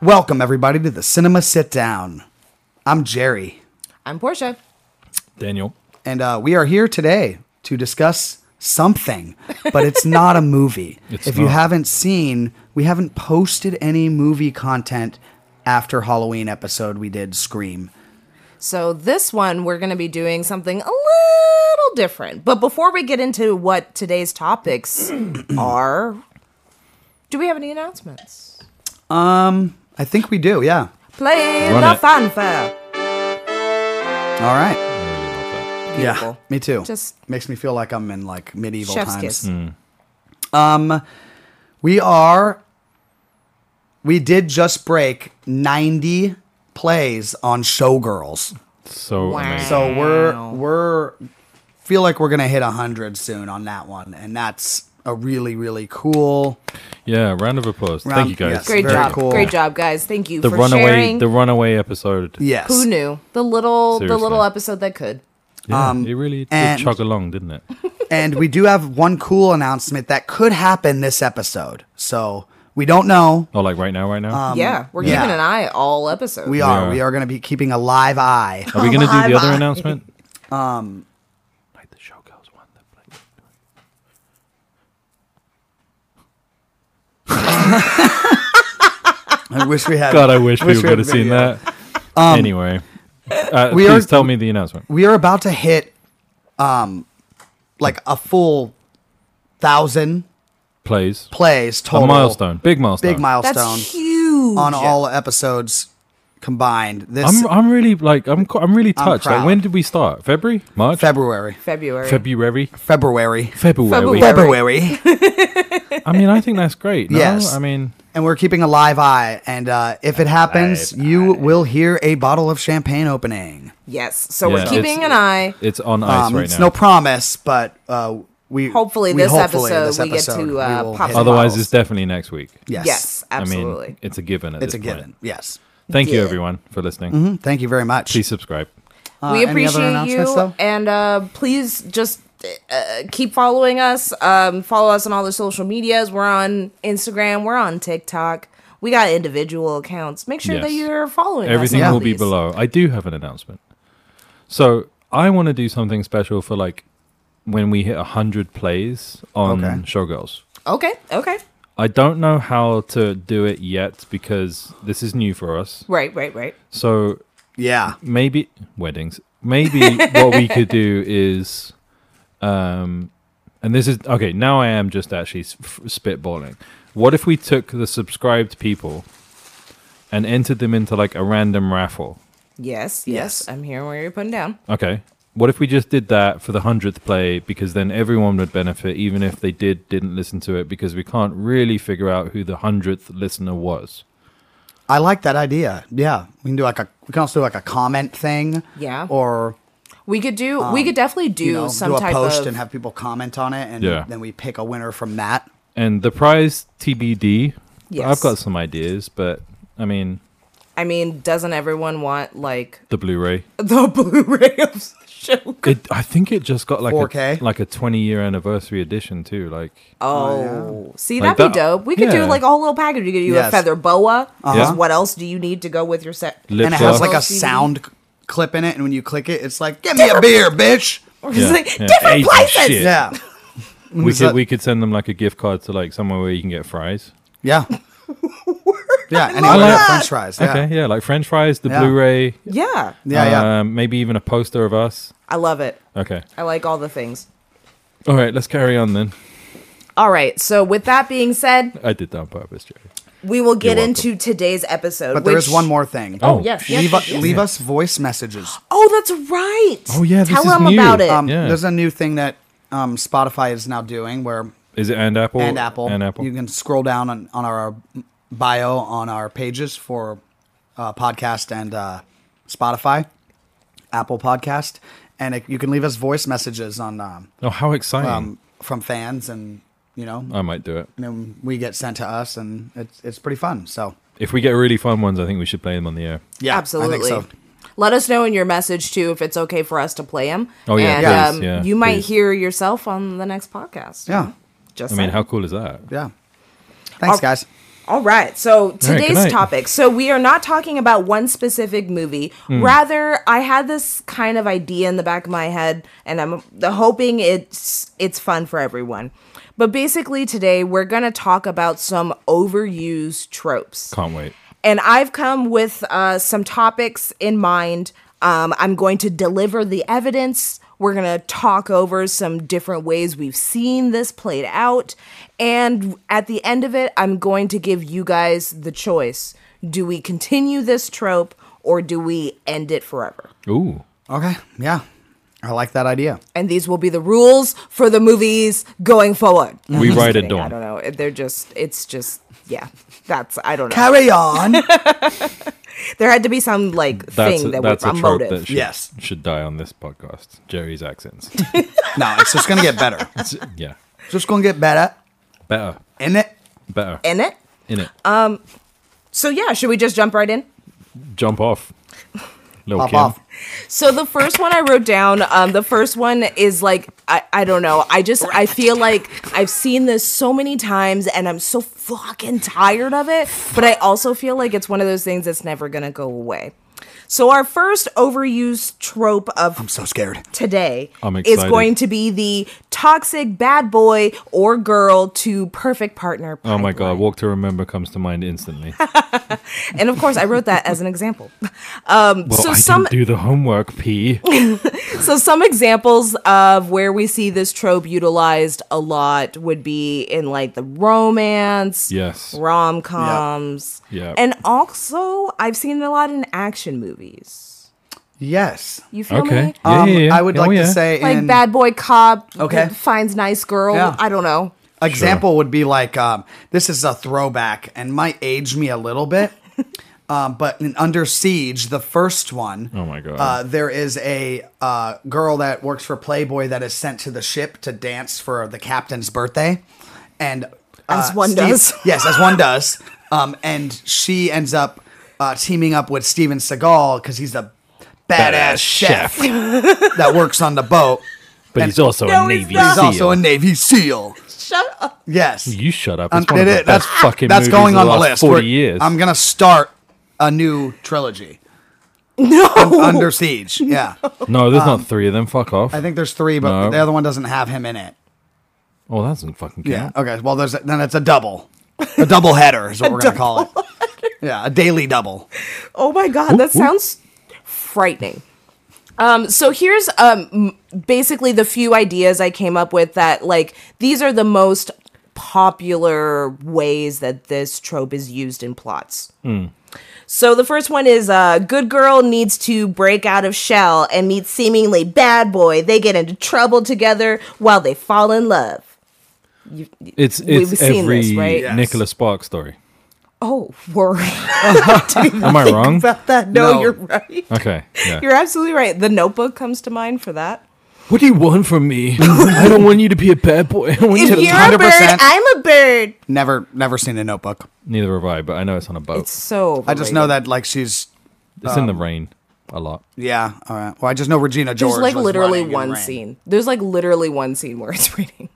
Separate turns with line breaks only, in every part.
Welcome, everybody, to the Cinema Sit Down. I'm Jerry,
I'm Portia.
Daniel.
and uh, we are here today to discuss something, but it's not a movie.
It's
if you
not.
haven't seen, we haven't posted any movie content after Halloween episode we did Scream.
So this one we're going to be doing something a little different. But before we get into what today's topics are, do we have any announcements?
I think we do, yeah.
Play
Run
the
it.
fanfare.
All right. Yeah,
Beautiful.
me too.
Just-
makes me feel like I'm in like medieval
Chef's
times. Um,
kiss.
Mm.
We are. We did just break 90 plays on Showgirls.
So
Wow.
amazing.
So
Wow.
we're we're feel like we're gonna hit hundred soon on that one, and that's a really really cool.
yeah, round of applause.
Round-
Thank you guys.
yes,
Great
Very
job.
cool.
Great job, guys. Thank you
The
for
runaway
sharing.
the runaway episode.
Yes.
Who knew? The little the
Seriously.
little episode that could.
Yeah, it really did
um, and-
chug along, didn't it?
and we do have one cool announcement that could happen this episode. So we don't know.
Oh, like right now, right now.
um,
yeah, we're
yeah.
keeping an eye all episode.
We are.
Yeah.
We are gonna be keeping a live eye.
Are we gonna do the other
Bye-bye.
announcement? Um, like the showgirls one. that played-
I wish we had.
God, I wish
Wish we
we could
had
have seen
video. Um,
that. anyway, uh,
we
please
are-
tell me the announcement.
we are about to hit, um, like a full thousand
Plays
plays total.
a milestone, big milestone.
Big milestone
That's huge.
on all episodes combined. This
I'm I'm really like I'm co- I'm really touched. Like,
proud.
when did we start? February, March,
February.
February.
February,
February.
February.
February.
February.
I mean, I think that's great. no?
Yes.
I mean,
and we're keeping a live eye. And uh, if it happens, you will hear a bottle of champagne opening.
Yes. So
Yeah,
we're
it's-
keeping an eye.
it's on ice
Um,
right
it's
now.
no promise, but uh, we
Hopefully
we
this episode we get to, uh,
will
pop
hit it.
some
Otherwise,
bottles.
it's definitely next week.
yes,
Yes, absolutely.
I mean, it's a given at
it's a
this point.
given. Yes,
Thank you,
Yeah.
everyone, for listening.
Mm, thank you very much.
Please subscribe.
we
Uh, any other
appreciate you
announcements, though?
and uh, please just uh, keep following us um, follow us on all the social medias we're on instagram we're on tiktok we got individual accounts make sure that
Yes.
you're following us
Everything
on all
will be
these.
below. I do have an announcement. So I want to do something special for like when we hit hundred plays on
Okay.
Showgirls.
okay okay
I don't know how to do it yet because this is new for us.
right right right
So
Yeah,
maybe weddings. Maybe what we could do is, um, and this is okay. Now I am just actually s- f- spitballing. What if we took the subscribed people and entered them into like a random raffle?
yes yes,
Yes.
i'm hearing where you're putting down
Okay. What if we just did that for the hundredth play? Because then everyone would benefit, even if they did didn't listen to it, because we can't really figure out who the hundredth listener was.
I like that idea. Yeah, we can do like a we can also do like a comment thing.
Yeah.
or
we could do we could definitely do
Um, you know,
some
do a
type
post
of
and have people comment on it, and
Yeah.
then we pick a winner from that.
And the prize TBD.
Yes.
I've got some ideas, but I mean
i mean doesn't everyone want like
the Blu-ray.
the blu-ray of show
It, I think it just got like
4K?
a like a 20 year anniversary edition too. Like
Oh, see,
Like
that'd be
that-
dope. We could do
yeah.
like a whole little package. You could do
Yes. Uh-huh.
a feather boa. Because
Yeah.
What else do you need to go with your set?
lip
and it has
gloss.
like a
Little CD.
sound c- clip in it, and when you click it, it's like, "Give me a beer, bitch."
It's
Yeah,
like
yeah.
different
Asian
places.
shit.
Yeah,
we
is that-
could we could send them like a gift card to like somewhere where you can get fries.
yeah, yeah. And
I
anyway,
like-
French fries. Yeah,
Okay, yeah, like French fries, the
Yeah.
Blu-ray,
Yeah.
yeah, yeah.
um, maybe even a poster of us.
I love it.
Okay,
I like all the things.
all right, let's carry on then.
All right. So with that being said,
I did that on purpose, Jerry.
we will get
welcome.
into today's episode.
but there
which-
is one more thing.
Oh,
yes, yes,
leave,
yes,
u-
yes.
leave us voice messages.
Oh, that's right.
Oh, yeah, this
Tell
is
them
new.
about it.
Um,
Yeah.
There's a new thing that um, Spotify is now doing where
Is it and Apple?
and Apple,
and Apple.
you can scroll down on, on our bio on our pages for uh, podcast and uh, Spotify, Apple Podcast, and it, you can leave us voice messages on um,
oh, how exciting!
um, from fans and you know
I might do it
and then we get sent to us and it's it's pretty fun so
if we get really fun ones. I think we should play them on the air.
yeah
Absolutely.
I think so.
Let us know in your message too if it's okay for us to play them.
Oh, yeah,
and,
please,
um,
yeah,
you might
please.
hear yourself on the next podcast.
yeah
Just
I mean,
saying.
how cool is that?
yeah thanks
Oh.
guys
All right. So
right, good
today's
night.
topic. So we are not talking about one specific movie. Rather, I had this kind of idea in the back of my head, and I'm the- hoping it's it's fun for everyone. But basically, today we're gonna talk about some overused tropes.
Can't wait.
and I've come with uh, some topics in mind. Um, I'm going to deliver the evidence. We're going to talk over some different ways we've seen this played out. And at the end of it, I'm going to give you guys the choice do we continue this trope or do we end it forever?
Ooh.
Okay. Yeah. I like that idea.
And these will be the rules for the movies going forward.
We
Just
ride at
kidding. I
dawn.
don't know. They're just, it's just, yeah. That's, I don't know.
Carry on.
there had to be some like
That's
thing
a,
that
that's
was
a
a
trope
motive.
that should,
Yes.
should die on this podcast. Jerry's accents.
no, it's just gonna get better. It's
It's- yeah.
just gonna get better.
Better.
In it.
Better.
in it.
In it.
So yeah, should we just jump right in?
Jump off. Little
Pop
Kim.
off.
So the first one I wrote down, um, the first one is like I, I don't know. I just I feel like I've seen this so many times and I'm so fucking tired of it. But I also feel like it's one of those things that's never gonna go away. So our first overused trope of
I'm so scared.
today
I'm
is
excited.
going to be the toxic bad boy or girl to perfect partner.
Oh
pipeline.
my god, Walk to Remember comes to mind instantly.
And of course, I wrote that as an example. Um,
Well,
so
I
some
didn't do the homework, P.
Oh
So some examples of where we see this trope utilized a lot would be in like the romance,
Yes.
rom coms,
Yep.
and also I've seen it a lot in action movies.
Yes.
You feel
Okay.
me?
Yeah,
Um,
yeah, yeah.
I would
Oh,
like
yeah.
to say
Like
in
bad boy cop
Okay.
finds nice girl.
Yeah.
I don't know.
example would be like um, this is a throwback and might age me a little bit. um, but in Under Siege, the first one.
Oh my god.
Uh, there is a uh, girl that works for Playboy that is sent to the ship to dance for the captain's birthday, and
As
uh,
one does.
yes, as one does. Um, and she ends up uh, teaming up with Steven Seagal because he's a badass, chef, that works on the boat.
but he's also
No,
a
he's
Navy
not.
He's
SEAL.
also a Navy SEAL.
Shut up.
Yes,
you shut up.
Um,
It's one of
it
the
is-
best fucking
that's
movies
going
of
on
the
the
last
list.
40
We're-
years.
I'm gonna start a new trilogy.
No.
Under Siege. Yeah,
no, there's not three of them. Fuck off.
um, I think there's three, but
No.
the other one doesn't have him in it.
oh, that doesn't fucking
Yeah.
count.
Okay. Well, there's then it's a double, a double header is what we're gonna call it. Yeah, a daily double.
Oh my god, that sounds frightening. Um, so here's um m- basically the few ideas I came up with that like these are the most popular ways that this trope is used in plots. So the first one is uh, good girl needs to break out of shell and meet seemingly bad boy. They get into trouble together while they fall in love.
It's
We've
it's
seen
every
this, right?
Yes.
Nicholas Sparks story.
Oh, word.
Am I wrong?
about that. No,
No.
you're right.
Okay. Yeah.
You're absolutely right. The notebook comes to mind for that.
What do you want from me? I don't want you to be a bad boy. I want
If
you to.
you're a bird,
100%.
I'm a bird.
Never, never seen a Notebook.
Neither have I, but I know it's on a boat.
It's
It's,
so.
I just know that like she's
in the rain a lot.
yeah. All right. Well, I just know Regina George.
there's like
was
literally
running in
one
rain.
scene. There's like literally one scene where it's raining.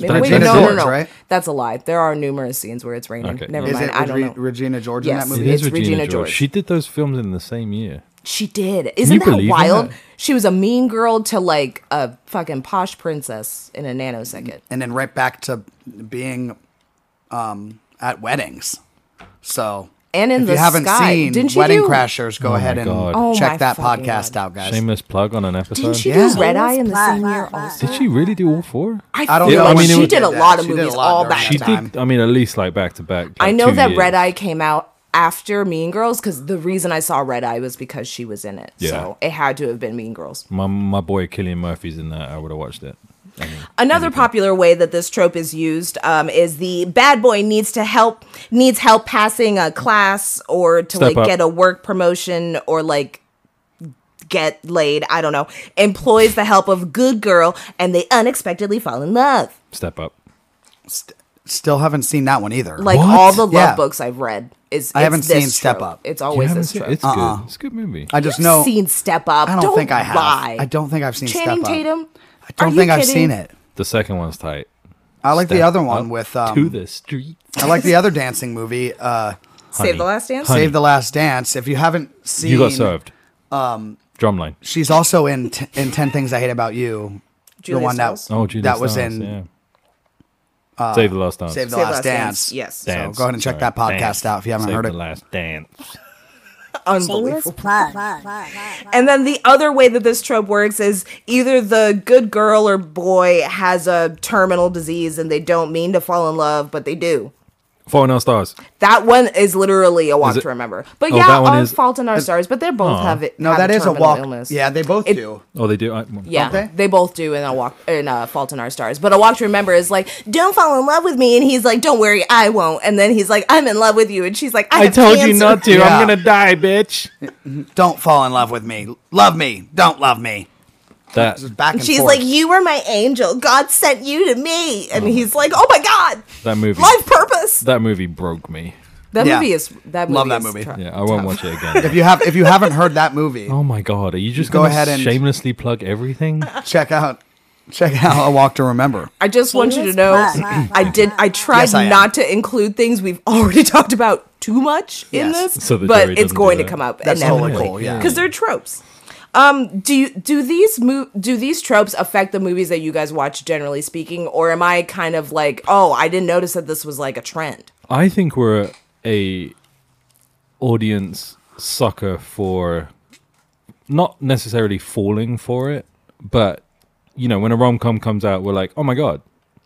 Maybe,
Regina
wait, no, no, no,
George, right?
That's a lie. There are numerous scenes where it's raining.
Okay,
Never
Is
mind.
it
I don't
Re-
know.
Regina George
Yes.
in that
It
movie?
It is
It's
Regina,
Regina
George.
George.
She did those films in the same year.
she did. Isn't that
believe
wild?
that?
She was a mean girl to like a fucking posh princess in a nanosecond.
and then right back to being um, at weddings. So
And in
if
the
you haven't
sky.
seen
Didn't she
Wedding
do-
Crashers, go ahead and
God. Oh
my
check that
fucking
podcast
God.
out, guys.
Shameless plug on an episode.
Didn't she
Yeah.
do Red Eye in the
Blah,
same
blah,
year?
blah.
Also,
Did she really do all four?
I,
I don't
feel
know
like
when
she
she
did
did
a
that.
lot of
She did a
movies
lot
all
during
back
that
to
She
back.
time.
did. I mean, at least like back to back.
I
like,
know
two
that
years.
Red Eye came out after Mean Girls because the reason I saw Red Eye was because she was in it. So it had to have been Mean Girls.
My my boy Killian Murphy's in that. I would have watched it. I mean,
Another popular way that this trope is used um, is the bad boy needs to help needs help passing a class or to
Step
like
up.
get a work promotion or like get laid. I don't know. Employs the help of good girl and they unexpectedly fall in love.
step up.
St- still haven't seen that one either.
Like
What?
all the love
Yeah.
books I've read is
I
it's
haven't
this
seen Step
trope.
Up.
It's
You
always
haven't
this
seen-
trope.
It's good. It's a good movie.
Uh-uh. I just
You've
know.
seen Step Up.
I don't, think I have.
lie.
I don't think I've seen
Channing
Step Up.
Tatum.
I don't think I've seen it.
the second one's tight.
I like the
Step
other one
up
with
to
um,
the street.
I like the other dancing movie, uh,
Save the Last Dance.
Honey.
Save the Last Dance. If you haven't seen,
You got served. Um, Drumline.
She's also in t- in Ten Things I Hate About You,
Julia
the one that
Stiles?
Oh, Julia
that was
Stiles,
in uh,
yeah. Save the Last Dance.
Save the
Save
Last, Dance.
Yes.
So go ahead and check that podcast out if you haven't
Save
heard
the
it.
Last Dance.
Unbelievable. And then the other way that this trope works is either the good girl or boy has a terminal disease and they don't mean to fall in love, but they do.
Four and All Stars.
That one is literally a walk
Is it-
to remember. But
Oh,
yeah,
that one
on
is-
Fault in Our Stars, but they both
Aw.
have it.
No,
have
that is a
terminal
walk.
Illness.
Yeah, they both
It-
do.
Oh, they do. I,
Yeah,
they?
they? both do in a walk in a Fault in Our Stars. But a walk to remember is like, don't fall in love with me, and he's like, don't worry, I won't. And then he's like, I'm in love with you, and she's like, I,
I
have
told you
cancer."
not to.
Yeah.
I'm gonna die, bitch.
Don't fall in love with me. Love me. Don't love me.
That
Back and
She's
forth.
like, you were my angel. God sent you to me, and he's like, oh my god,
that movie.
life purpose.
That movie broke me.
That
Yeah.
movie is that movie
Love that
is
movie.
tr-
Yeah, I won't watch it again.
If you have if you haven't heard that movie,
Oh my god, are you just
Go
going to
ahead and-
shamelessly plug everything?
check out check out A Walk to Remember.
I just want you to know, I did. I tried
Yes, I am.
not to include things we've already talked about too much in
Yes.
this,
So the
but
jury
it's
doesn't
going
do
to
that.
come up.
That's totally
inevitably.
cool. Yeah.
because they're tropes. Um, do you do these mo- do these tropes affect the movies that you guys watch generally speaking, or am I kind of like, oh, I didn't notice that this was like a trend?
I think we're a audience sucker for not necessarily falling for it, but you know, when a rom com comes out, we're like, oh my god,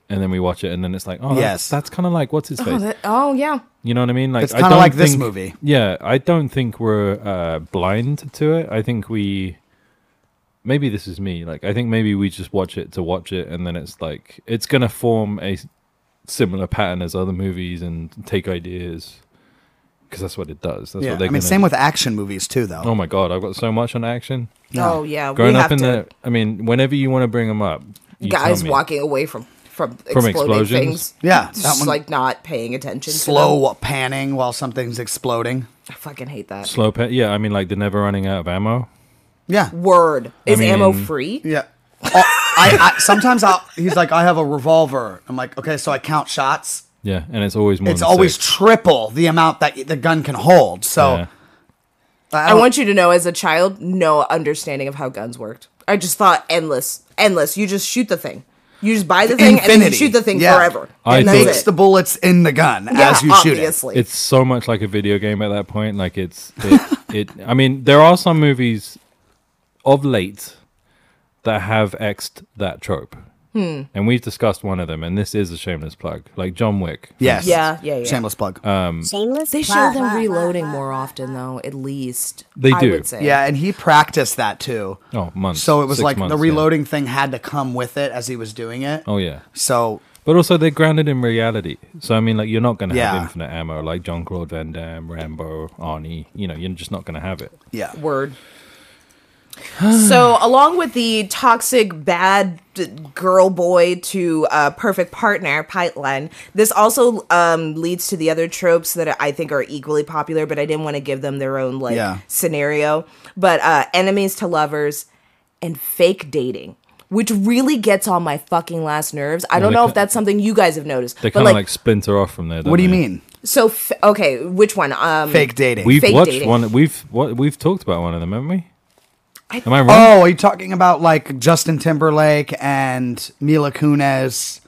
and then we watch it, and then it's like, oh,
Yes.
that's, that's kind of like what's his face.
oh yeah,
You know what I mean? Like
It's
I
kinda
don't
like this
think-
movie.
Yeah, I don't think we're uh, blind to it. I think we maybe this is me. Like I think maybe we just watch it to watch it, and then it's like it's gonna form a s- similar pattern as other movies and take ideas because that's what it does. That's
Yeah.
what
I
they're
mean,
gonna
same
do.
with action movies too, though.
Oh my god, I've got so much on action.
oh
Uh,
yeah.
Growing
we
up
have
in
to,
the, I mean, whenever you want to bring them up, you tell
guys
me.
walking away from from, exploding
explosions?
things.
Yeah, that
just
one-
like not paying attention. to them.
Slow panning while something's exploding.
I fucking hate that
slow pet. Yeah, I mean, like they're never running out of ammo.
Yeah,
word. Is ammo
mean-
free?
yeah. Oh, I, I sometimes I'll, he's like, I have a revolver. I'm like, okay, so I count shots.
Yeah, and it's always more.
it's
than
always
six.
triple the amount that y- the gun can hold. So
Yeah.
I
Oh.
want you to know, as a child, no understanding of how guns worked. I just thought endless, endless. You just shoot the thing. You just buy the thing and then you
Infinity.
shoot the thing
Yeah.
forever.
I
and
thought-
makes the bullets in the gun as you shoot it.
obviously.
it's so much like a video game at that point like it's it, it i mean there are some movies of late that have exed that trope
Hmm.
and we've discussed one of them and this is a shameless plug like john wick
Yes.
Yeah, yeah, yeah.
Shameless plug.
Uh,
Shameless.
They show
plug.
them reloading more often, though. At least
They
I
do.
Would say.
yeah, and he practiced that too.
oh months
So it was
six
like
months,
the
yeah.
reloading thing had to come with it as he was doing it.
oh yeah
So
but also they're grounded in reality so i mean like you're not going to
Yeah.
have infinite ammo like john claude van damme rambo arnie you know you're just not going to have it
yeah,
Word. so, along with the toxic bad d- girl boy to uh, perfect partner pipeline, this also um, leads to the other tropes that I think are equally popular, but I didn't want to give them their own like
Yeah.
scenario. But uh, enemies to lovers and fake dating. Which really gets on my fucking last nerves. I don't
they
know
ki-
if that's something you guys have noticed,
they
but
kind of like,
like,
splinter off from there
What do you
don't they?
mean?
so. F- okay, which one? Um,
Fake dating.
we've
Fake
watched
dating.
one we've what we've talked about one of them haven't we am i wrong
oh, are you talking about like Justin Timberlake and Mila Kunis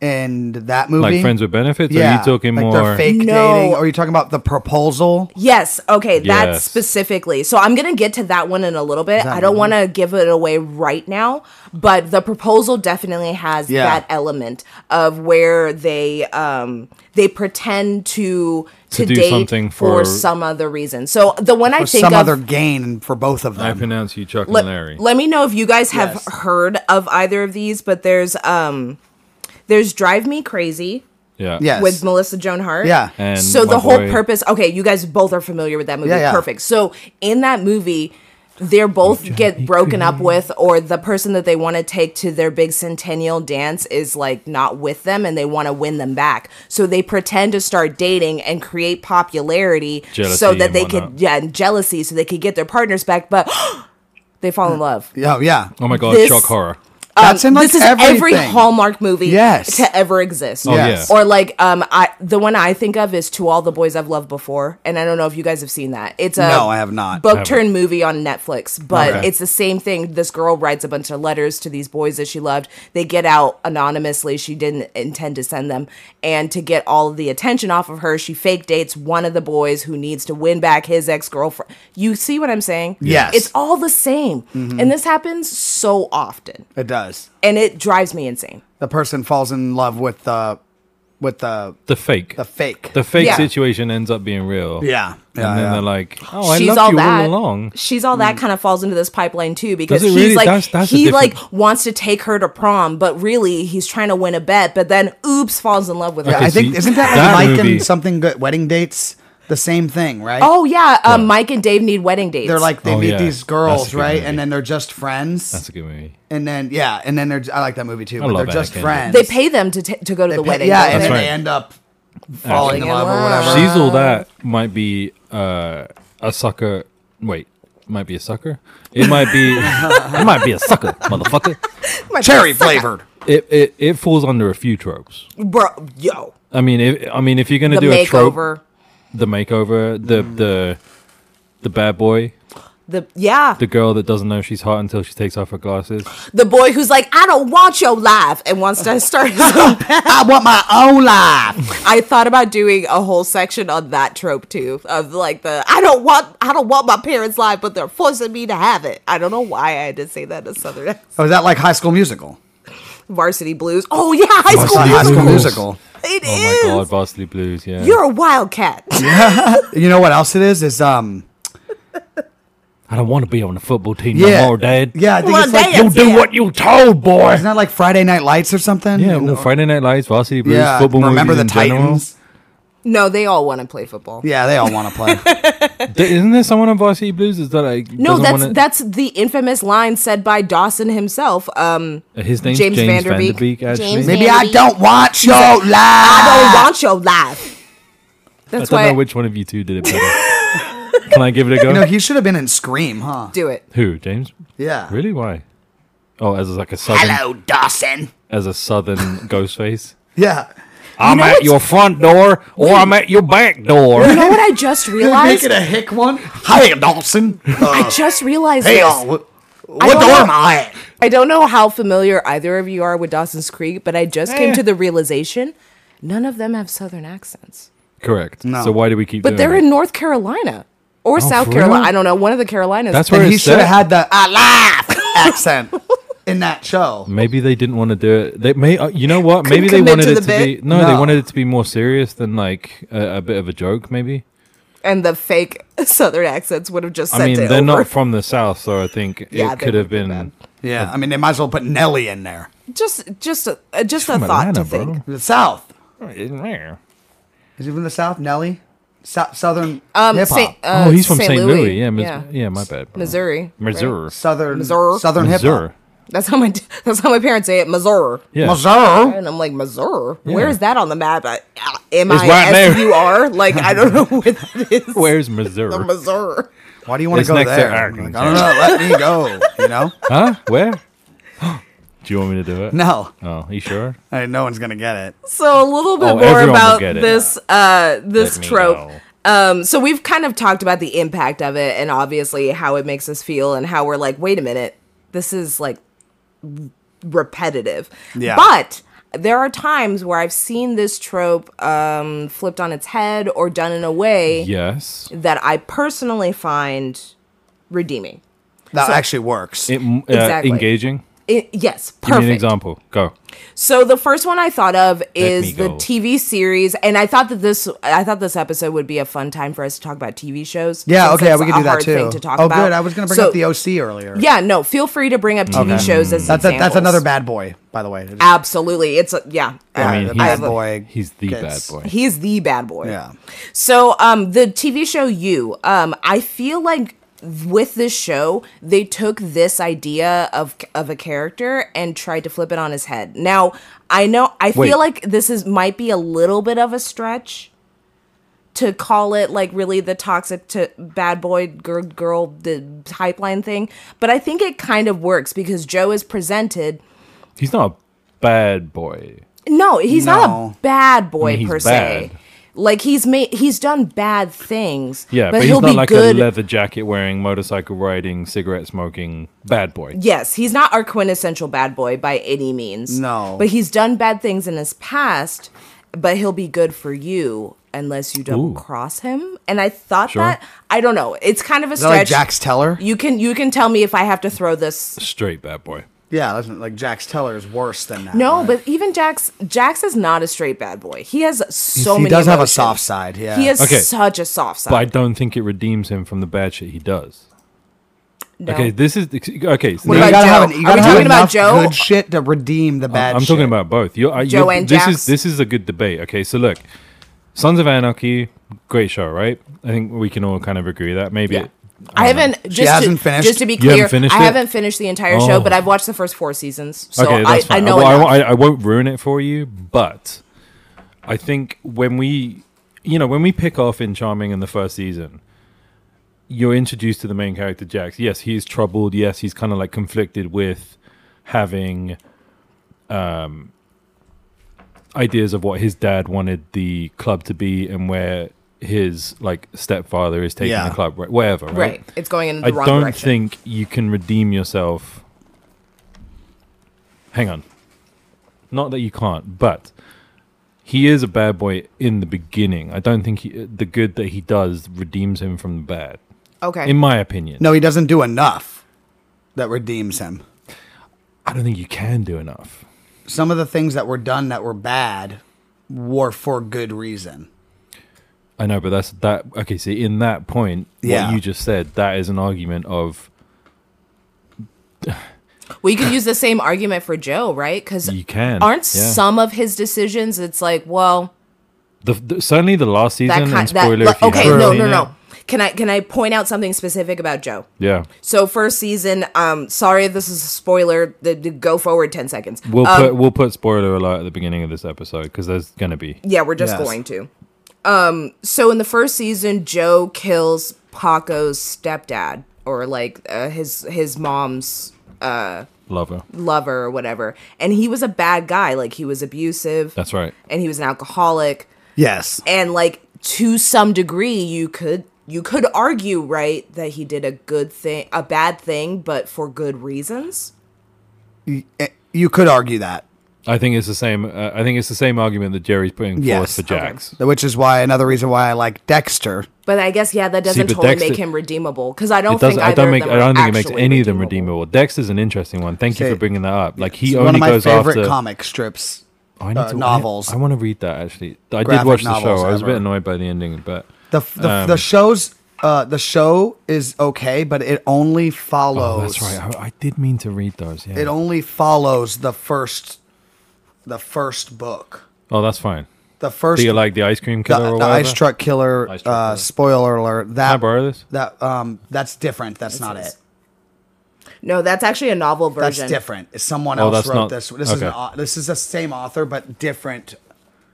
in that movie?
like friends with benefits or are you talking
Oh, like
more
they're fake
No.
dating? Or are you talking about the proposal?
Yes. Okay. That
Yes.
specifically. So I'm going to get to that one in a little bit. I don't want to give it away right now, but the proposal definitely has
Yeah.
that element of where they um they pretend to to,
do
date
something
for
for-
some other reason. So the one I
Or
think
some
of,
other gain for both of
i
them?
pronounce you chuck
let,
and larry
let me know if you guys have
Yes.
heard of either of these, but there's um there's Drive Me Crazy
yeah
yes.
with Melissa Joan Hart.
Yeah.
and
so
my
the whole
boy-
purpose okay you guys both are familiar with that movie
Yeah, yeah.
perfect so in that movie they're both get broken up with or the person that they want to take to their big centennial dance is like not with them and they want to win them back so they pretend to start dating and create popularity so
Jealousy
that
and
they
whatnot.
could yeah and jealousy so they could get their partners back but they fall in love
Oh yeah.
oh my god
this-
shock horror
That's in, like,
Um, this is every
everything.
Hallmark movie
Yes.
to ever exist.
yeah. Yes.
Or like um I the one I think of is To All the Boys I've Loved Before. And I don't know if you guys have seen that. It's a
No, I have not.
book turn movie on Netflix, but
Okay.
it's the same thing. This girl writes a bunch of letters to these boys that she loved. They get out anonymously. She didn't intend to send them. And to get all of the attention off of her, she fake dates one of the boys who needs to win back his ex girlfriend. You see what I'm
Yes.
saying?
Mm-hmm.
It's all the same. And this happens so often.
It does.
And it drives me insane.
The person falls in love with the with the
the fake.
the fake.
The fake
Yeah.
situation ends up being real.
yeah. Yeah.
and then
yeah.
they're like, "Oh, I
she's
loved
all
you
that.
all along." Mm.
She's all that kind of falls into this pipeline too because
Does
he's
it really?
like
That's- that's a
he
different-
like wants to take her to prom, but really he's trying to win a bet. But then, oops, falls in love with her.
Okay,
I
so
think
you-
isn't that like
that
Mike
movie-
and something good wedding dates? The same thing, right?
oh yeah, um, Mike and Dave need wedding dates.
They're like they
Oh,
meet
yeah.
these
That's
girls,
a good
right?
movie.
And then they're just friends.
That's a good movie.
and then yeah, and then they're I like that movie too. But
love
they're just
Anakin.
friends.
they pay them to t- to go to the
They pay-
wedding.
Yeah,
don't
and
they?
then
right.
they end up falling in
Falling in
love or whatever.
love.
She's all that might be uh, a sucker. Wait, might be a sucker. It might be. it might be a sucker, motherfucker.
cherry flavored.
It, it it falls under a few tropes.
bro, yo,
I mean, if, I mean, if you're gonna
the
do a trope,
makeover,
the makeover, the
Mm.
the the bad boy,
the yeah,
the girl that doesn't know she's hot until she takes off her glasses.
the boy who's like, I don't want your life, and wants to start his own
I want my own life.
I thought about doing a whole section on that trope too, of like the I don't want I don't want my parents' life, but they're forcing me to have it. I don't know why I had to say that in a southern accent.
Oh, is that like High School Musical?
Varsity Blues. Oh yeah, high
It's
school.
not High School Musical.
Musicals.
It
Oh my god,
is.
Varsity Blues. Yeah,
You're a wildcat.
You know what else it is? Is um
I don't want to be on the football team
yeah
no more, Dad.
Yeah, I think
Well,
it's like
damn.
you do
yeah.
what you told, boy.
isn't that like Friday Night Lights or something?
Yeah,
No.
well, Friday Night Lights, Varsity Blues,
yeah.
football
Remember the
movies in general.
Titans?
no, they all want to play football.
Yeah, they all want to play.
Th- Isn't there someone on Varsity Blues? Is that like
No,
doesn't
that's
wanna-
that's the infamous line said by Dawson himself. Um,
his name's
James
James,
Vanderbeek.
Vanderbeek. actually,
James
Maybe I don't want your life.
I don't want your life.
Ah! I
That's
don't
why
know which one of you two did it better. Can I give it a go?
You know, he should have been in Scream, huh?
do it.
Who James?
Yeah.
Really? Why? Oh, as like a southern,
Dawson.
as a southern ghost face.
Yeah.
I'm
know
at
what's-
your front door, or I'm at your back door.
You know what I just
Make
realized?
it a hick one. Hi, Dawson.
I just realized.
hey,
this.
uh, what,
I
what
don't
door
know.
am I at?
I don't know how familiar either of you are with Dawson's Creek, but I just came
Eh.
to the realization none of them have Southern accents.
Correct.
No.
So why do we keep?
But
doing
they're
it?
in North Carolina or South
for
Carolina.
real?
I don't know. One of the Carolinas.
That's
And
where
he
it's
should have
set.
had the I laugh accent in that show.
Maybe they didn't want to do it. They may, uh, you know what? Maybe they
commit
wanted
to
it
the
to
bit?
be no, They
No.
wanted it to be more serious than like a, a bit of a joke, maybe.
and the fake Southern accents would have just sent
I mean,
it
they're
over.
not from the south, so I think
Yeah,
it
they
could have
would've
been.
been
Yeah, I mean, they might as well put Nelly in there.
just just a uh, just a
from
thought to Uh,
Atlanta,
think.
bro.
The South.
Isn't there?
Is he from the South? Nelly? Sou- Southern
Um,
hip
Saint,
hop.
uh,
oh, he's from
Saint
St. Louis. Yeah, Mis-
yeah,
yeah. my bad. bro.
Missouri. right?
Missouri.
Southern,
Missouri.
Southern hip
Missouri.
hop.
That's how my that's how my parents say it. Missouri.
Yeah.
Missouri.
And I'm like, Missouri?
Yeah.
Where is that on the map? I- uh,
right there.
M-I-S-U-R? Like, I don't know where that is.
Where's Missouri?
Missouri.
Why do you want
It's
to go
next to
there?
Arkansas.
Like, I don't know. Let me go. You know?
huh? Where? do you want me to do it?
No.
Oh, you sure?
I mean, no one's going to get it.
So a little bit
Oh,
more
everyone will
about
get it.
this uh this
Let me
trope.
know.
Um so we've kind of talked about the impact of it and obviously how it makes us feel and how we're like, wait a minute, this is like r- repetitive.
Yeah.
But there are times where I've seen this trope um flipped on its head or done in a way
Yes.
that I personally find redeeming.
That actually works.
It, uh,
Exactly.
Engaging.
I- yes, perfect.
Give me an example. Go.
So the first one I thought of
me
is the
go.
TV series, and I thought that this I thought this episode would be a fun time for us to talk about TV shows.
yeah,
since
okay,
that's
we
a
can do that
hard
too.
thing to talk
oh,
about.
good. I was going to bring
So-
up the OC earlier.
Yeah, no, feel free to bring up TV shows as
That's a, that's
examples.
another bad boy, by the way.
Absolutely, it's a, yeah. uh,
Yeah,
I mean,
the
he's,
bad boy
He's the
gets-
bad boy.
He's the bad boy.
Yeah.
So, um, the TV show You, um, I feel like with this show, they took this idea of of a character and tried to flip it on his head. Now, I know I
Wait.
feel like this is might be a little bit of a stretch to call it like really the toxic to bad boy girl girl the pipeline thing, but I think it kind of works because Joe is presented
He's not a bad boy.
No, he's
No.
not a bad boy
I mean, he's
per se.
bad.
Like he's made, he's done bad things.
Yeah, but,
he'll
he's
be
not like
good.
a leather jacket wearing, motorcycle riding, cigarette smoking bad boy.
yes, he's not our quintessential bad boy by any means.
No.
but he's done bad things in his past. But he'll be good for you unless you don't
Ooh.
cross him. And I thought
Sure.
that I don't know. It's kind of a
Is that like
stretch.
Jax Teller?
you can you can tell me if I have to throw this.
Straight bad boy.
Yeah, that's like Jax Teller is worse than that.
No,
right?
but even Jax Jax is not a straight bad boy. He has so
he
many.
does have a
emotions.
soft side. Yeah,
He has
Okay.
such a soft side.
But I don't think it redeems him from the bad shit he does.
No.
Okay, this is okay. So
You
about
gotta
now-
Joe?
have an, you gotta
Are we
have
talking about
enough
Joe?
Good shit to redeem the bad.
I'm
shit.
talking about both. You're, uh, you're-
Joe and
this
Jax.
is this is a good debate. Okay, so look, Sons of Anarchy, great show, right? I think we can all kind of agree that maybe.
Yeah. I haven't just
hasn't
to,
finished?
just to be
You
clear,
haven't finished
I
it?
haven't finished the entire show,
Oh.
but I've watched the first four seasons, so
okay,
I,
that's
I
fine.
know
Well,
enough.
I, I won't ruin it for you, but I think when we, you know, when we pick off in Charming in the first season, you're introduced to the main character Jax. Yes, he's troubled. Yes, he's kind of like conflicted with having um ideas of what his dad wanted the club to be and where his like stepfather is taking
Yeah.
the club, right? Wherever,
right. it's going in the
I
wrong
don't
direction.
think you can redeem yourself. Hang on. Not that you can't, but he is a bad boy in the beginning. I don't think he, the good that he does redeems him from the bad,
okay,
in my opinion.
No, he doesn't do enough that redeems him.
I don't think you can do enough.
Some of the things that were done that were bad were for good reason.
I know, but that's that. Okay, see, in that point,
Yeah.
what you just said, that is an argument of
we could use the same argument for Joe, right? Because
you can.
aren't
yeah.
some of his decisions? It's like, well,
The, the- certainly the last
that
season. and
kind that
spoiler
like,
if you
okay,
haven't
no,
seen
no,
it.
no. Can I can I point out something specific about Joe?
Yeah,
So first season, um, sorry, this is a spoiler. The, the- go forward ten seconds.
we'll
Um,
put we'll put spoiler alert at the beginning of this episode because there's gonna be.
Yeah, we're just
Yes.
going to. Um, so in the first season, Joe kills Paco's stepdad or like uh, his his mom's
Lover.
lover or whatever, and he was a bad guy. Like he was abusive,
That's right.
and he was an alcoholic,
Yes,
and like to some degree, you could you could argue right that he did a good thing, a bad thing, but for good reasons.
Eh, you could argue that,
I think it's the same. Uh, I think it's the same argument that Jerry's putting
Yes.
forth for Jax.
which is why another reason why I like Dexter.
But I guess yeah, that doesn't
but
totally
Dexter-
make him redeemable because I don't
It doesn't.
think
I
either
don't
of
make.
them
I
are
don't think it makes
actually
any of them redeemable. Dexter's an interesting one. Thank you
Okay.
for bringing that up. Like he
It's
only
one of my
goes
favorite
after
comic strips.
I need
uh,
to-
novels.
I, want to read that actually. I did
Graphic
watch the
novels
show. I was a bit
ever.
annoyed by the ending, but
The f- the,
Um,
the shows uh, the show is okay, but it only
oh,
follows.
that's right. I, I did mean to read those. Yeah.
It only follows the first, the first book.
oh, that's fine.
The first
Do you like the ice cream
the,
killer or
the
whatever?
ice truck killer.
Ice truck
uh,
killer.
Spoiler alert. That
Can I borrow this?
that um that's different. That's not
is-
it.
No, that's actually a novel
That's
version.
different. It's Someone
Oh,
else
that's
wrote
not-
this. This is an,
okay.
au- this is the same author but different.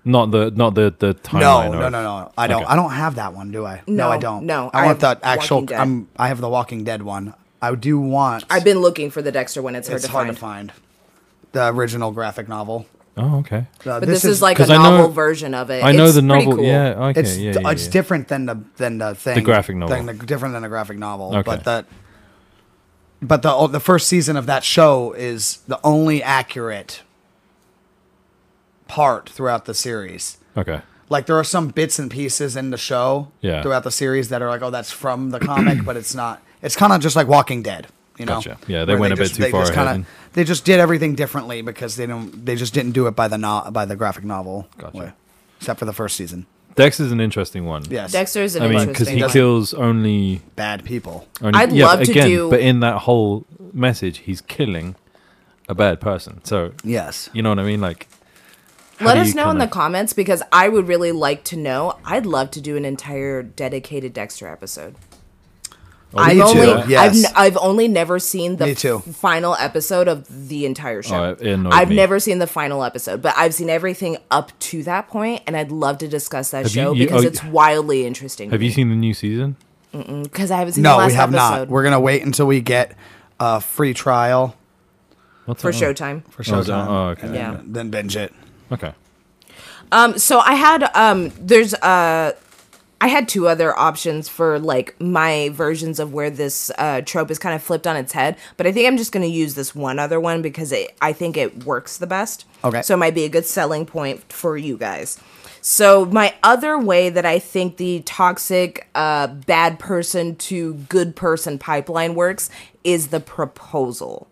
Not the not the the
No,
timeline.
no,
of-
no, no. I don't.
Okay.
I don't have that one, do I?
No,
I don't.
no,
I,
I
want
have
the actual.
Walking Dead.
I'm. I have the Walking Dead one. I do want.
I've been looking for the Dexter one. It's hard,
it's
to,
hard
find.
to find. The original graphic novel.
Oh, okay.
Uh,
But this, is, like a
'Cause I know-
novel version of it.
I know
It's
the
pretty
novel.
cool.
Yeah. Okay.
it's
yeah, yeah,
it's
yeah.
different than the than the thing.
graphic novel.
Than the, different than the graphic novel.
Okay.
But the but the the first season of that show is the only accurate part throughout the series.
Okay.
Like there are some bits and pieces in the show
Yeah.
throughout the series that are like, oh, that's from the comic, but it's not. It's kind of just like Walking Dead, you know?
Gotcha. Yeah, they
Where
went a bit
just-
too far
just
ahead
kinda-
and-
They just did everything differently because they don't. They just didn't do it by the no, by the graphic novel
Gotcha.
except for the first season.
Dex is an interesting one.
Yes,
Dexter is an
I mean, because
interesting
he
one.
kills only.
bad people.
only
I'd
yeah,
love
but
to
again,
do-
But in that whole message, he's killing a bad person. So
Yes,
you know what I mean? Like, how
Let
do
us
you
know in the
kinda-
comments because I would really like to know. I'd love to do an entire dedicated Dexter episode.
Oh,
I've
me too.
only I've,
Yes.
n- I've only never seen the
Me too.
f- final episode of the entire show.
Oh, it- it annoyed
I've
me.
never seen the final episode, but I've seen everything up to that point, and I'd love to discuss that
Have you-
show
you-
because
oh,
it's wildly interesting.
Have you seen the new season?
Because I haven't seen the
no,
last
we have
episode.
not. We're gonna wait until we get a free trial
What's
for
that on?
Showtime.
for
Oh, is that-
Showtime.
oh, okay.
and
Yeah.
Then, then binge it.
Okay.
Um, so I had um, there's uh, I had two other options for like my versions of where this uh, trope is kind of flipped on its head, but I think I'm just gonna use this one other one because it I think it works the best.
Okay.
So it might be a good selling point for you guys. So my other way that I think the toxic uh, bad person to good person pipeline works is the proposal.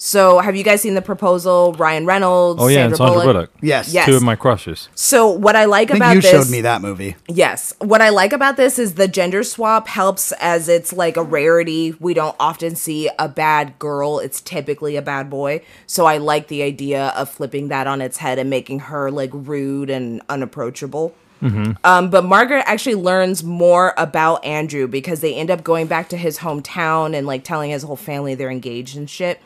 So have you guys seen the proposal? Ryan Reynolds.
Oh yeah, and Sandra Bullock.
Yes.
Yes.
Two of my crushes.
So what I like
I
about
think you
this,
showed me that movie.
Yes. What I like about this is the gender swap helps as it's like a rarity. We don't often see a bad girl, it's typically a bad boy. So I like the idea of flipping that on its head and making her like rude and unapproachable.
Mm-hmm.
Um, but Margaret actually learns more about Andrew because they end up going back to his hometown and like telling his whole family they're engaged and shit.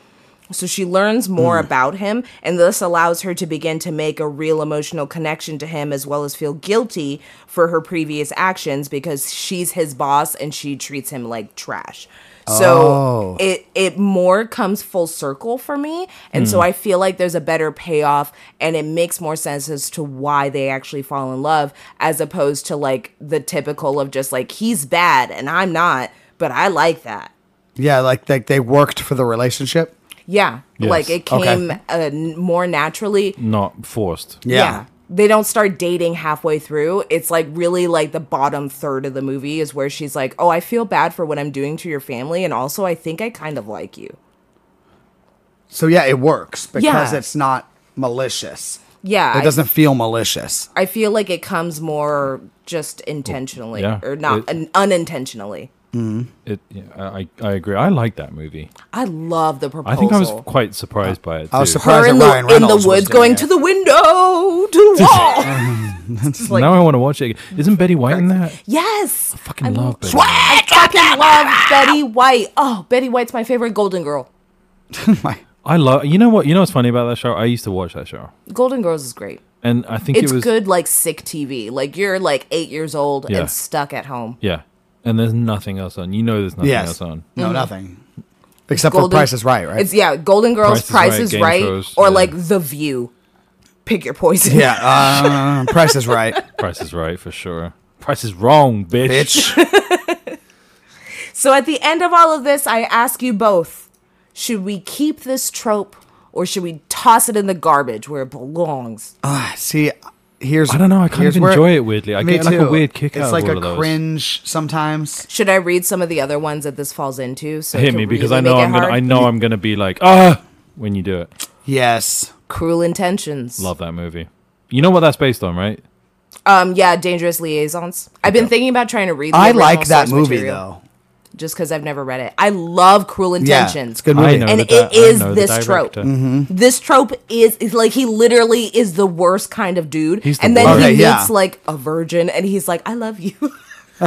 So she learns more about him, and this allows her to begin to make a real emotional connection to him as well as feel guilty for her previous actions because she's his boss and she treats him like trash. So
Oh.
it it more comes full circle for me, and so I feel like there's a better payoff, and it makes more sense as to why they actually fall in love as opposed to like the typical of just like he's bad and I'm not, but I like that.
Yeah, like they, they worked for the relationship.
Yeah.
Yes.
Like it
Okay.
came uh, n more naturally.
Not forced.
Yeah.
They don't start dating halfway through. It's like really like the bottom third of the movie is where she's like, "Oh, I feel bad for what I'm doing to your family and also I think I kind of like you."
So yeah, it works because
Yeah.
it's not malicious.
Yeah.
It doesn't feel malicious.
I, I feel like it comes more just intentionally
Yeah.
or not
It-
un- unintentionally.
It. Yeah, I. I agree. I like that movie.
I love the proposal.
I think I was quite surprised by it. Too.
I was surprised.
her in
that Ryan
the, in the
Reynolds was
woods
doing
going
it.
to the window to the wall. It's like,
now I want to watch it. Again. Isn't Betty White in that?
yes.
Fucking love Betty.
I fucking love Betty White. Oh, Betty White's my favorite Golden Girl.
My-
I love. You know what? You know what's funny about that show? I used to watch that show,
Golden Girls is great.
and I think
It's
it was
good, like sick TV. Like you're like eight years old
Yeah.
and stuck at home.
Yeah, and there's nothing else on. You know, there's nothing
Yes.
else on.
No, nothing. Except for
Mm-hmm. Golden-
Price is Right, right?
It's yeah, Golden Girls,
Price
Price, is
is Right, Game
Right,
Shows,
or
yeah.
like The View. Pick your poison.
yeah, uh, Price is Right,
Price is right for sure. Price is wrong, bitch.
bitch.
So at the end of all of this, I ask you both: Should we keep this trope, or should we toss it in the garbage where it belongs?
Ah, See, here's
I don't know, I kind of
here's where-
enjoy it weirdly. I
Me
get, like, a
too.
weird kick
It's
out of
like
all
a
of those.
cringe sometimes.
Should I read some of the other ones that this falls into? So it
Hit
can
me because
really
I know
make it
I'm gonna.
hard?
I know I'm gonna be like ah when you do it.
Yes,
Cruel Intentions.
Love that movie. You know what that's based on, right?
Um, yeah, Dangerous Liaisons. I've been thinking about trying to read. The
I
original
like that
source
movie
material,
though.
just because I've never read it. I love Cruel Intentions.
Yeah, it's a good
I
movie.
know.
And
the
it
di- I
is
know the
this trope.
director. Mm-hmm.
This trope is, is like he literally is the worst kind of dude,
He's the
and then
worst.
he
Okay,
meets
yeah.
like a virgin, and he's like, "I love you.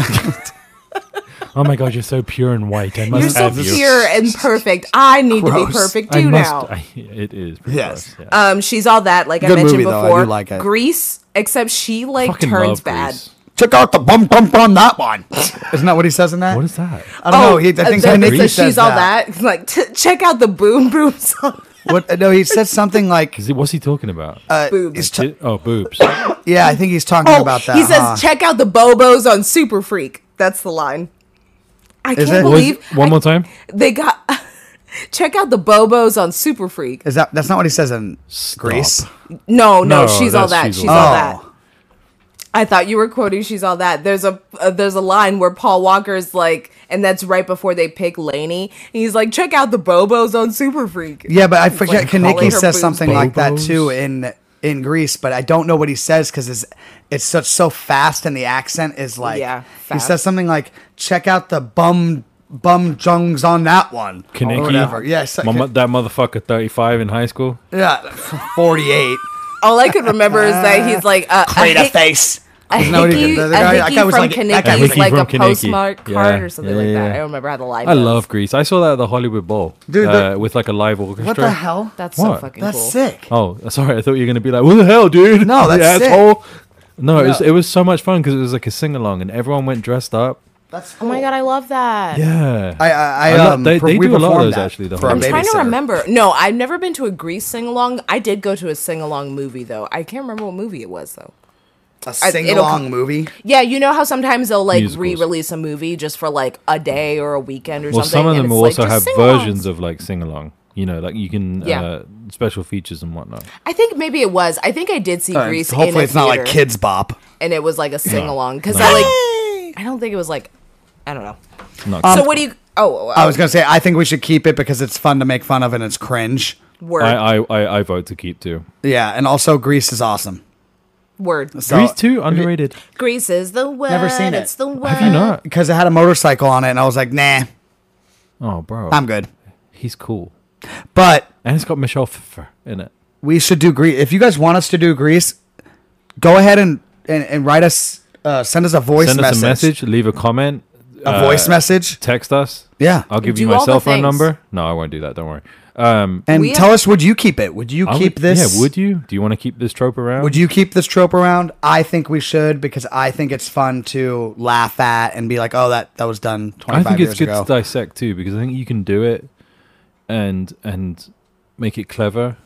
Oh my god, you're so pure and white. I
You're
must
so
have you.
pure and perfect. I need to be
Gross.
perfect
I
too
must.
now."
I, it is.
Yes.
Yes.
um, she's all that, like I
Good
mentioned
movie, though. I do
before.
like it.
Greece, except she like
Fucking
turns
love
bad.
Grease.
Check out the bum bum bum that one. Isn't that what he says in that?
What is that?
I don't know. Oh, He, I
uh,
think
the-
Nick
the
says
she's all that. Like, t- check out the boom boom song.
What? No, he said something like.
Is it? What's he talking about?
Uh,
Boobs.
he's t-
Ti- oh, boobs.
yeah, I think he's talking about that.
Oh, He says,
huh?
check out the Bobos on Super Freak. That's the line. I can't
it? Was-
believe
One more time.
they got. check out the Bobos on Super Freak.
"Is that that's not what he says in Greece?"
No, no,
No,
she's all
that's
that.
She's
She's,
All
all
That.
that. I thought you were quoting "She's all that." There's a uh, there's a line where Paul Walker's like, and that's right before they pick Laney. And he's like, "Check out the Bobos on Super Freak."
Yeah, but I
like
forget.
calling
Kaneki
her
says
boobs
something like that
Bobos.
too in in Greece, but I don't know what he says because it's it's such so fast and the accent is like
Yeah,
he
fast.
says something like check out the bum bum jungs on that one
Kaneki.
or whatever. Yeah, so,
My mo- that motherfucker, thirty-five in high school.
yeah, forty eight.
All I could remember is that he's like, uh, a hick-
face.
a
Isn't that what he
hickey,
did?
a
The guy- that
hickey
guy was
from
like- that
Kaneki
guy
is
was
like
like-
a
Hickey from Kaneki.
postmark card
Yeah,
or something
yeah,
like that.
yeah.
I don't remember how the line
I
goes.
love Greece. I saw that at the Hollywood Bowl,
Dude,
uh,
the-
with like a live orchestra.
What the hell?
That's so
What?
fucking
That's
cool.
sick.
Oh, sorry. I thought you were gonna be like, "What the hell, dude?"
No,
You
that's sick.
asshole. No, it was
No.
it was so much fun because it was like a sing along, and everyone went dressed up.
That's
Oh my god, I love that.
Yeah.
I, I, I,
I love-
um,
they-
per-
they
we
do a lot of
performed
those,
that
actually, the
for our
whole-
I'm trying to
babysitter.
remember. No, I've never been to a Grease sing along. I did go to a sing along movie though. I can't remember what movie it was though.
a
it'll
sing along
come-
movie.
Yeah, you know how sometimes they'll like
Musicals.
re-release a movie just for like a day or a weekend or
Well,
something.
some of
and
them
it's,
will
like,
also
just
have
sing-alongs.
versions of like sing along. You know, like you can
Yeah.
uh, special features and whatnot.
I think maybe it was. I think I did see
Uh,
Grease. in a
hopefully, it's not like
theater,
Kids Bop.
And it was like a sing along because
No.
I like. I don't think it was like. I don't know.
Not
Um,
so what do you? Oh,
I was gonna say I think we should keep it because it's fun to make fun of and it's cringe.
word,
I, I, I, I vote to keep too.
Yeah, and also Grease is awesome.
word.
So,
Grease too underrated.
Grease is the word.
Never seen it.
It's the word.
Have you not?
because it had a motorcycle on it, and I was like, nah,
Oh, bro,
I'm good.
he's cool,
But
and it's got Michelle Pfeiffer in it.
we should do Greece. If you guys want us to do Greece, go ahead and and, and write us, uh, send us a voice
Send
message,
us a message, leave a comment,
a
uh,
voice message,
text us.
Yeah.
I'll give you
Do
my
all the
cell phone
things.
number. No, I won't do that. Don't worry. Um,
and
we
tell
have-
us would you keep it? Would you
I
keep
would-
this?
Yeah, would you? Do you want to keep this trope around?
Would you keep this trope around? I think we should because I think it's fun to laugh at and be like, oh, that that was done
I
25
think
years
it's good
ago.
to dissect too because I think you can do it and and make it clever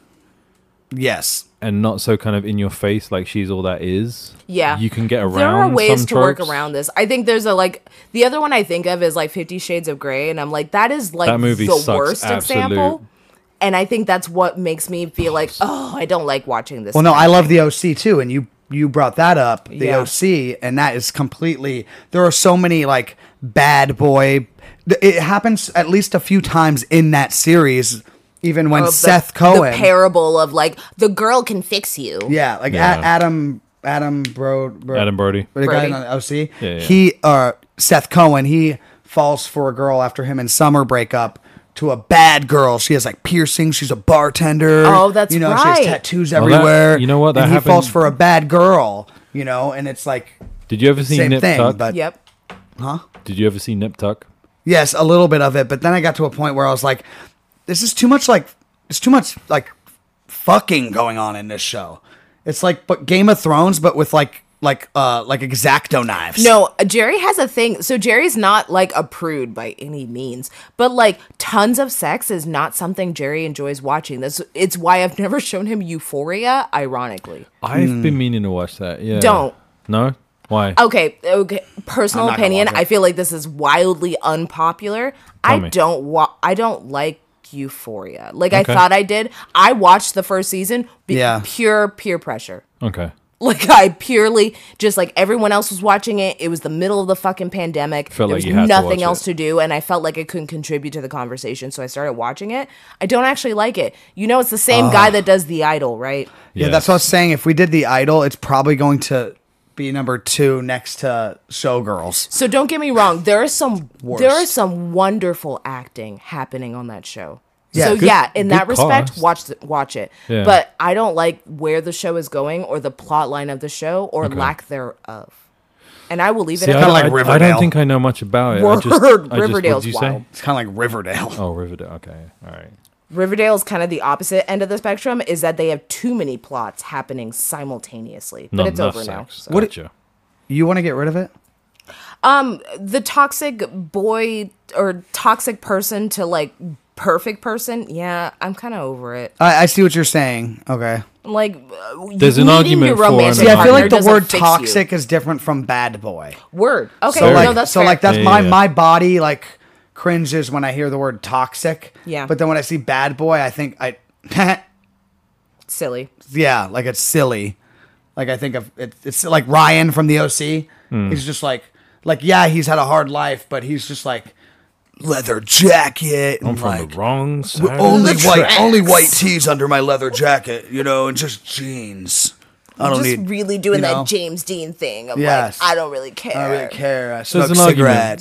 Yes.
and not so kind of in your face like she's all that is.
Yeah.
You can get around
There are ways
some
to work
tropes.
around this. I think there's a like the other one I think of is like Fifty Shades of Grey, and I'm like that is like
That movie
the
sucks,
worst
absolute.
example. And I think that's what makes me feel like oh I don't like watching this.
Well, no,
kind
I
of
love the OC too, and you you brought that up, the
Yeah.
OC, and that is completely. There are so many like bad boy. th- It happens at least a few times in that series, even when
of the-
Seth Cohen.
the parable of like the girl can fix you.
yeah, like A-
Yeah.
Adam Adam Bro, Bro
Adam Brody.
the guy
Brody.
on OC.
Yeah, yeah.
He uh Seth Cohen, he falls for a girl after him and summer breakup to a bad girl. She has like piercings, she's a bartender.
Oh, that's
You know, she has
right.
tattoos
that-
everywhere.
you know what, that
and he falls
happened-
for a bad girl, you know, and it's like
Did you ever see
same
Nip
thing,
Tuck?
but
Yep.
Did you ever see Nip Tuck?
yes, a little bit of it, but then I got to a point where I was like this is too much like it's too much like fucking going on in this show. It's like but Game of Thrones but with like like uh like exacto knives.
No, Jerry has a thing. So Jerry's not like a prude by any means, but like tons of sex is not something Jerry enjoys watching. That's it's why I've never shown him Euphoria. Ironically,
I've
Hmm.
been meaning to watch that. Yeah.
Don't. Oh.
No? Why?
okay, okay. Personal
I'm not gonna
opinion.
watch it.
I feel like this is wildly unpopular. I
me.
don't wa- I don't like Euphoria. Like
Okay.
I thought I did. I watched the first season. Be-
Yeah.
Pure peer pressure.
Okay.
Like I purely just like everyone else was watching it. It was the middle of the fucking pandemic.
Felt
there
like
was
you had to
nothing
watch
else
it.
to do, and I felt like I couldn't contribute to the conversation, so I started watching it. I don't actually like it. You know, it's the same guy that does The Idol, right?
Yeah,
Yes.
that's what I was saying. If we did the idol, it's probably going to be number two next to Showgirls.
So don't get me wrong. There is some there
Worst.
is some wonderful acting happening on that show.
Yeah.
so
Good-
yeah, in
good
that respect,
cast.
watch th- watch it.
Yeah.
But I don't like where the show is going or the plot line of the show or lack thereof. And I will leave it
See,
at
I,
that.
Kinda like
don't- I- I
Riverdale.
don't think I know much about it. I
Word.
just, I just, what
Riverdale's
you say?
wild.
It's kind of like Riverdale.
Oh, Riverdale. Okay. All right.
Riverdale is kind of the opposite end of the spectrum is that they have too many plots happening simultaneously. But
Not
it's
enough
over now.
sex.
so.
What-
Gotcha.
You want to get rid of it?
The toxic boy or toxic person to like perfect person, yeah, I'm kind of over it.
I, I see what you're saying. Okay.
Like uh,
There's an
needing
argument
your
for and
romantic
Yeah, I
partner
feel like the
doesn't
word
fix you.
toxic is different from bad boy.
word. Okay,
So
Fair.
like,
no, that's
so
fair.
like that's
Yeah,
my
yeah, yeah.
my body like cringes when I hear the word toxic.
Yeah.
But then when I see bad boy, I think I,
silly.
yeah, like it's silly. Like I think of it, it's like Ryan from the OC.
Hmm.
He's just like like yeah, he's had a hard life, but he's just like leather jacket.
I'm
and,
from
like,
the wrong side. of
only
the
white
tracks.
only white tees under my leather jacket, you know, and just jeans. I don't
Just
need
really doing
you know?
that James Dean thing of
Yes.
like I don't really care.
I don't really care. I
There's
smoke
an argument.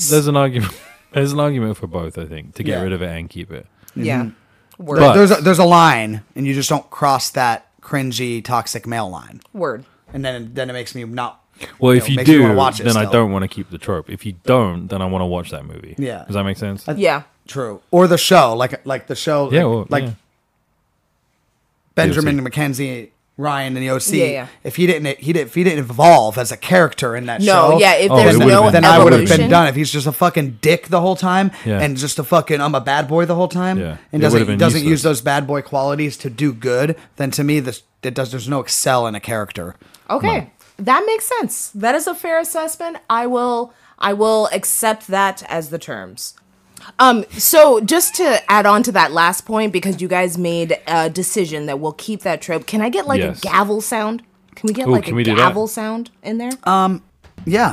cigarettes.
There's an argument. There's an argument for both, I think, to get
Yeah.
rid of it and keep it.
Yeah. Word.
Mm-hmm. But-
There's a, there's a line, and you just don't cross that cringy, toxic male line,
word.
and then then it makes me not.
Well,
you
if
know,
you
makes me
do,
wanna watch it
then I
still.
don't want to keep the trope. If you don't, then I want to watch that movie.
Yeah.
Does that make sense?
Yeah.
True. Or the show, like like the show,
yeah.
like,
Well,
like
yeah.
Benjamin Mackenzie Ryan in the OC,
Yeah, yeah.
if he didn't he did if he didn't evolve as a character in that
No,
show,
yeah, if
Oh,
there's
it
then,
would've
no
been-
then I would have been
evolution-
done. If he's just a fucking dick the whole time
Yeah.
and just a fucking I'm a bad boy the whole time
Yeah.
and
It would've
doesn't
been
doesn't
useless.
use those bad boy qualities to do good, then to me this it does there's no excel in a character.
Okay. That makes sense. That is a fair assessment. I will I will accept that as the terms. Um so just to add on to that last point because you guys made a decision that we'll keep that trope. Can I get like
Yes.
a gavel sound? Can we get
Ooh,
like
can
a
we do that?
gavel sound in there?
Yeah,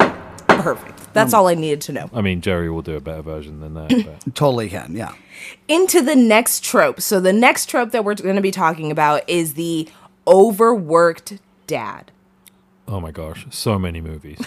Perfect. That's all I needed to know.
I mean, Jerry will do a better version than that. But.
totally can. Yeah.
into the next trope. So the next trope that we're going to be talking about is the overworked dad.
Oh my gosh, so many movies.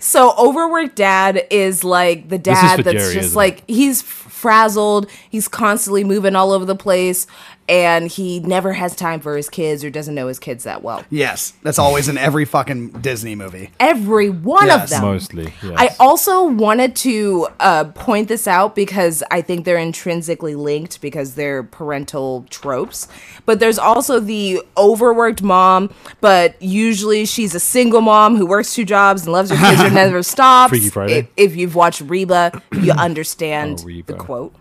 So overworked dad is like the
is
dad
for
that's
Jerry,
just
isn't
like he's frazzled, he's constantly moving all over the place and he never has time for his kids or doesn't know his kids that well.
Yes, that's always in every fucking Disney movie.
Every one
Yes.
of them.
Mostly. Yes.
I also wanted to uh, point this out because I think they're intrinsically linked because they're parental tropes. But there's also the overworked mom, but usually she's a single mom who works two jobs and loves her kids and never stops.
Freaky Friday.
If, if you've watched Reba, you understand
Oh, Reba.
the quote.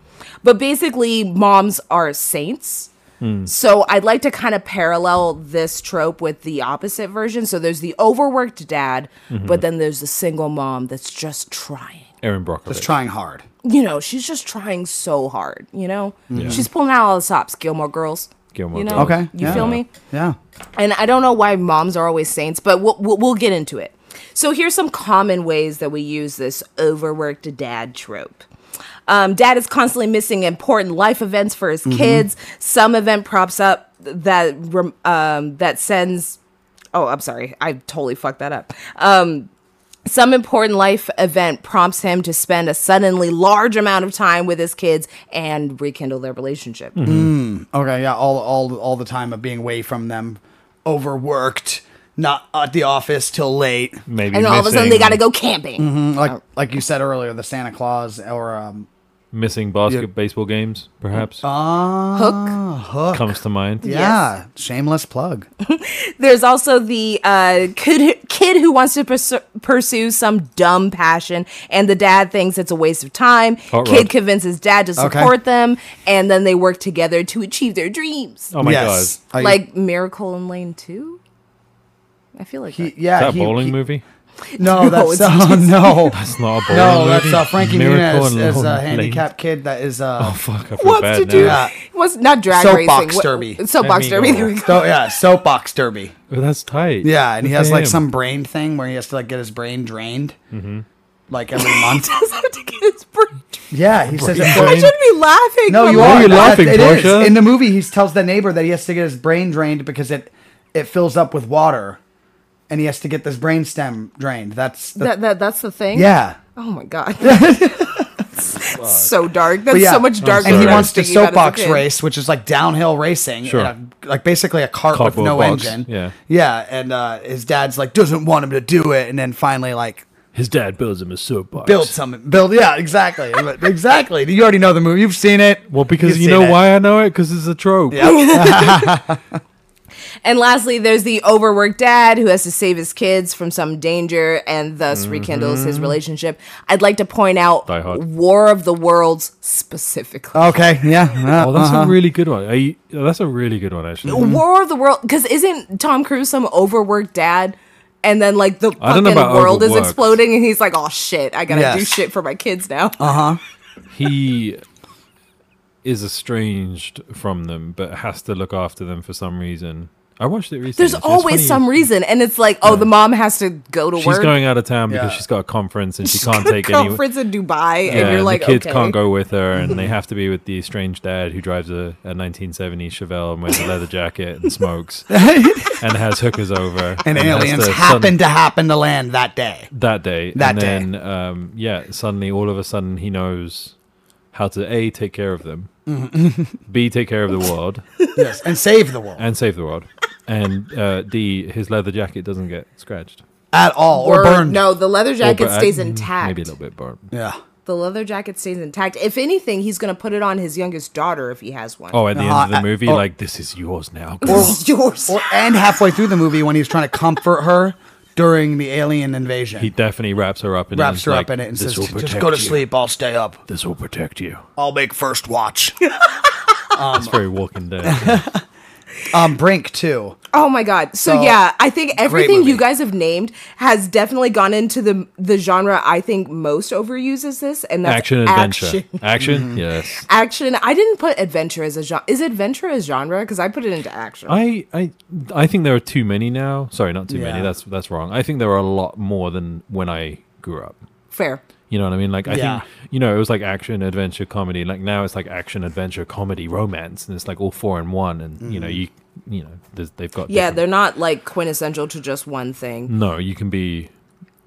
But basically, moms are saints.
Hmm.
So I'd like to kind of parallel this trope with the opposite version. So there's the overworked dad,
Mm-hmm.
but then there's the single mom that's just trying.
Aaron Brockovich.
It's trying hard.
You know, she's just trying so hard, you know? She's pulling out all the stops, Gilmore Girls.
Gilmore
you know?
Girls.
Okay,
You
yeah.
feel me?
Yeah.
And I don't know why moms are always saints, but we'll, we'll, we'll get into it. So here's some common ways that we use this overworked dad trope. Um, dad is constantly missing important life events for his kids. Some event props up that rem- um, that sends. Oh, I'm sorry, I totally fucked that up. Um, some important life event prompts him to spend a suddenly large amount of time with his kids and rekindle their relationship.
Okay, yeah, all all all the time of being away from them, overworked, not at the office till late.
Maybe
And all of a sudden, they
missing-
got to go camping.
Like like you said earlier, the Santa Claus or um,
missing basket baseball games, perhaps
Hook.
comes to mind.
yeah, shameless plug.
There's also the uh, kid, kid who wants to pursu- pursue some dumb passion, and the dad thinks it's a waste of time.
Hot
kid
rod.
convinces dad to
Okay.
support them, and then they work together to achieve their dreams.
Oh my
yes, I-
like Miracle in Lane 2? I feel like
he,
that.
yeah,
god. Is that
he-
a bowling
he-
movie?
No, that's
it's
oh, no,
It's not a bowling
no,
movie.
that's uh, Frankie
Miracle
Muniz
in
as
Lone
a
Lane.
handicapped kid that is uh,
Oh fuck, I feel
wants
bad
to do.
now.
Yeah.
Was not drag
Soapbox
racing. what-
derby.
Soapbox
There we
derby.
go.
There we go.
so yeah, soapbox derby.
Well, that's tight.
Yeah, and he
Good
has
for
like
him. Mm-hmm.
some brain thing where he has to like get his brain drained, like every month.
Does have to get his brain.
yeah, he says it.
Brain
I
drained?
shouldn't be laughing.
No,
but
you
like-
are
you
That-
laughing,
it is.
Portia?
In the movie, he tells the neighbor that he has to get his brain drained because it it fills up with water, and he has to get this brain stem drained. That's the,
That, that, that's the thing?
yeah.
Oh my god. It's so dark. That's
But yeah,
so much darker.
And he
than I was
wants to
thinking about as a
soapbox
kid.
race, which is like downhill racing, in
Sure.
a- like basically a cart with
Cardboard
no
box,
engine.
yeah.
yeah. And uh, his dad's like doesn't want him to do it, and then finally like
His dad builds him a soapbox.
build something, build. Yeah, exactly, But- exactly. You already know the movie. You've seen it.
Well, because
You've
you
seen
know
it.
why I know it? Because it's a trope.
And lastly, there's the overworked dad who has to save his kids from some danger and thus rekindles his relationship. I'd like to point out
Mm-hmm. Die Hard. Uh,
War of the Worlds specifically.
Okay. Yeah.
Oh,
Uh,
that's a really good one. Are you- oh, that's a really good one, actually.
War of the World because isn't Tom Cruise some overworked dad? And then like the
I don't know
fucking
about
world is
overworked.
exploding and he's like, Oh shit, I gotta do
Yes.
shit for my kids now.
Uh, He is estranged from them, but has to look after them for some reason. I watched it recently.
there's
so it's
always
funny.
some reason and it's like, Oh, the mom has to go to
She's
work.
going out of town because
Yeah.
she's got a conference and she can't take any.
conference in Dubai,
Yeah,
and you're like,
the kids
okay.
can't go with her, and they have to be with the estranged dad who drives a, a 1970s Chevelle and wears a leather jacket and smokes and has hookers over.
and
has
aliens
to
happened
sudden-
to happen to land that day.
that day.
that
and
day.
then, um, yeah, suddenly, all of a sudden, he knows how to a take care of them,
Mm-hmm.
b take care of the world,
Yes, and save the world
and save the world, and uh, d his leather jacket doesn't get scratched
at all or
Or
burned.
no, the leather
Or
jacket
bur-
stays
uh,
intact.
Maybe a little bit burned.
Yeah.
The leather jacket stays intact. If anything, he's going to put it on his youngest daughter if he has one.
Oh, at the
Uh,
end of the
uh,
movie,
oh.
like this is yours now.
It's yours.
Or and halfway through the movie when he's trying to comfort her during the alien invasion.
he definitely wraps her up and
wraps her
like,
up in it and
this
says,
will
"Just
protect
go to
you.
sleep. I'll stay up.
This will protect you."
I'll make first watch.
That's very Walking Dead.
um, Brink too.
Oh my god. So,
So,
yeah, I think everything
movie.
you guys have named has definitely gone into the the genre I think most overuses this and that's
action adventure.
Action.
Action.
Mm-hmm.
Yes.
Action. I didn't put adventure as a genre. Is adventure a genre? Because I put it into action.
I, I I think there are too many now. Sorry, not too many.
Yeah.
That's that's wrong. I think there are a lot more than when I grew up.
Fair.
You know what I mean? Like I
Yeah.
think you know it was like action, adventure, comedy. Like now it's like action, adventure, comedy, romance, and it's like all four in one. And you know you
Mm-hmm.
you know there's- they've got
Yeah,
different-
they're not like quintessential to just one thing.
no you can be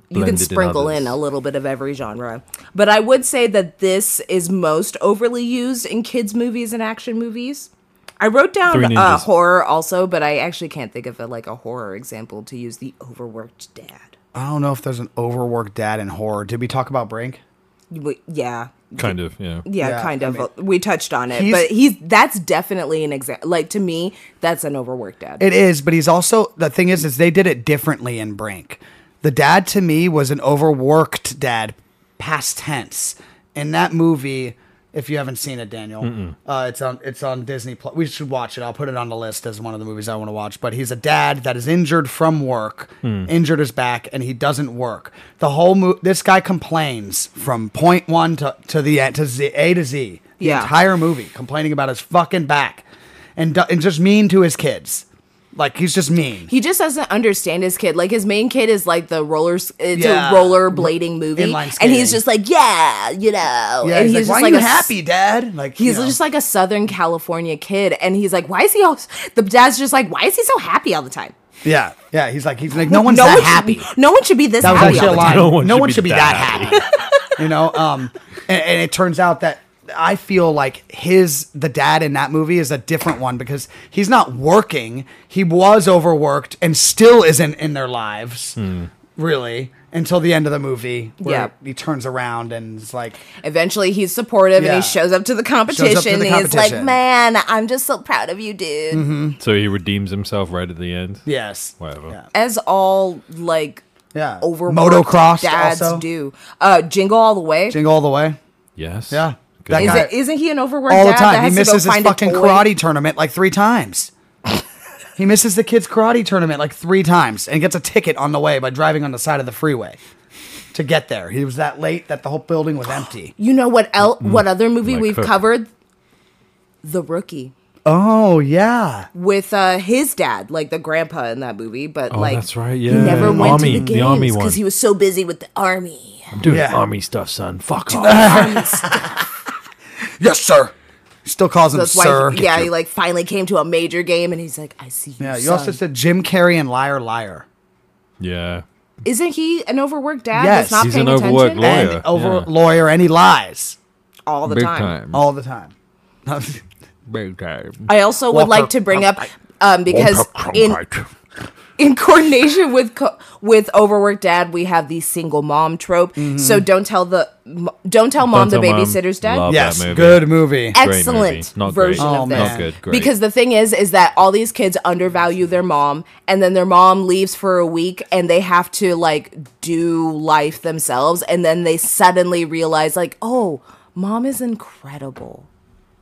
You can
blended
sprinkle
others.
in a little bit of every genre. But I would say that this is most overly used in kids' movies and action movies. I wrote
Three
down uh,
Ninjas.
horror also, but I actually can't think of a, like a horror example to use the overworked dad.
I don't know if there's an overworked dad in horror. Did we talk about Brink?
We- yeah.
kind of yeah.
Yeah,
Yeah,
kind
I
of.
mean-
we touched on it,
He's-
but he's that's definitely an example. Like to me, that's an overworked dad.
It is, but he's also the thing is is they did it differently in Brink. The dad to me was an overworked dad, past tense. In that movie, if you haven't seen it, Daniel, uh, it's on it's on Disney Plus. We should watch it. I'll put it on the list as one of the movies I want to watch. But he's a dad that is injured from work, injured his back, and he doesn't work. The whole mo- this guy complains from point one to to the end to Z, A to Z. The
Yeah.
entire movie complaining about his fucking back, and do- and just mean to his kids. Like he's just mean.
he just doesn't understand his kid. Like his main kid is like the rollers. It's
Yeah.
a roller blading movie,
Inline
and he's
skating.
just like, yeah, you know.
yeah,
and
he's, like,
just
why are you
a s-
happy, Dad? Like
He's just like a Southern California kid, and he's like, why is he? All, the dad's just like, why is he so happy all the time?
yeah, yeah. He's like he's like no one's
no
that
one
happy.
Should, no one should be this
That was
happy all
actually
the
a
time.
line. No one,
should
should be that happy. you know, um, and, and it turns out that I feel like his the dad in that movie is a different one because he's not working. He was overworked and still isn't in their lives really until the end of the movie where
Yeah.
he turns around and is like,
Eventually, he's supportive, and
Yeah.
he shows up to the competition.
Shows up to the
and he's like,
competition. Mm-hmm.
man, I'm just so proud of you, dude.
So he redeems himself right at the end.
yes,
Whatever.
Yeah.
As all like
Yeah.
over
Motocross
dads
also.
do. Uh, jingle all the way.
Jingle all the way.
Yes.
Yeah.
Good
That
one.
Is
guy-
it, isn't he an overworked
all the
dad that
time. He
has
misses
to
his
go find a
fucking
toy?
karate tournament like three times. he misses the kids' karate tournament like three times and gets a ticket on the way by driving on the side of the freeway to get there. He was that late that the whole building was empty.
You know what el-
Mm-hmm.
What other movie
Like
we've
Cook.
covered? The Rookie
Oh yeah,
with uh, his dad, like the grandpa in that movie, but
Oh,
like
that's right. Yeah.
he never went
army,
to the games
army one.
because he was so busy with the army.
I'm doing
Yeah.
army stuff, son. Fuck off.
yes sir. Still calls him
That's
sir.
why, he, yeah, he like finally came to a major game, and he's like, "I see you."
yeah. You
son.
also said Jim Carrey and liar liar.
yeah.
isn't he an overworked dad?
Yes.
that's not
He's
paying
an overworked
attention
lawyer.
And
yeah.
over lawyer and he lies
all the
Big
time.
time.
all the time.
Big time.
I also
Walker
would like to bring up um, because in in coordination with co- with overworked dad, we have the single mom trope. So don't tell the m- don't tell mom
Mm-hmm. Don't
the
tell mom.
babysitter's dad.
Love
yes,
movie.
good movie.
movie.
Excellent
Not great.
version
Oh,
of this.
man. Not
good, great.
Because the thing is, is that all these kids undervalue their mom, and then their mom leaves for a week, and they have to like do life themselves, and then they suddenly realize, like, oh, mom is incredible.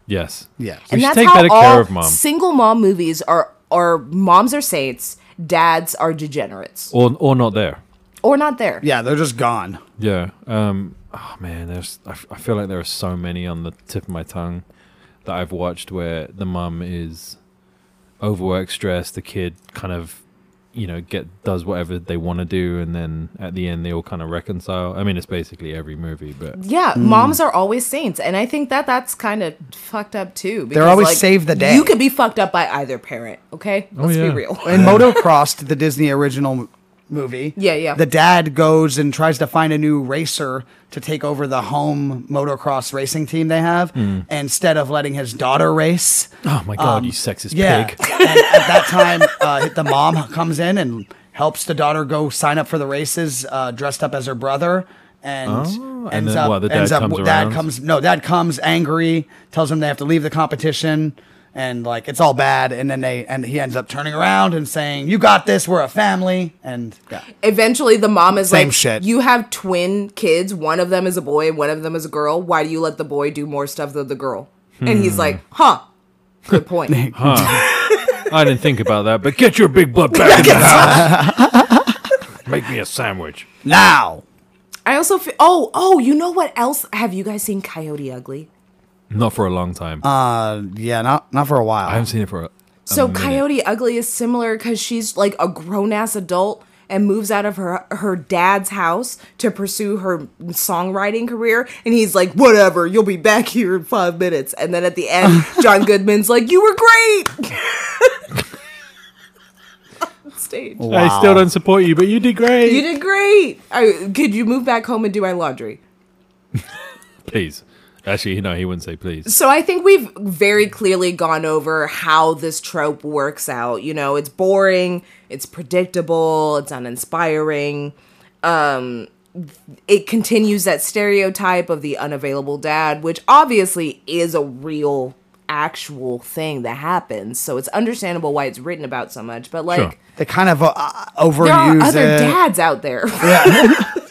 Yes.
Yes. And
We should take better care of mom.
single mom movies are are moms are saints, dads are degenerates,
Or, or not there.
or not there.
yeah, they're just gone.
Yeah. Um. Oh man, there's. I, f- I feel like there are so many on the tip of my tongue that I've watched where the mum is overworked, stressed. The kid kind of, you know, get does whatever they want to do, and then at the end they all kind of reconcile. I mean, it's basically every movie, but
Yeah, moms are always saints, and I think that that's kind of fucked up too. Because,
always save the day.
You could be fucked up by either parent. Okay, let's
Oh, yeah.
be real.
in motocross the disney original m- movie
Yeah, yeah.
the dad goes and tries to find a new racer to take over the home motocross racing team they have instead of letting his daughter race
Hmm. oh my god, you sexist
Um, yeah
pig!
and at that time uh, the mom comes in and helps the daughter go sign up for the races uh, dressed up as her brother and
Oh, and
ends
then
up,
what? The dad
ends up,
comes
dad
around.
comes, no, dad comes angry, tells them they have to leave the competition, and like it's all bad. And then they, and he ends up turning around and saying, "You got this. We're a family." And yeah,
Eventually, the mom is
Same
like,
shit.
"You have twin kids. One of them is a boy, one of them is a girl. Why do you let the boy do more stuff than the girl?" And
Hmm.
he's like, "Huh, good point."
I didn't think about that, but get your big butt back in the house. Make me a sandwich.
now
I also feel. Oh, oh, you know what else? Have you guys seen Coyote Ugly?
Not for a long time.
Yeah, not not for a while.
I haven't seen it for. A,
So
a minute.
Coyote Ugly is similar because she's like a grown ass adult and moves out of her her dad's house to pursue her songwriting career and he's like whatever you'll be back here in 5 minutes and then at the end John Goodman's like you were great On stage
I still don't support you, but you did great.
you did great I, could you move back home and do my laundry
please. Actually, no, he wouldn't say please.
So I think we've very clearly gone over how this trope works out. You know, it's boring, it's predictable, it's uninspiring. Um it continues that stereotype of the unavailable dad, which obviously is a real actual thing that happens. So it's understandable why it's written about so much, but like
Sure.
they kind of uh, overuse
there are other
it.
dads out there.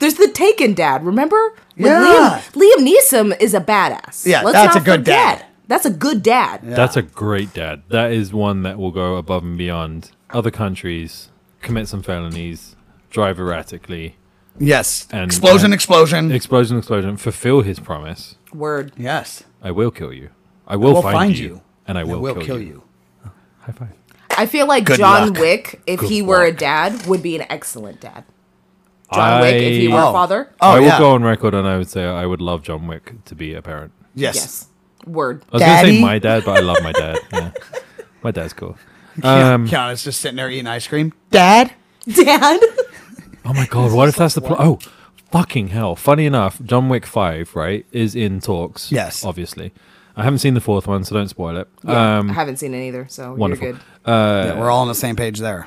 There's the Taken dad, remember? When
Yeah.
Liam, Liam Neeson is a badass.
Yeah, that's a good dad.
That's a good dad.
That's a great dad. That is one that will go above and beyond other countries, commit some felonies, drive erratically,
Yes,
And-
explosion,
and-
explosion.
explosion, explosion, fulfill his promise.
Word.
yes,
I will kill you. I will,
will
find,
find
you,
you,
And I will,
will
kill, you. High five.
I feel like
Good
John
luck.
Wick, if
Good
he were a
luck.
dad, would be an excellent dad. John Wick, if he were
Oh.
a father.
Oh,
I will
yeah.
go on record and I would say I would love John Wick to be a parent.
Yes.
Yes. Word.
I was going to
Daddy?
say my dad, but I love my dad. Yeah. my dad's cool. Um,
Kiana's just sitting there eating ice cream. Dad,
Dad.
Oh my god, what if that's the plot? Oh, fucking hell! Funny enough, John Wick Five, right, is in talks.
Yes.
obviously. I haven't seen the fourth one, so don't spoil it. Uh,
I haven't seen it either, so
Um, Wonderful.
you're good.
Yeah, we're all on the same page there.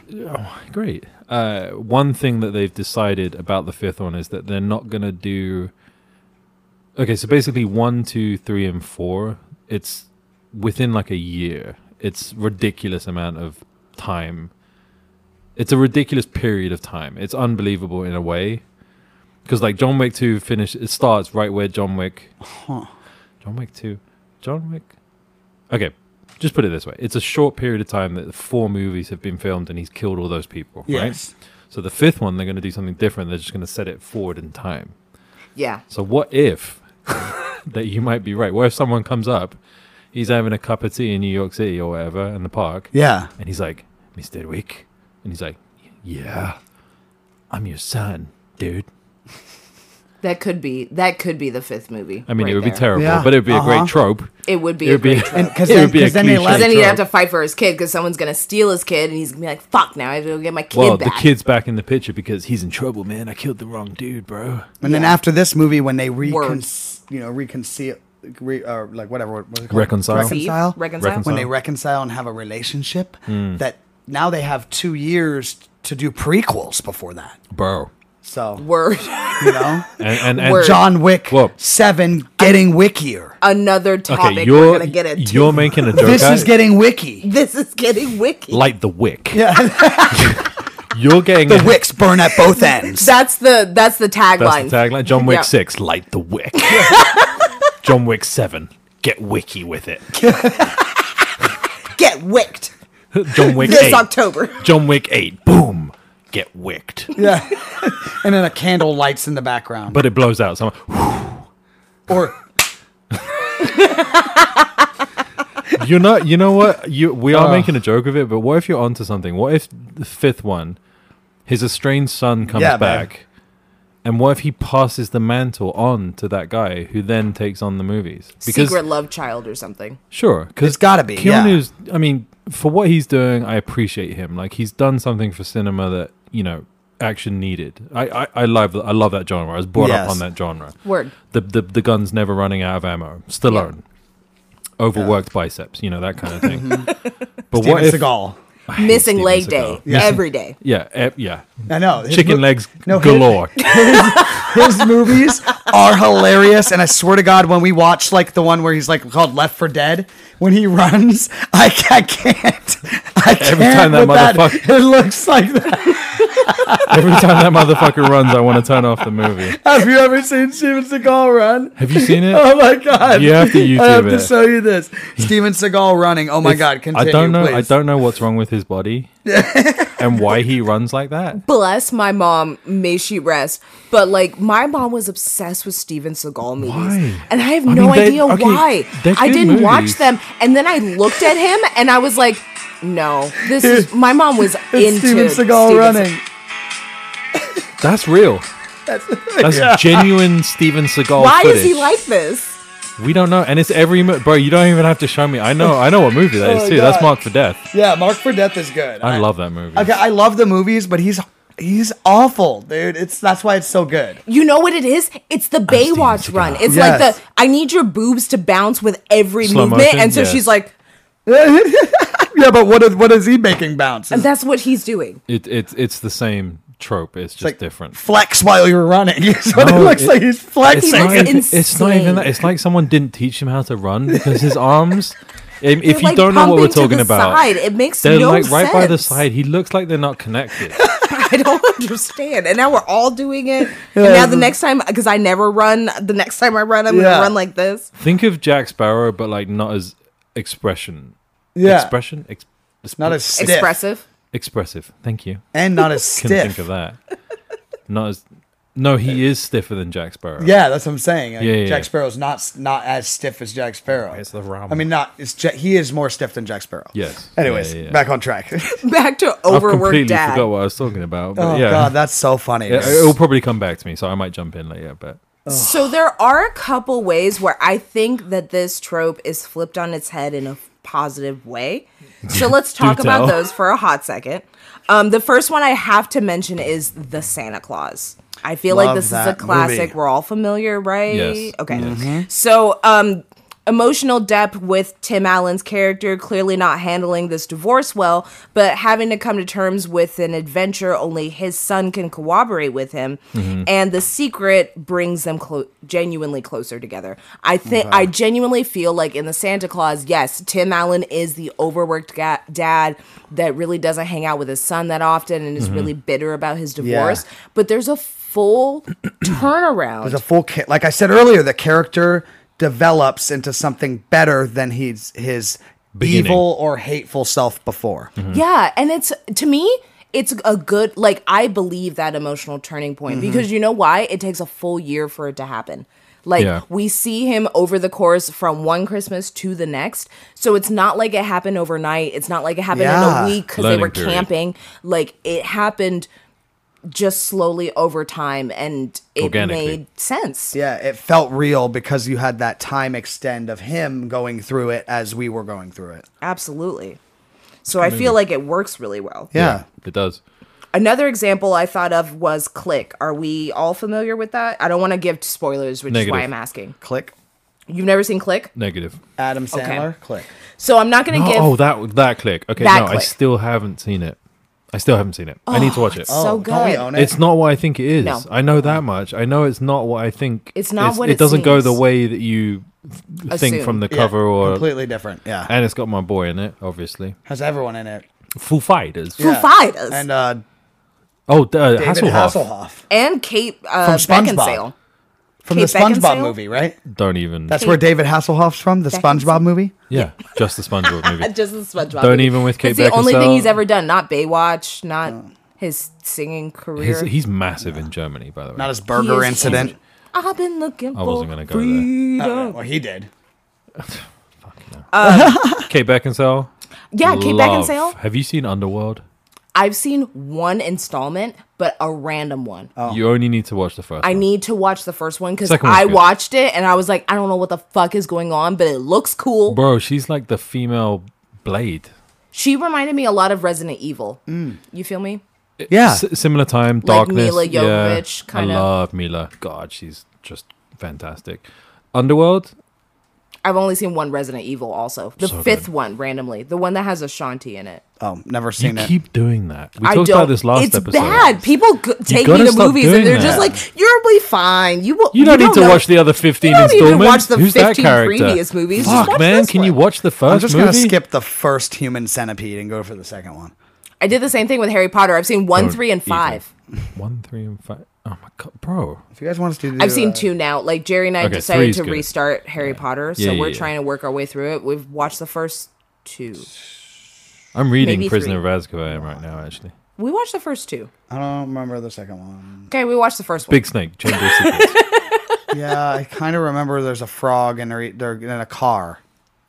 Great. Uh, one thing that they've decided about the fifth one is that they're not going to do. Okay, so basically one, two, three, and four. It's within like a year. It's ridiculous amount of time. It's a ridiculous period of time. It's unbelievable in a way, because like John Wick two finish. It starts right where John Wick. John Wick two. John Wick Okay, just put it this way: it's a short period of time that the four movies have been filmed, and he's killed all those people,
Yes.
right? So the fifth one, they're going to do something different. They're just going to set it forward in time.
Yeah.
So what if that you might be right? What if someone comes up, he's having a cup of tea in New York City or whatever in the park,
Yeah.
and he's like, "Mister Wick," and he's like, "Yeah, I'm your son, dude."
That could be that could be the fifth movie.
I mean,
right
it would
there.
be terrible,
Yeah,
but it would be a
uh-huh.
great trope.
It would be
It
a
would be,
great
And because
It
then,
would be a
'cause then they
cliche.
left.
Because then he'd
Sure.
have to fight for his kid because someone's gonna steal his kid and he's gonna be like, "Fuck! Now I have to go get my kid
well,
back."
the kid's back in the picture because he's in trouble, man. I killed the wrong dude, bro.
And then after this movie, when they recon,
Words.
you know, reconcile, re, or like whatever, what was it called?
Reconcile.
Steve?
Reconcile.
reconcile.
Reconcile.
When they reconcile and have a relationship,
Hmm.
that now they have two years to do prequels before that.
Bro.
So
Word.
you know,
And, and, and
Word.
John Wick
Whoa.
Seven getting wickier.
Another topic
okay,
we're
you're
gonna get into.
you're making a joke.
This
out-
is getting wicky.
this is getting wicky.
light the wick.
Yeah,
You're getting
the wicks burn at both ends.
that's the that's the tagline.
That's the tagline. John Wick
Yeah.
Six. Light the wick. John Wick Seven. Get wicky with it.
Get wicked
John Wick
this
Eight.
October.
John Wick Eight. Boom. Get wicked.
Yeah, and then a candle lights in the background.
But it blows out. So
or
you're not. You know what? You we are
Ugh.
making a joke of it. But what if you're onto something? What if the fifth one, his estranged son comes
Yeah, man.
back, and what if he passes the mantle on to that guy who then takes on the movies?
Secret love child or something.
Sure, because
It's gotta be, yeah.
Keanu's. I mean, for what he's doing, I appreciate him. Like he's done something for cinema that you know action needed. I I, I love I love that genre. I was brought up
Yes.
on that genre.
Word.
The the the gun's never running out of ammo. Stallone, overworked biceps. You know that kind of thing. but
Mm-hmm. Steven
what if
Seagal.
hate
missing
Steven
leg
Seagal.
day
Yeah.
every day.
Yeah, eh, yeah.
I know his
Chicken
mo-
legs
his-
galore.
His, movies are hilarious, and I swear to God, when we watch like the one where he's like called Left for Dead, when he runs, I, ca- I can't. I can't
Every time that
with
motherfucker-
it looks like that.
Every time that motherfucker runs, I want to turn off the movie.
Have you ever seen Steven Seagal run?
Have you seen it?
Oh my God!
You have to YouTube
I have to
it.
show you this. Steven Seagal running. Oh my
It's-
God! Continue,
I don't know. I
please.
don't know what's wrong with his body and why he runs like that.
Bless my mom, may she rest. But like my mom was obsessed with Steven Seagal movies,
Why?
and I have
I
no
mean, they-
idea
okay,
why.
they're
I
good
didn't watch
movies.
them, and then I looked at him and I was like, "No, this is." My mom was into
It's Steven Seagal
Se-
running.
That's real. That's, genuine Steven Seagal.
Why
footage.
is he like this?
We don't know, and it's every mo- bro. You don't even have to show me. I know. I know what movie that is
Oh my
too. That's
God.
marked for death.
Yeah, Mark for Death is good.
I love that movie.
Okay, I love the movies, but he's he's awful, dude. It's that's why it's so good.
You know what it is? It's the Baywatch
Seagal.
run. It's like
Yes.
the I need your boobs to bounce with every
Slow
movement,
motion?
and so
Yeah.
she's like,
Yeah, but what is what is he making bounce? It's
"That's what he's doing."
It, it's it's the same trope. It's just
like
different.
Flex while you're running. Is what
No,
it looks
it-
like. He's
It's
flexing.
looks
not, even, it's not even
insane.
that. It's like someone didn't teach him how to run because his arms. If, if
They're,
you
like,
don't know what we're
pumping to
talking
the
about,
side. it makes
they're
no
like
sense.
right by the side. He looks like they're not connected.
I don't understand. And now we're all doing it. And now the next time, because I never run, the next time I run, I'm
Yeah.
gonna run like this.
Think of Jack Sparrow, but like not as expression.
yeah,
Expression. Ex- exp-
not as stiff
Expressive.
expressive. Thank you.
and not as
Can
stiff. Uh,
think of that. Not as. No, he is stiffer than Jack Sparrow.
Yeah, that's what I'm saying. Like,
Yeah, yeah, yeah.
Jack Sparrow's not s- not as stiff as Jack Sparrow.
It's the rum.
I mean, not it's Jack, he is more stiff than Jack Sparrow.
Yes.
Anyways,
Yeah, yeah, yeah.
back on track.
Back to
I've
overworked
completely
dad.
forgot what I was talking about. But
oh
yeah.
God, that's so funny.
It- it'll probably come back to me, so I might jump in later. But
So there are a couple ways where I think that this trope is flipped on its head in a positive way. So let's talk
tell.
about those for a hot second. Um, the first one I have to mention is the Santa Claus. I feel like
Love
this is a
that
classic.
movie. Mm-hmm.
We're all familiar, right?
Yes.
Okay. So um, emotional depth with Tim Allen's character clearly not handling this divorce well, but having to come to terms with an adventure only his son can cooperate with him, and the secret brings them clo- genuinely closer together. I think I genuinely feel like in the Santa Claus, yes, Tim Allen is the overworked ga- dad that really doesn't hang out with his son that often and is really bitter about his divorce, but there's a full turnaround
There's a full ca- like I said earlier, the character develops into something better than he's his
Beginning.
evil or hateful self before.
Mm-hmm.
Yeah, and it's to me, it's a good like I believe that emotional turning point
Mm-hmm.
because you know why? It takes a full year for it to happen. Like
Yeah.
we see him over the course from one Christmas to the next. So it's not like it happened overnight. It's not like it happened
Yeah.
in a week because they
Learning
were
period.
camping. Like it happened just slowly over time and it
Organically.
made sense.
Yeah, it felt real because you had that time extend of him going through it as we were going through it.
Absolutely. So I feel like it works really well.
Yeah.
it does.
Another example I thought of was Click. Are we all familiar with that? I don't want to give spoilers, which is why
Negative.
I'm asking.
Click.
You've never seen Click?
Negative.
Adam Sandler. Click.
So I'm not going to
Oh,
give.
oh, that that click. Okay,
That
no, I
click.
still haven't seen it. I still haven't seen it. I need to
Oh,
watch it.
so good.
Don't we own it?
It's not what I think it is.
No.
I know that much. I know it's not what I think.
It's not what
it
it
doesn't go
seems.
the way that you th- think
Assume.
from the
Yeah,
cover or.
completely different. Yeah.
And it's got my boy in it, obviously.
Has everyone in it.
Full fighters.
Foo Fighters.
And uh
Oh, uh,
David
Hasselhoff.
Hasselhoff.
and Kate uh,
From SpongeBob.
Beckinsale.
From
Kate
the SpongeBob
Beckinsale?
movie, right?
Don't even.
That's where David Hasselhoff's from, the SpongeBob movie.
yeah, just the SpongeBob
Uh,
movie.
Just the SpongeBob.
Don't
movie.
even with Kate
It's the only
Beckinsale.
thing he's ever done. Not Baywatch. Not his singing career.
He's, he's massive in Germany, by the way.
Not his burger
is
incident.
I've been looking.
I wasn't gonna
for
go there.
Oh, well, he did.
Kate Beckinsale.
Yeah, Kate
love.
Beckinsale.
Have you seen Underworld?
I've seen one installment, but a random one.
Oh.
You only need to watch the first.
I
one.
need to watch the first one because
Second one's
I
good.
watched it and I was like, I don't know what the fuck is going on, but it looks cool.
Bro, she's like the female Blade.
She reminded me a lot of Resident Evil. You feel me?
Yeah.
S- similar time, darkness.
Mila Jovovich,
yeah. I
kinda.
love Mila. God, she's just fantastic. Underworld.
I've only seen one Resident Evil. Also, the
So
fifth
good.
one randomly, the one that has Ashanti in it.
Oh, never
You
seen it.
keep doing that. We
I
talked
don't.
about this last
it's
episode.
bad. People g- take me
gotta
to
stop
movies and
doing
they're
that.
just like, "You'll be fine. You will."
You don't need to
know-
watch the other 15
You don't need to
installments.
watch the
Who's that
15
character?
previous movies. Just
Fuck,
watch
man.
this
can you
one.
watch the 1st
I'm just
movie?
gonna skip the first human centipede and go for the second one.
I did the same thing with Harry Potter. I've seen one,
Don't
three, and
even.
five.
One, three, and five. Oh my god, bro.
If you guys want us to do,
I've seen
uh,
two now. Like Jerry and I
Okay,
decided
three's
to
good.
restart Harry Potter, so
Yeah, yeah,
we're
yeah.
trying to work our way through it. We've watched the first two.
I'm reading
Maybe
Prisoner
three.
of Azkaban right now. Actually,
We watched the first two.
I don't remember the second one.
Okay, we watched the first one.
Big Snake, Chamber of Secrets.
yeah, I kind of remember. There's a frog and they're, e, they're in a car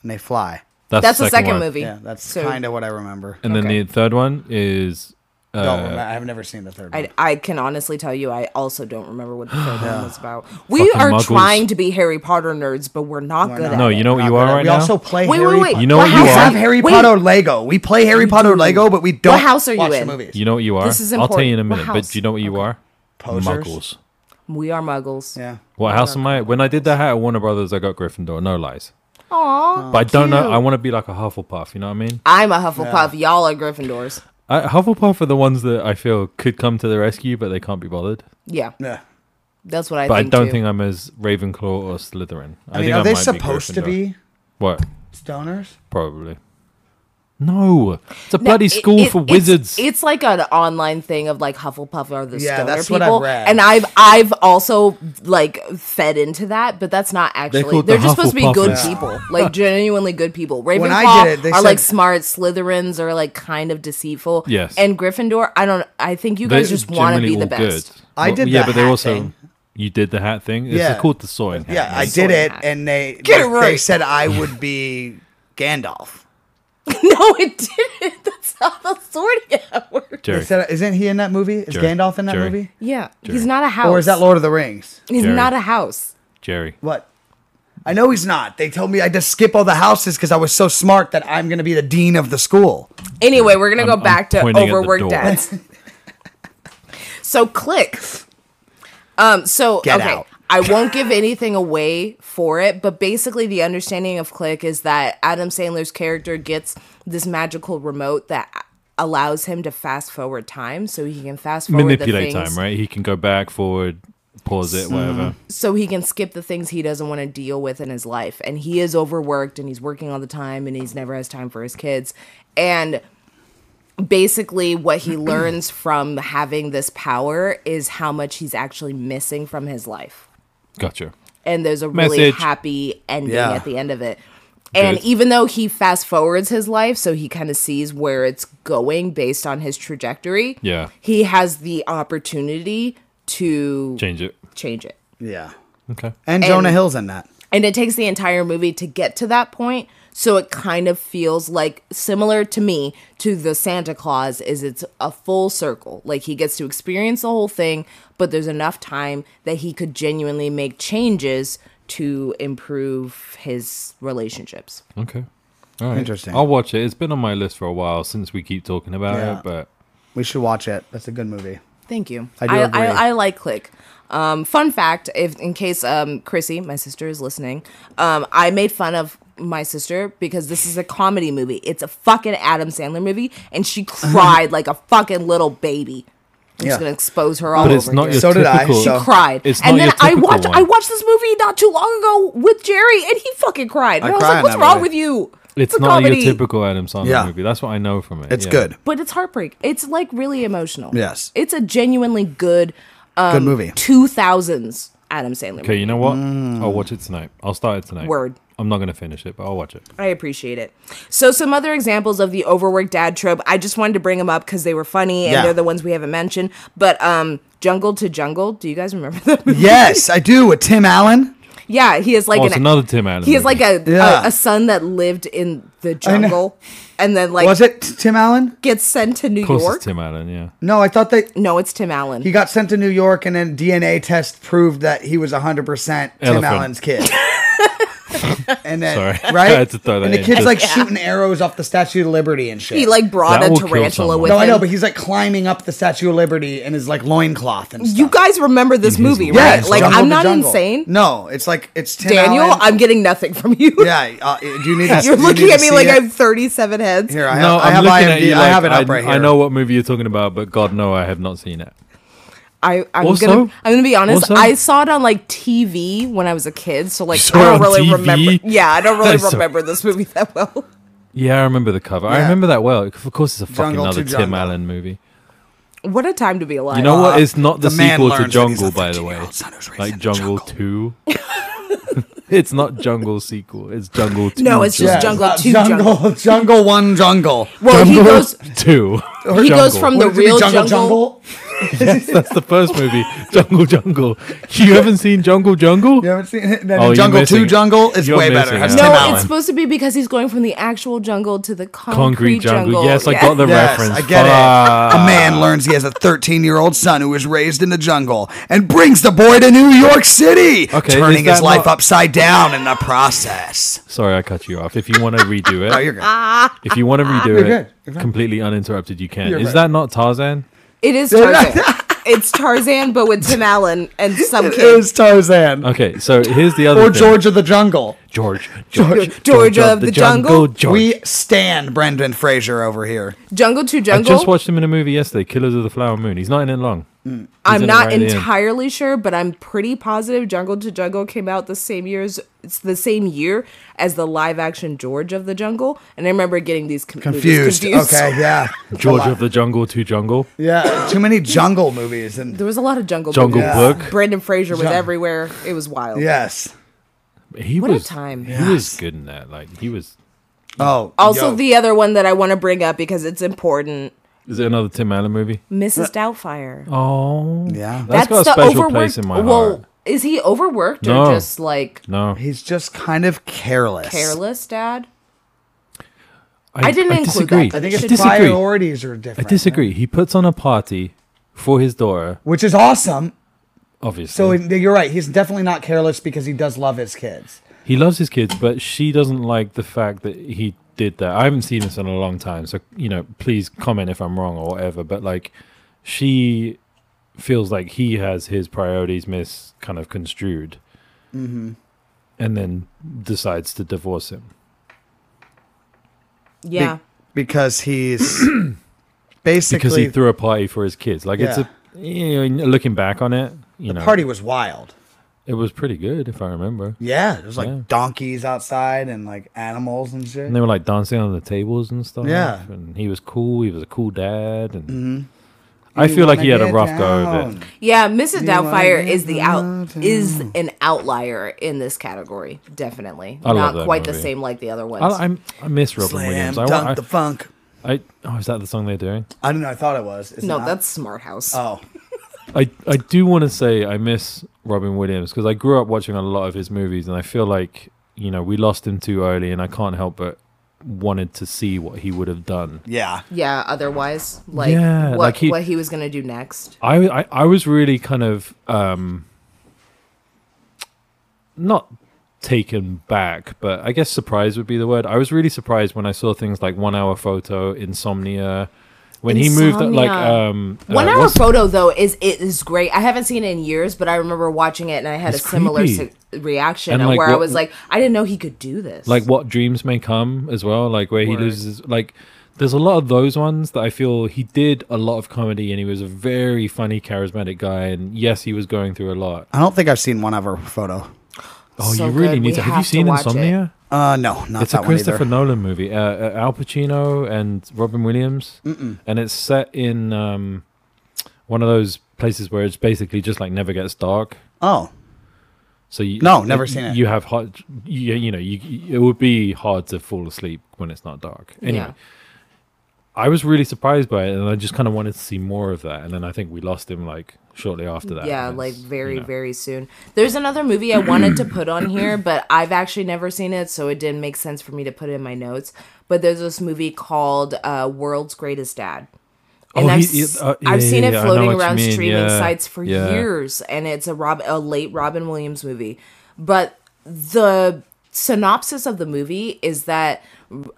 and they fly.
That's,
That's the second
one.
movie.
Yeah, that's
So-
kind of what I remember.
And then
Okay.
the third one is. Uh,
don't remember. I've never seen the third one.
I, I can honestly tell you, I also don't remember what the third one was about. We
Fucking
are
muggles.
trying to be Harry Potter nerds, but we're not
We're
good
not.
at
No,
it.
you know what
We're
Oh, you
not
are
good at-
right
we
now.
also play
Wait,
Harry
wait, wait.
Potter.
You know what
We
you
house-
are?
have Harry
Wait.
Potter Lego. We play Harry Potter Lego, but we don't
house are you
watch the
in?
movies.
You know what you are.
This is
I'll tell you in a
important.
minute.
What
But
house?
do you know what you are?
Posers?
Muggles.
We are muggles.
yeah.
What house am I? When I did that hat at Warner Brothers, I got Gryffindor. No lies.
Aww.
But I don't know. I want to be like a Hufflepuff. You know what I mean?
I'm a Hufflepuff. Y'all are Gryffindors.
I, Hufflepuff are the ones that I feel could come to the rescue, but they can't be bothered.
Yeah,
Yeah.
that's what I
But I
think.
don't
too.
think I'm as Ravenclaw or Slytherin.
I mean,
think
are they
might
supposed to
Gryffindor.
be
What?
stoners?
Probably. No, it's a
No,
bloody
it-
school
it-
for
it's-
wizards.
It's, like an online thing of like Hufflepuff are the
Yeah,
stoner
that's what
people,
I've read.
and I've I've also like fed into that, but that's not actually.
called
They're
the
just supposed to be good
Hufflepuffers.
people, like genuinely good people. Ravenclaw
When I did it, they
are like
said-
smart. Slytherins are like kind of deceitful.
Yes.
and Gryffindor. I don't. I think you
They're
guys just want to be
generally
the
all
best.
good.
I
Well,
did
Yeah,
the
but they're
hat
also.
thing.
You did the hat thing. It's
Yeah.
called the sawing hat.
Yeah, I
man.
did
Sorta
it,
hat.
and they
Get
they,
it
they
right.
said I would be Gandalf.
no, it didn't. That's how the sword yeah works.
They
Jerry.
said, isn't he in that movie? Is
Jerry.
Gandalf in that
Jerry.
movie?
Yeah, he's not a house.
Or is that Lord of the Rings?
He's
Jerry.
not a house.
Jerry.
What? I know he's not. They told me I had to skip all the houses because I was so smart that I'm going to be the dean of the school.
Anyway, we're gonna
I'm-
go
I'm
back to
pointing at the
overworked
door.
dads. so click. Um. So
Get
okay,
out.
I won't give anything away for it, but basically the understanding of click is that Adam Sandler's character gets this magical remote that allows him to fast forward time, so he can fast forward
Manipulate
the things,
time, right? He can go back, forward, pause
Hmm.
it, whatever.
so he can skip the things he doesn't want to deal with in his life. And he is overworked and he's working all the time and he's never has time for his kids. And basically what he learns from having this power is how much he's actually missing from his life.
Gotcha.
And there's a really
Message.
happy ending
Yeah.
at the end of it. And
Good.
even though he fast forwards his life, so he kind of sees where it's going based on his trajectory,
Yeah.
he has the opportunity to
Change it.
change it.
Yeah.
Okay.
And, Jonah Hill's in that.
and it takes the entire movie to get to that point so it kind of feels like similar to me to the santa claus is it's a full circle like he gets to experience the whole thing but there's enough time that he could genuinely make changes to improve his relationships
Okay. All right.
Interesting.
I'll watch it. It's been on my list for a while since we keep talking about
Yeah.
it, but
We should watch it. That's a good movie.
Thank you.
I do
I,
agree.
I, I like Click. Um, fun fact, if in case um, Chrissy, my sister, is listening, um, I made fun of my sister because this is a comedy movie. It's a fucking Adam Sandler movie, and she cried like a fucking little baby. I'm
Yeah.
just gonna expose her all
but
over
it's not
here.
your
So did I,
typical.
so- She
cried.
It's not
and then
your
I
typical
watched
one.
I watched this movie not too long ago with Jerry, and he fucking cried. And
I
I, was
cry in
like, "What's
that
wrong
movie.
with you?"
It's
a
not
comedy.
your typical Adam Sandler
Yeah.
movie. That's what I know from it.
It's
yeah.
good.
but it's heartbreak. It's like really emotional.
Yes.
it's a genuinely good
good movie.
two thousands Adam Sandler.
Okay, you know what?
Mm.
I'll watch it tonight. I'll start it tonight.
Word.
I'm not going to finish it, but I'll watch it.
I appreciate it. So, some other examples of the overworked dad trope. I just wanted to bring them up because they were funny and
Yeah.
they're the ones we haven't mentioned. But um, Jungle to Jungle, do you guys remember that? movie?
yes, I do. With Tim Allen.
yeah, he is like
Oh,
an
it's another Tim Allen.
he is like
movie.
a,
Yeah.
a a son that lived in the jungle and then like
Was it T- Tim Allen?
gets sent to New
Of course,
York.
it's Tim Allen. Yeah.
No, I thought that
No, it's Tim Allen.
he got sent to New York and then DNA test proved that he was 100% Tim
Elephant.
Allen's kid. and then
Sorry.
right,
I had to throw that
and the
in.
kid's
Just-
like shooting arrows off the Statue of Liberty and shit.
He like brought
That
a
will kill
tarantula
someone.
with
no,
him.
I know, but he's like climbing up the Statue of Liberty in his like loincloth and stuff.
you guys remember this
In his
movie,
life.
Yeah,
right?
it's
like
Jungle
I'm
to
not
Jungle.
insane.
No, it's like it's Tim
Daniel,
Allen.
I'm getting nothing from you.
yeah, uh, do you need? to-
You're
do you need
looking
to
at me
see
like
it?
I have 37 heads.
Here, I have,
No,
I have
I'm looking
IMD.
at you.
I
like,
have it up right here.
I know what movie you're talking about, but God, no, I have not seen it.
I, I'm
Also-
gonna I'm gonna be honest.
also-
I saw it on like TV when I was a kid, so like
saw
I
it
don't
on
really
TV?
remember. Yeah, I don't really
That's so-
remember this movie that well.
Yeah, I remember the cover. I
Yeah.
remember that well. Of course, it's a fucking
Jungle
another
to
Tim
Jungle.
Allen movie.
What a time to be alive.
You know
Uh,
what? It's not the,
the man
sequel to
learns that he's a
Jungle, by the way.
13-year-old son who's raised in
Like
the jungle.
Jungle Two. it's not Jungle sequel. It's Jungle Two.
No, it's just
Yeah,
Jungle
it's
Two
not
Jungle.
jungle, jungle one, jungle.
Well, he goes
Two.
he goes
Jungle.
from
Would
the
it be
real
jungle,
jungle.
jungle.
yes, that's the first movie, Jungle Jungle. You haven't seen Jungle Jungle?
You haven't seen it? Then
Oh, you're
Jungle
missing
Two
it.
Jungle is
You're
way better.
missing
Has
it.
Tim
No,
Allen.
it's supposed to be because he's going from the actual jungle to the concrete,
Concrete
jungle.
Jungle. Yes, I got the
Yes,
reference.
I get
Fuck.
it. A man learns he has a 13 year old son who was raised in the jungle and brings the boy to New York City,
Okay,
turning
is that
his life
not-
upside down in the process.
Sorry, I cut you off. If you want to redo it,
Oh, you're good.
Ah,
if you want to redo it,
good. You're fine.
completely uninterrupted, you can.
You're
Is
right.
that not Tarzan?
It is Tarzan. it's Tarzan, but with Tim Allen and some
It
kid.
is Tarzan
Okay, so here's the other
or
thing.
George of the Jungle.
George, George,
George of the Jungle.
George.
We stand Brendan Fraser over here.
Jungle to
I
Jungle.
just watched him in a movie yesterday, Killers of the Flower Moon. He's not in it long.
I'm
in it
not
right at the end.
entirely sure, but I'm pretty positive Jungle to Jungle came out the same years. It's the same year as the live action George of the Jungle, and I remember getting these com- movies
Confused.
confused.
Okay, yeah.
George of the Jungle to Jungle,
Yeah, too many jungle movies and
There was a lot of Jungle.
Jungle
movies.
Book.
Brandon Fraser was
Jung-
everywhere. It was wild.
yes.
He
What a
was
time.
He was good in that. Like he was.
Oh,
Also,
yo.
the other one that I want to bring up because it's important,
Is it another Tim Allen movie?
Mrs. Doubtfire.
Oh,
yeah.
that's got a special place in my heart.
is he overworked
No.
or just like
No,
He's just kind of careless.
careless, Dad?
I,
I didn't include that,
disagree.
but
I think
it
his
should-
disagree.
priorities are different.
I disagree. He puts on a party for his daughter,
Which is awesome.
obviously.
So you're right. He's definitely not careless because he does love his kids.
He loves his kids, but she doesn't like the fact that he did that. I haven't seen this in a long time, so you know, please comment if I'm wrong or whatever. But like, she feels like he has his priorities mis kind of construed,
Mm-hmm.
and then decides to divorce him.
Yeah.
because he's basically
because he threw a party for his kids. Like it's
Yeah.
a you know, looking back on it, you know,
party was wild.
it was pretty good if I remember.
Yeah, there was like
Yeah.
donkeys outside and like animals and shit.
And they were like dancing on the tables and stuff.
Yeah. Mm-hmm.
and he was cool. He was a cool dad, and I feel like he had a rough go of it.
Yeah, Mrs. Doubtfire
wanna
is the
get
out is an outlier in this category, definitely.
I love
Not
that
quite the
movie.
same like the other ones.
I, I'm- I miss Robin
Slam
Williams.
dunk
I,
the funk.
I, I, oh, is that the song they're doing?
I don't know. I thought it was. Is it
no,
not?
that's Smart House.
Uh,
oh,
I, I do want to say I miss Robin Williams because I grew up watching a lot of his movies, and I feel like you know we lost him too early, and I can't help but wanted to see what he would have done.
yeah.
yeah, otherwise, like
Yeah,
what
like he-
what he was gonna do next.
I, I I was really kind of um not taken back, but I guess surprised would be the word. I was really surprised when I saw things like One Hour Photo, Insomnia, when he moved like
Insomnia.
um uh,
One hour
what's-
photo though is it is great. I haven't seen it in years, but I remember watching it and I had
It's
a similar
creepy.
si- reaction
And,
of
like,
where I
what-
was like, I didn't know he could do this.
like what dreams may come as well like where
Word.
he loses like there's a lot of those ones that i feel he did a lot of comedy and he was a very funny charismatic guy and yes he was going through a lot
I don't think I've seen one ever photo.
oh
So
you really
good.
need
We
to have, you
have to
seen
watch it.
insomnia
Uh, no, not
It's a
that one either.
Christopher Nolan movie. Uh, uh, Al Pacino and Robin Williams, and it's set in um, one of those places where it's basically just like never gets dark.
Oh,
So you,
No, never seen it.
You have hard, you, you know, you, you- it would be hard to fall asleep when it's not dark. Anyway,
Yeah.
I was really surprised by it, and I just kind of wanted to see more of that. And then I think we lost him like shortly after that.
yeah,
and
like
it's,
very
you know.
very soon. There's another movie I wanted to put on here, but I've actually never seen it, so it didn't make sense for me to put it in my notes. But there's this movie called uh, World's Greatest Dad. And
Oh,
I've,
he-
s-
he- uh,
I've
yeah,
seen
yeah,
it
yeah, I know
floating
what you
around
mean,
streaming
yeah,
sites for
yeah.
years, and it's a Rob a late Robin Williams movie. But the synopsis of the movie is that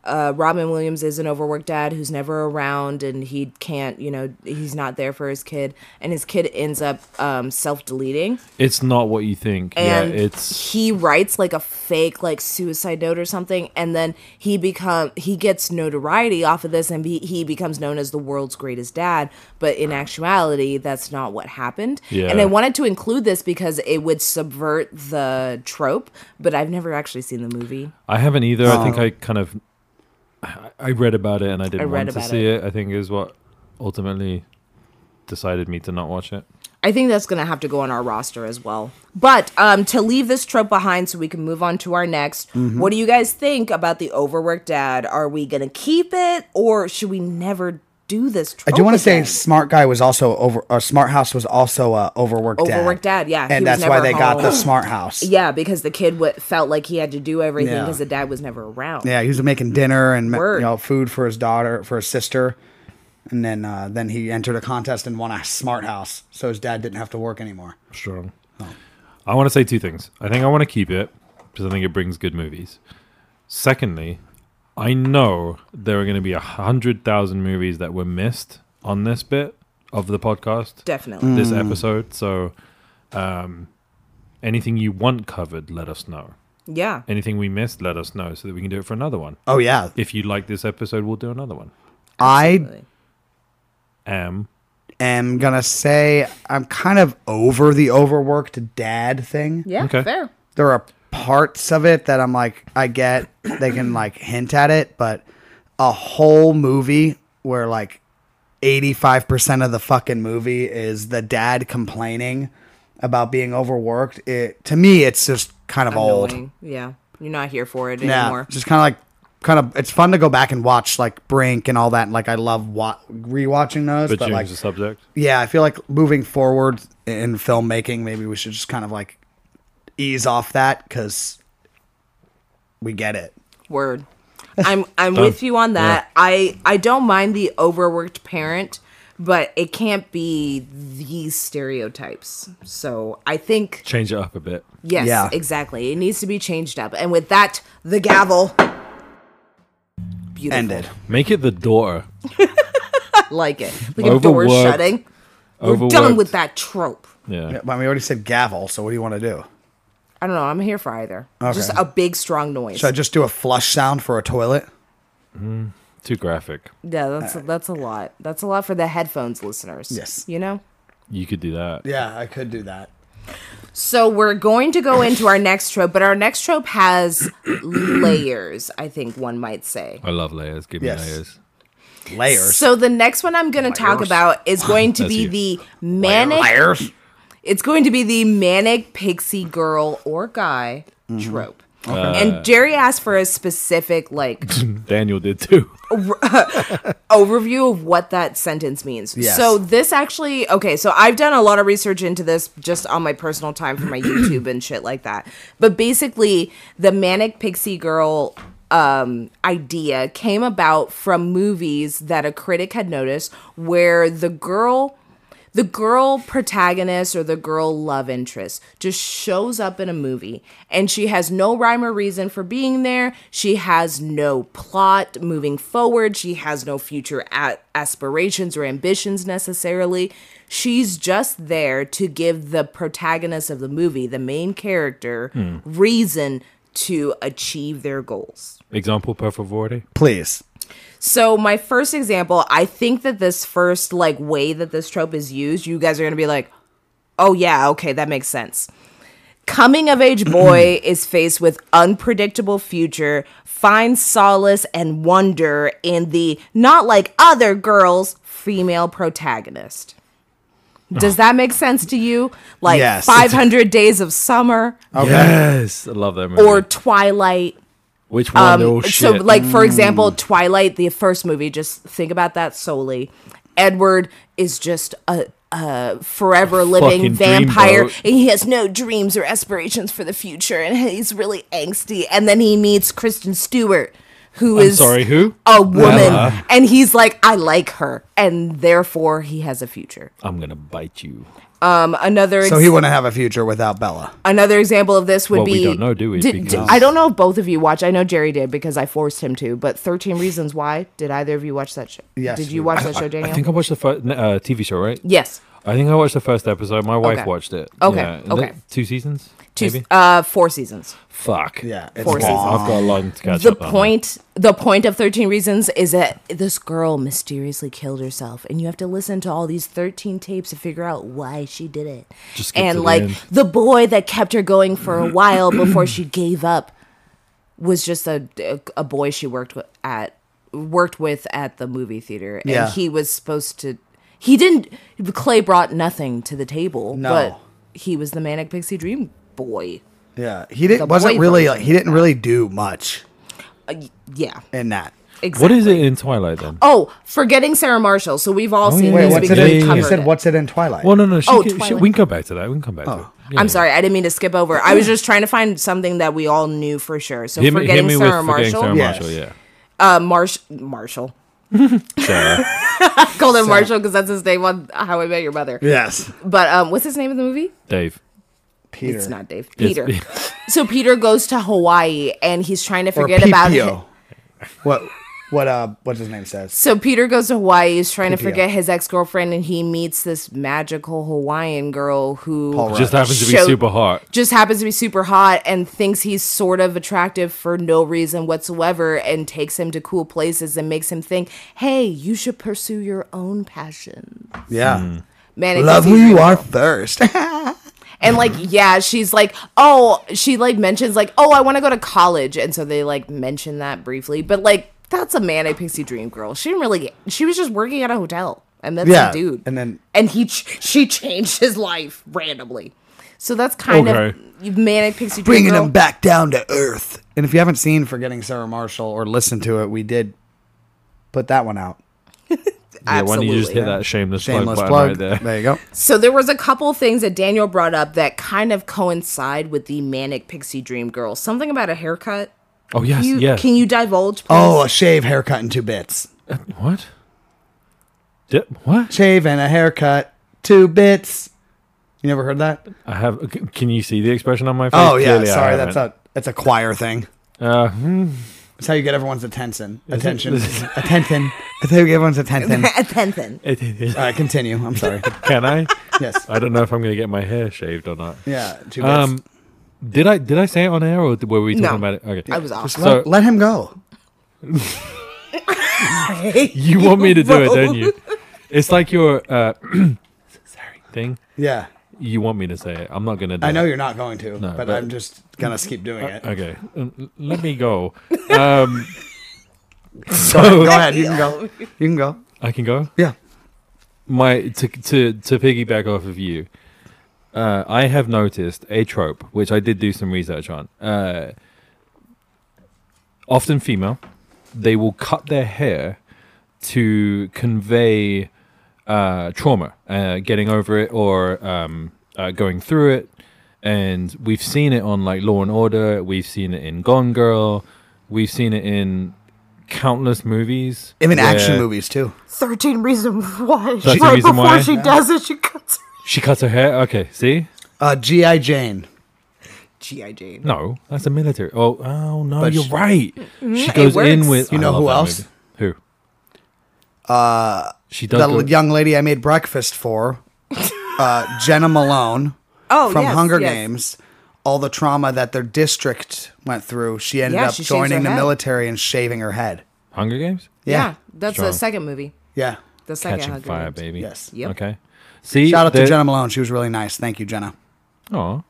uh, Robin Williams is an overworked dad who's never around and he can't, you know, he's not there for his kid, and his kid ends up um, self deleting.
It's not what you think.
And
yeah, it's
he writes like a fake like suicide note or something, and then he become he gets notoriety off of this, and be, he becomes known as the world's greatest dad. But in actuality, that's not what happened.
Yeah.
And I wanted to include this because it would subvert the trope, but I've never actually seen the movie.
I haven't either. I think I kind of I- I read about it and I didn't
read
want to
about
see it. I think is what ultimately decided me to not watch it.
I think that's going to have to go on our roster as well. But um, to leave this trope behind so we can move on to our next,
Mm-hmm.
what do you guys think about the overworked dad? Are we going to keep it or should we never do
I
this trope?
do want to say
again?
Smart Guy was also over, or Smart House was also uh, overworked.
Overworked dad, yeah, he
and
was
that's why
never
they got the
home.
Smart House. Yeah,
Yeah, because the kid w- felt like he had to do everything
Yeah.
because the dad was never around.
he was making dinner and you
Word.
know food for his daughter, for his sister, and then uh, then he entered a contest and won a Smart House, so his dad didn't have to work anymore.
Strong. I want to say two things. I think I want to keep it because I think it brings good movies. Secondly, I know there are going to be a hundred thousand movies that were missed on this bit of the podcast,
Definitely.
Mm.
this episode. So, um, anything you want covered, let us know.
Yeah.
Anything we missed, let us know so that we can do it for another one.
Oh yeah,
If you like this episode, we'll do another one.
I
Um,
am gonna say I'm kind of over the overworked dad thing.
Yeah,
Okay.
fair.
there are parts of it that I'm like, I get they can like hint at it, but a whole movie where like 85% of the fucking movie is the dad complaining about being overworked. It to me, it's just kind of old.
Annoying. Yeah. You're not here for it
Yeah,
anymore.
it's just kind of like. Kind of, it's fun to go back and watch like Brink and all that. And, like I love wa- rewatching those,
but,
but
you
like
like the subject.
yeah, I feel like moving forward in filmmaking, maybe we should just kind of like ease off that because we get it.
Word. I'm I'm with you on that. I I don't mind the overworked parent, but it can't be these stereotypes. So I think
Change it up a bit.
yes,
Yeah.
exactly. It needs to be changed up. And with that, the gavel. Beautiful.
Ended.
Make it the daughter.
Like it. Like a door
Overworked.
shutting. We're done
Overworked.
with that trope.
Yeah.
Yeah, but we already said gavel, so what do you want to do?
I don't know. I'm here for either. Just
Okay.
a big strong noise.
Should I just do a flush sound for a toilet?
Too graphic.
yeah, that's that's a lot. That's a lot for the headphones listeners.
Yes.
You know?
You could do that.
Yeah, I could do that.
So we're going to go into our next trope, but our next trope has layers, I think one might say.
I love layers. Give me
Yes.
layers.
Layers.
So the next one I'm going to talk
Layers.
about is going to
That's
be
you.
the manic
Layers.
It's going to be the manic pixie girl or guy trope. and Jerry asked for a specific like
Daniel did too.
overview of what that sentence means.
Yes.
So this actually okay, so I've done a lot of research into this just on my personal time for my YouTube and shit like that. But basically the manic pixie girl um idea came about from movies that a critic had noticed where the girl the girl protagonist or the girl love interest just shows up in a movie and she has no rhyme or reason for being there. She has no plot moving forward. She has no future a- aspirations or ambitions necessarily. She's just there to give the protagonist of the movie, the main character, reason to achieve their goals.
Example, per favore.
Please.
So my first example, I think that this first like way that this trope is used, you guys are gonna be like, oh yeah, okay, that makes sense. Coming of age boy is faced with unpredictable future, finds solace and wonder in the not like other girls female protagonist. Does that make sense to you? Like
Yes.
500 Days of Summer
Yes. I love that movie.
or Twilight
Which one? oh, shit. Mm.
so like for example twilight the first movie just think about that solely edward is just a, a forever living
fucking
vampire
dreamboat.
and he has no dreams or aspirations for the future and he's really angsty and then he meets kristen stewart who
I'm
is
sorry, who?
a woman, and he's like, I like her, and therefore he has a future.
I'm gonna bite you.
Um, another
So
ex-
he wouldn't have a future without Bella.
another example of this would
Well,
be
we don't know, do we?
Did-
Because-
I don't know if both of you watch. I know Jerry did because I forced him to. But Thirteen Reasons Why. Did either of you watch that show?
Yes,
Did
we-
you watch that show, Daniel?
I think I watched the first uh, TV show, right?
yes.
I think I watched the first episode. My wife
Okay.
watched it.
Okay,
Is
okay.
it Two seasons.
Two,
Maybe.
uh, four seasons.
Fuck.
Yeah, it's
Four
long.
seasons.
I've got a long to catch
the
up on.
point the point of 13 reasons is that this girl mysteriously killed herself and you have to listen to all these 13 tapes to figure out why she did it
Just skip to
and
the
like
end.
the boy that kept her going for a while before she gave up was just a, a, a boy she worked with at worked with at the movie theater and
Yeah.
he was supposed to he didn't clay brought nothing to the table
No.
but he was the manic pixie dream boy
Yeah, he didn't.
The
Wasn't
boy
really.
version.
He didn't really do much
uh, y- yeah
in that.
exactly
What is it in Twilight then?
Oh, forgetting Sarah Marshall. So we've all seen
yeah,
this
what's
because
it in-
we
you
covered
said
it.
it in Twilight?"
Well, no, no. She,
Oh,
can- she-
Twilight. Oh.
we can go back to that. We can come back to it. Yeah,
I'm
yeah.
sorry, I didn't mean to skip over. I was just trying to find something that we all knew for sure. So
Hit me, hit
forgetting,
me with
Sarah
forgetting
Marshall,
Sarah
Yeah.
Marshall.
Yes.
Yeah.
uh, Marsh Marshall,
Sarah.
called him Marshall because that's his name on How I Met Your Mother.
yes,
But um, what's his name in the movie?
Dave.
Peter.
It's not Dave.
It's-
Peter. so Peter goes to Hawaii and he's trying to
or
forget about it.
PPO. What? What? Uh, what's his name says?
So Peter goes to Hawaii. He's trying to
PPO.
forget his ex girlfriend, and he meets this magical Hawaiian girl who
Paul Rudd.
Just happens to be
Uh, Show-
super hot.
just happens to be super hot and thinks he's sort of attractive for no reason whatsoever and takes him to cool places and makes him think, hey, you should pursue your own passion.
Yeah.
Man, it
Love
gets
who
easier.
you are first.
And like, yeah, she's like, oh, she like mentions like, oh, I want to go to college. And so they like mention that briefly. But like, that's a manic pixie dream girl. She didn't really, she was just working at a hotel. And that's
Yeah,
a dude.
and then-
and he, ch- she changed his life randomly. So that's kind
Okay.
of manic pixie dream
bringing
girl.
them back down to earth. And if you haven't seen Forgetting Sarah Marshall or listened to it, we did put that one out.
Yeah, why don't you just hit
Absolutely.
that shameless,
Shameless
plug,
plug.
button right there?
there you go.
So there was a couple things that Daniel brought up that kind of coincide with the manic pixie dream girl. Something about a haircut.
Oh yes,
You
yes.
can you divulge? Please?
Oh, a shave, haircut, and two bits.
What? Di- what?
Shave and a haircut, two bits. You never heard that?
I have. c- Can you see the expression on my face?
Oh yeah,
Clearly I
sorry, that's
haven't.
a that's a choir thing.
Uh, hmm.
That's how you get everyone's attention. Attention. attention. That's how you get everyone's attention. All
Attention.
right, continue. I'm sorry.
Can I?
Yes.
I don't know if I'm gonna get my hair shaved or not.
Yeah. Two bits.
Um, did I did I say it on air or were we talking
No.
about it? Okay,
I was off.
Let-
so-
let him go.
You want me to do it, don't you? It's like your uh, sorry thing.
Yeah.
You want me to say it? I'm not gonna. Do
I know
It.
you're not going to, but,
but-
I'm just gonna keep doing it.
Okay, um, l- let me go. Um,
Go ahead, you can go. You can go.
I can go.
Yeah.
my to to to piggyback off of you, uh, I have noticed a trope which I did do some research on. Uh, often female, they will cut their hair to convey uh, trauma, uh, getting over it or um, uh, going through it. And we've seen it on like Law and Order. We've seen it in Gone Girl. We've seen it in countless movies,
Even action
where
movies too.
Thirteen reasons why.
13 Right reason before why. she
does it, she cuts.
She cuts her hair. Okay, see.
Uh, G.I. Jane.
GI Jane.
No, that's a military. Oh, oh no,
But
you're
she-
right. She goes in
Mm-hmm. works.
with.
You
I
know
love
who
that
else?
movie. Who? Uh, she does.
The
Go,
l- young lady I made breakfast for, uh, Jenna Malone
Oh,
from
yes,
Hunger
yes.
Games. All the trauma that their district went through, she ended
Yeah,
up
she shaves
joining
her
the
head.
military and shaving her head.
Hunger Games.
Yeah,
Yeah.
that's the
Strong.
second movie.
Yeah.
The second
Catching
Hunger
fire,
Games.
baby.
Yes.
Yep.
Okay. See.
Shout out to
the-
Jenna Malone. She was really nice. Thank you, Jenna.
Aw.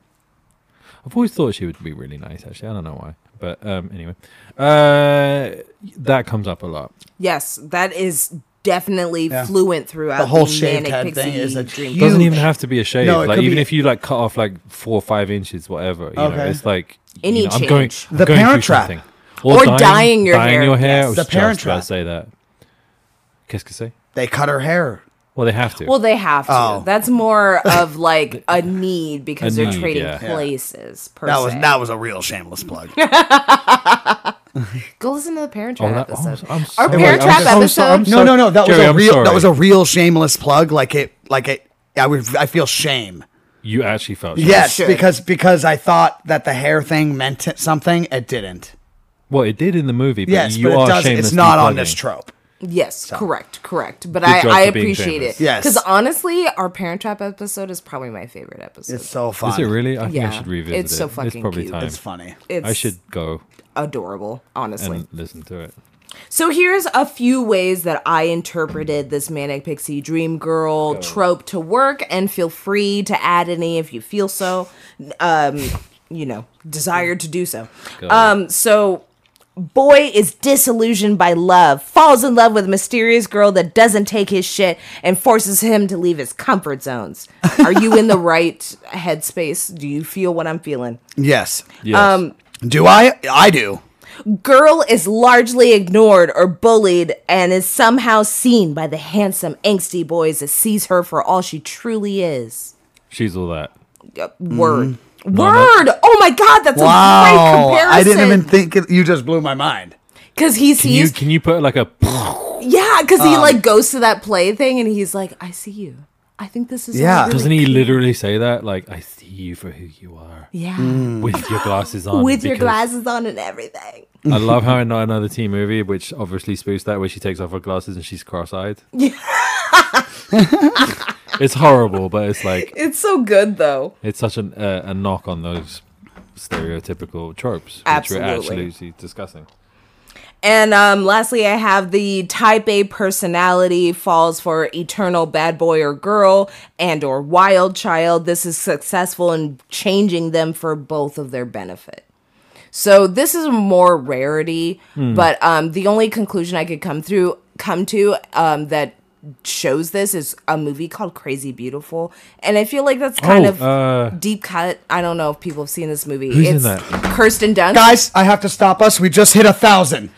I've always thought she would be really nice. Actually, I don't know why, but um, anyway, uh, that comes up a lot.
Yes, that is definitely
Yeah.
fluent throughout
The whole
the
shaved
manic
head
pixie
thing is a
dream.
huge-
Doesn't even have to be a shave.
No, it
like
could
even
be-
if you like cut off like four or five inches, whatever. You know,
Okay.
it's like you
Any
know, I'm going.
change.
I'm
The
going through
Parent Trap.
something.
Or dyeing your hair,
Your hair.
yes.
I was
The
just
Parent
about to
Trap.
Say that. Qu'est-ce que c'est?
They cut her hair.
Well, they have to.
Well, they have to.
Oh.
That's more of like a need because
A
they're
need,
trading
yeah.
places. Per
That was
se.
that was a real shameless plug.
Go listen to the Parent
Oh,
Trap
that- oh, I'm
episode.
so- I'm
Our
sorry.
Parent
I'm
Trap
so-
I'm
episode.
so- I'm
No, no, no. That was
Jerry,
a
I'm
real. That
sorry.
was a real shameless plug. Like it. Like it. I would. I feel shame.
You actually felt shame.
Yes,
should.
because because I thought that the hair thing meant it- something. It didn't.
Well, it did in the movie, but
Yes,
you
but
are
it does.
shameless
It's not on this
debugging.
trope.
Yes, correct, correct. But
Good
I,
job
I
for being
appreciate
generous.
it.
Yes.
Because honestly, our Parent Trap episode is probably my favorite episode.
It's
It's,
so fun.
Is it really? I
Yeah.
think I should revisit
It's
it.
so fucking
it's probably
cute.
time.
It's funny.
I should go
adorable, honestly.
and listen to it.
So here's a few ways that I interpreted this manic pixie dream girl trope to work, and feel free to add any if you feel so, um, you know, desired to do so.
Go.
Um, so boy is disillusioned by love, falls in love with a mysterious girl that doesn't take his shit and forces him to leave his comfort zones. Are you in the right headspace? Do you feel what I'm feeling?
Yes.
Yes. Um,
Do I? I do.
girl is largely ignored or bullied and is somehow seen by the handsome, angsty boys that sees her for all she truly is.
She's all that.
Yep,
Mm-hmm.
Word. Word! Oh my god, that's a
Wow.
great comparison.
I didn't even think it, you just blew my mind.
Because he
Can you
sees.
can you put like a
yeah, because
um,
he like goes to that play thing and he's like, I see you. I think this is.
Yeah.
Really
doesn't he literally say that? Like, I see you for who you are.
Yeah.
Mm.
With your glasses on.
With your
because-
glasses on and everything.
I love how in Not Another Teen movie, which obviously spoofs that, where she takes off her glasses and she's cross eyed. it's horrible, but it's like,
It's so good though.
it's such an, uh, a knock on those stereotypical tropes, which
Absolutely.
we're actually discussing.
And um, lastly, I have the type A personality falls for eternal bad boy or girl and or wild child. This is successful in changing them for both of their benefit. So this is more rarity,
Hmm.
but um, the only conclusion I could come through come to um, that shows this is a movie called Crazy Beautiful, and I feel like that's kind
Oh,
of
uh,
deep cut. I don't know if people have seen this movie.
Who's in
it's
that?
Kirsten Dunst.
Guys, I have to stop us. We just hit a thousand.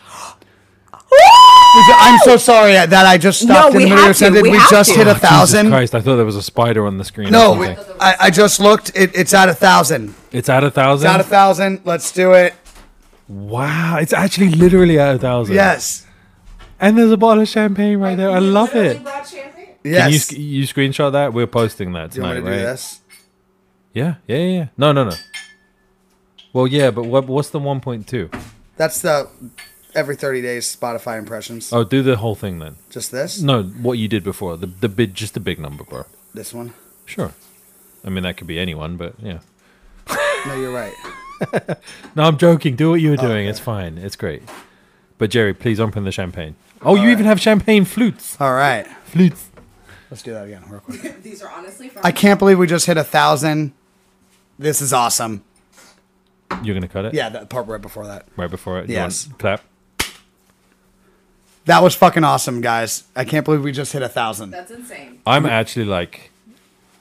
I'm so sorry that I just stopped
we
in the middle
have
of
to,
sentence.
we
We,
have
just
to.
hit
Oh,
a
Jesus
thousand.
Christ, I thought there was a spider on the screen. or
No, we-
something.
I, I just looked. It, it's at a thousand.
it's at a thousand.
It's at a thousand. Let's do it.
wow, it's actually literally at a thousand.
Yes.
And there's a bottle of champagne right there. I love it. Can you,
Yes.
sc- you screenshot that? We're posting that
you want
tonight,
me to do
right?
this?
Yeah, yeah, yeah. yeah. No, no, no. Well, yeah, but what, what's the 1.2?
That's the every 30 days Spotify impressions.
Oh, do the whole thing then.
Just this?
No, what you did before. The the big, just the big number, bro.
This one?
Sure. I mean, that could be anyone, but yeah.
No, you're right.
No, I'm joking. Do what you were
Oh,
doing. It's fine. It's great. But Jerry, please open the champagne. Oh, you even have champagne flutes.
All right.
Flutes.
Let's do that again real quick.
These are honestly from
I can't believe we just hit a thousand. This is awesome.
You're gonna cut it.
Yeah, that part right before that.
Right before it.
Yes.
You want, clap.
That was fucking awesome, guys. I can't believe we just hit a thousand.
That's insane.
I'm actually like,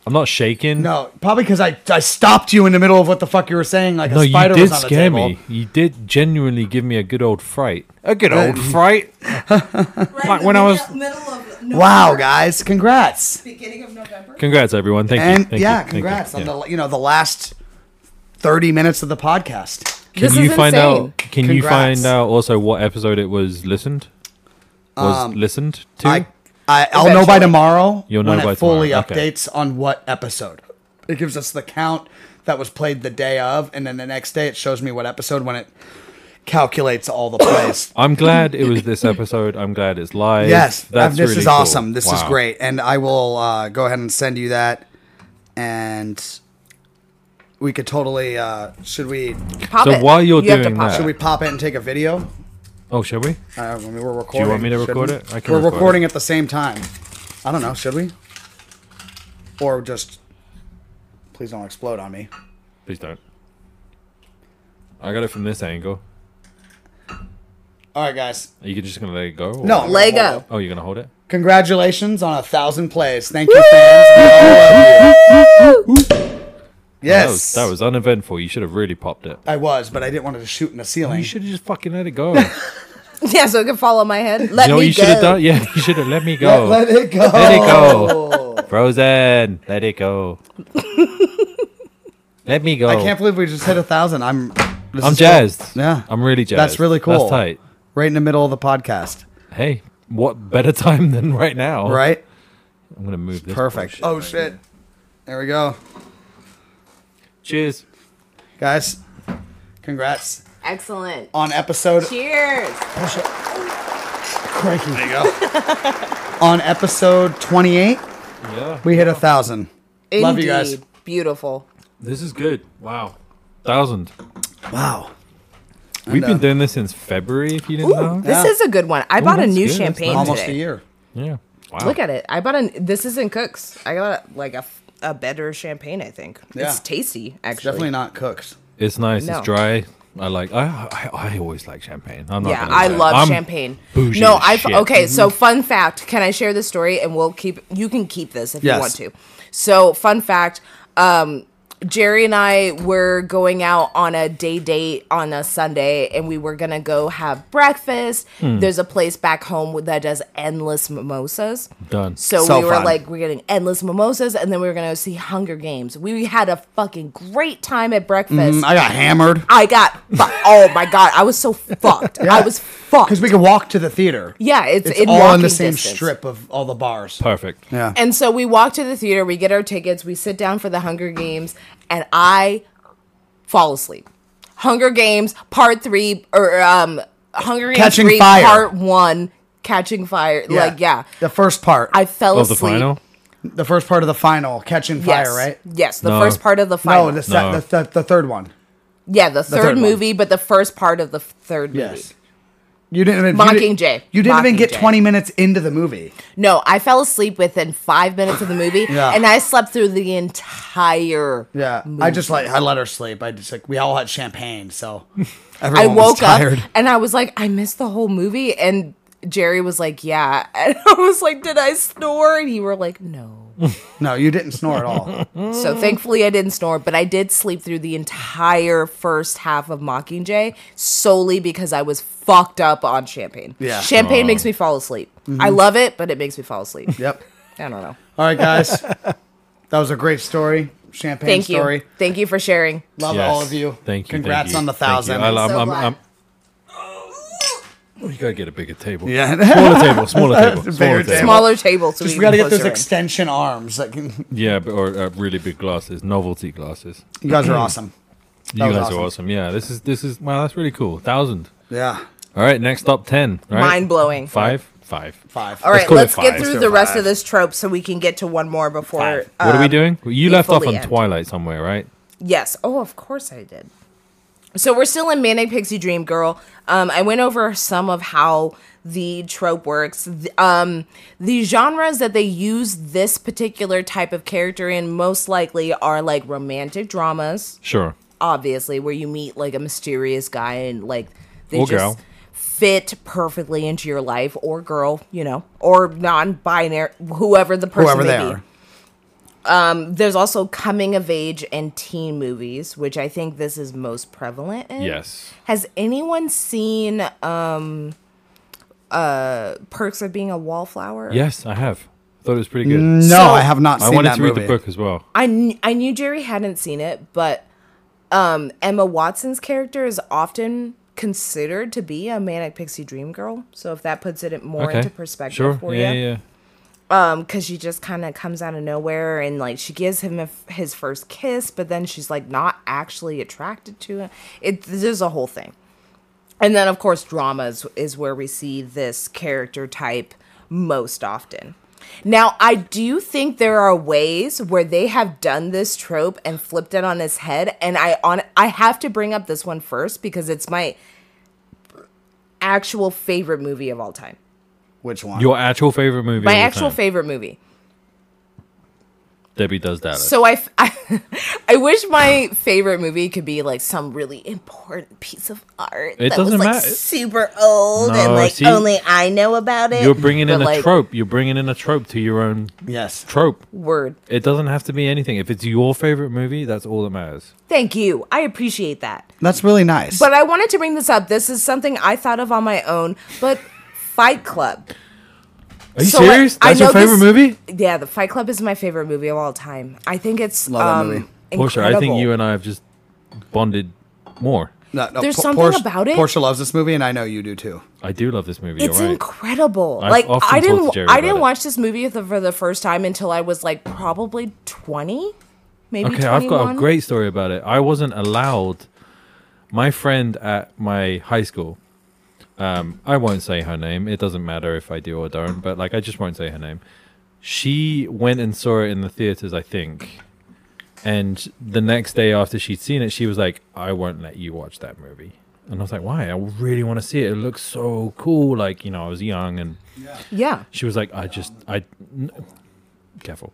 I'm not shaking.
No, probably because I, I stopped you in the middle of what the fuck you were saying. Like a
No, you
spider
did
was on the
scare
table.
me. You did genuinely give me a good old fright. A good old
Mm.
fright. Like when I was-
middle of November,
Wow, guys, congrats!
beginning of November.
Congrats, everyone. Thank you.
And
Thank
yeah,
you. Thank you.
congrats on
Yeah.
the you know the last thirty minutes of the podcast.
Can
This
you
is
find
insane.
out? Can you
Congrats.
find out also what episode it was listened? Was listened to?
Um, I, I I'll know by
Eventually.
tomorrow
You'll know
when
by
it fully
tomorrow, okay.
updates on what episode. It gives us the count that was played the day of, and then the next day it shows me what episode when it calculates all the plays.
I'm glad it was this episode. I'm glad it's live.
Yes,
that's
um, this
really
is
cool.
awesome. This is
Wow.
great, and I will uh, go ahead and send you that. And we could totally uh, should we
Pop
So
it.
while you're
You have to
doing
pop
that-
should we pop it and take a video
Oh, shall we?
uh, when we were recording?
want me to
should
record
we?
it? I can
we're
record it.
recording at the same time. I don't know. Should we? Or just please don't explode on me.
Please don't. I got it from this angle.
All right, guys.
Are you just gonna let it go? or-
No,
Lego.
hold it.
Oh, you're gonna hold it.
Congratulations on a thousand plays. Thank you, fans. We all love you.
That was,
Yes,
that was uneventful. You should have really popped it.
I was, but I didn't want it to shoot in the
You
ceiling.
should have just fucking let it go. you
Yeah, so it can follow my head. Let
know
me
what you
go.
should have done? Yeah, you should have let me go.
Let it go.
Let it go. Frozen. Let it go. Let me go.
I can't believe we just hit a thousand. I'm This
I'm
is
jazzed.
it. Yeah.
I'm really jazzed.
That's really cool.
That's tight.
Right in the middle of the podcast,
Hey, what better time than right now?
right?
I'm gonna move this.
Perfect.
bullshit
Oh
right
shit.
here.
There we go. Oh.
Cheers.
Guys, congrats
Excellent.
on episode
Cheers.
Crikey. There you go. on episode 28,
Yeah.
we hit a 1000. Love you guys.
Indeed. Beautiful.
This is good. Wow. Thousand.
Wow.
We've
uh,
been doing this since February. If you didn't
Ooh,
know.
this
Yeah.
is a good one. I bought a
that's
new
good. That's
champagne
nice.
Almost
today.
a year.
yeah. Wow.
Look at it. I bought a. This isn't Cook's. I got like a, f- a better champagne. I think
Yeah.
it's tasty. Actually,
Definitely not cooked.
It's nice.
No.
It's dry. I like. I, I I always like champagne. I'm not.
Yeah,
gonna
I
lie.
love
I'm
champagne.
bougie
no,
as
I
shit. Mm-hmm.
okay. So fun fact. Can I share this story? And we'll keep. You can keep this if
Yes.
you want to. So fun fact. Um, Jerry and I were going out on a day date on a Sunday, and we were gonna go have breakfast.
Hmm.
There's a place back home that does endless mimosas.
Done.
So,
So
we were
fun.
like, we're getting endless mimosas, and then we were gonna see Hunger Games. We had a fucking great time at breakfast.
Mm-hmm.
Mm, I got hammered
I got, fu- oh my god, I was so fucked. I was fucked.
because we could walk to the theater.
Yeah, it's,
It's
in
all on
walking
the same
distance.
strip of all the bars.
Perfect.
Yeah.
And so we walk to the theater, we get our tickets, we sit down for the Hunger Games, and I fall asleep. Hunger Games Part Three or um Hunger Games
Catching
3
Fire.
Part One, Catching Fire. Like yeah,
The first part.
I fell
Of Oh, the
asleep.
final.
the first part of the final, catching
Yes.
fire, right?
Yes, the
No.
first part of the final.
No, the, se- the,
No.
the, the third one.
yeah, the third,
third one.
movie, but the first part of the f- third movie.
Yes. You didn't even
Mockingjay.
You didn't even get
Mockingjay.
20 minutes into the movie.
No, I fell asleep within five minutes of the movie,
Yeah.
and I slept through the entire.
Yeah. I just like I let her sleep. I just like we all had champagne, so everyone
I
was
woke
tired.
up and I was like, I missed the whole movie. And Jerry was like, Yeah. And I was like, Did I snore? And you were like, No.
No, you didn't snore at all.
so thankfully I didn't snore, but I did sleep through the entire first half of Mockingjay solely because I was fucked up on champagne.
Yeah. Oh. Mm-hmm.
Champagne makes me fall asleep. I love it, but it makes me fall asleep.
yep.
I don't know.
All right, guys. that was a great story. Champagne
Thank
story.
you. Thank you for sharing.
Love
Yes.
all of you.
Thank you.
Congrats
thank you,
on the
thank you.
thousand.
I love.
So
I'm,
glad.
I'm, we gotta get a bigger table.
yeah.
Smaller table. Smaller table. Smaller
Bigger
table.
table.
Smaller table. So
just
we
we gotta
can
get those
closer in.
extension arms. Like, you
Yeah, but, or uh, really big glasses, novelty glasses.
guys are awesome.
You
was
guys
awesome.
are awesome. Yeah, this is this is wow. That's really cool. Thousand.
Yeah.
All right, next up ten. Right?
Mind blowing.
Five. Five.
Five.
All right,
call it
let's,
five.
get
Let's
through
do
the rest
five.
of this trope so we can get to one more before.
Five.
What are we
um,
doing? You left off on
Exfoliant.
Twilight somewhere, right?
Yes. Oh, of course I did. So we're still in Manic Pixie Dream Girl. Um, I went over some of how the trope works. The, um, the genres that they use this particular type of character in most likely are like romantic dramas,
Sure.
obviously, where you meet like a mysterious guy and like they
Or
just
girl.
fit perfectly into your life, or girl, you know, or non-binary, whoever the person
Whoever
may
they
be
are.
there's also coming of age and teen movies, which I think this is most prevalent in.
Yes.
Has anyone seen um uh Perks of Being a Wallflower?
Yes, I have. Thought it was pretty good.
No,
So-
I have not Mm, seen
I wanted
that
to read
movie.
the book as well.
I kn- I knew Jerry hadn't seen it, but um Emma Watson's character is often considered to be a manic pixie dream girl. So if that puts it in- more
Okay.
into perspective
Sure.
for
yeah,
you.
yeah.
because she just kind of comes out of nowhere and like she gives him a f his first kiss, but then she's like not actually attracted to him. It there's a whole thing, and then of course dramas is where we see this character type most often. Now I do think there are ways where they have done this trope and flipped it on its head, and I on I have to bring up this one first because it's my actual favorite movie of all time.
Which one?
Your actual favorite movie.
My
of all
actual
time.
favorite movie.
Debbie does that.
So I, f- I, I wish my favorite movie could be like some really important piece of art
It
that was
doesn't
like
matter.
super old and
No,
like
see,
only I know about it.
You're bringing in
but,
a
like,
trope. You're bringing in a trope to your own
Yes.
trope.
Word.
It doesn't have to be anything. If it's your favorite movie, that's all that matters.
Thank you. I appreciate that.
That's really nice.
But I wanted to bring this up. This is something I thought of on my own. But Fight Club.
Are you
So, like,
serious?
I
That's your
know
favorite
this-
movie?
Yeah, the Fight Club is my favorite movie of all time. I think it's
Love that
um,
movie.
incredible.
Portia, I think you and I have just bonded more.
No, no,
There's
Por-
something
Portia-
about it.
Portia loves this movie, and I know you do too.
I do love this movie.
It's
you're right.
incredible.
I've
like
often
I
talked to
didn't
Jerry
I
about
didn't
it.
watch this movie for the, for the first time until I was like probably 20, maybe
Okay,
21.
I've got a great story about it. I wasn't allowed. My friend at my high school, um, I won't say her name. It doesn't matter if I do or don't, but like I just won't say her name. She went and saw it in the theaters, I think. And the next day after she'd seen it, she was like, "I won't let you watch that movie." And I was like, "Why? I really want to see it. It looks so cool." Like you know, I was young and
Yeah.
she was like, I just, I, n- careful.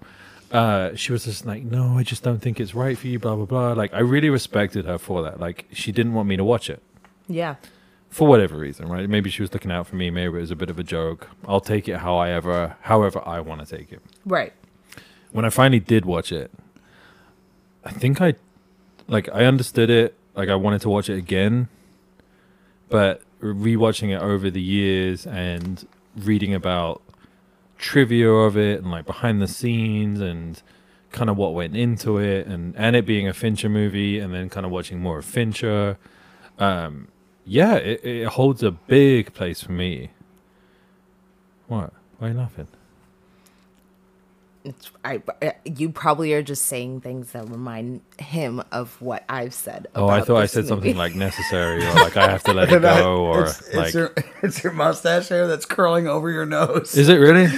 Uh, she was just like, no, I just don't think it's right for you, blah, blah, blah. Like, I really respected her for that. Like, she didn't want me to watch it
Yeah.
for whatever reason, right? Maybe she was looking out for me. Maybe it was a bit of a joke. I'll take it how I ever, however I want to take it.
Right.
When I finally did watch it, I think I, like, I understood it. Like, I wanted to watch it again, but rewatching it over the years and reading about trivia of it and like behind the scenes and kind of what went into it and and it being a Fincher movie and then kind of watching more of Fincher um yeah it, it holds a big place for me what why are you laughing
It's, I, I- you probably are just saying things that remind him of what I've said.
oh I
about
thought I
this
said something
movie.
like necessary or like I have to let it go or
it's, it's
like
your, it's your mustache hair that's curling over your nose.
is it really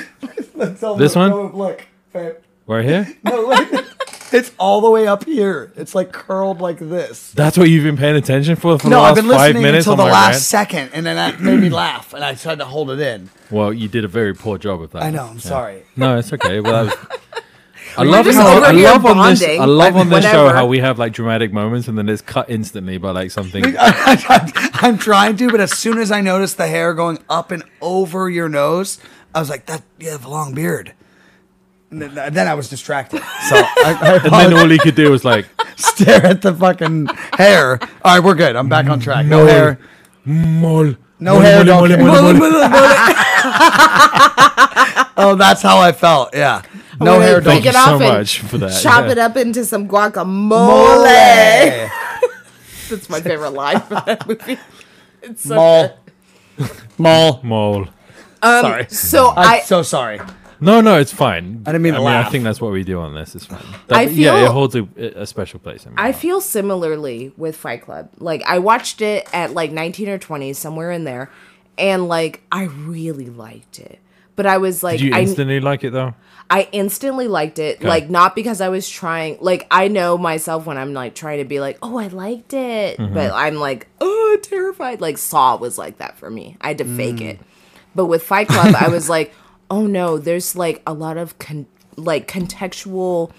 It's all-
this one?
no, Look, babe.
right here
No, look. it's all the way up here. It's like curled like this.
that's what you've been paying attention for for
No,
the last
I've been
five
listening
minutes
until
on
the
my
last
rant?
second, and then that made me laugh, and I tried to hold it in.
well you did a very poor job of that
I know. I'm sorry.
No, it's okay. Well, I- I love
just
how
over
I
here
love on this.
bonding.
I love
I
on
mean,
this show
whatever.
how we have like dramatic moments and then it's cut instantly by like something.
I'm trying to, but as soon as I noticed the hair going up and over your nose, I was like, "That you have a long beard." And then, then I was distracted, so I, I
And then all he could do was like,
stare at the fucking hair. All right, we're good. I'm back on track. No
No.
hair.
"Mol,
No
mol,
hair.
mol,
don't
mol,
care.
mol, mol."
oh, that's how I felt. Yeah. No hair. Don't
Thank
Take
you
it off
so
and
much for that.
Chop
yeah.
it up into some guacamole.
Mole.
That's my favorite line from that movie. It's so
Mole. Mole.
Mol.
sorry.
good. So
I'm
I,
so sorry.
No, no, it's fine. I
didn't mean to
I
laugh.
think that's what we do on this. It's fine.
I
That- yeah, it
feel-
holds a, a special place in my
I
heart.
feel similarly with Fight Club. Like I watched it at like 19 or 20 somewhere in there and like I really liked it. But I was like
Did you
I
instantly like it though?
I instantly liked it. Like not because I was trying like I know myself when I'm like trying to be like, "Oh, I liked it." But I'm like, "Oh, terrified." Like Saw was like that for me. I had to fake it. But with Fight Club, I was like, "Oh no, there's like a lot of con- like contextual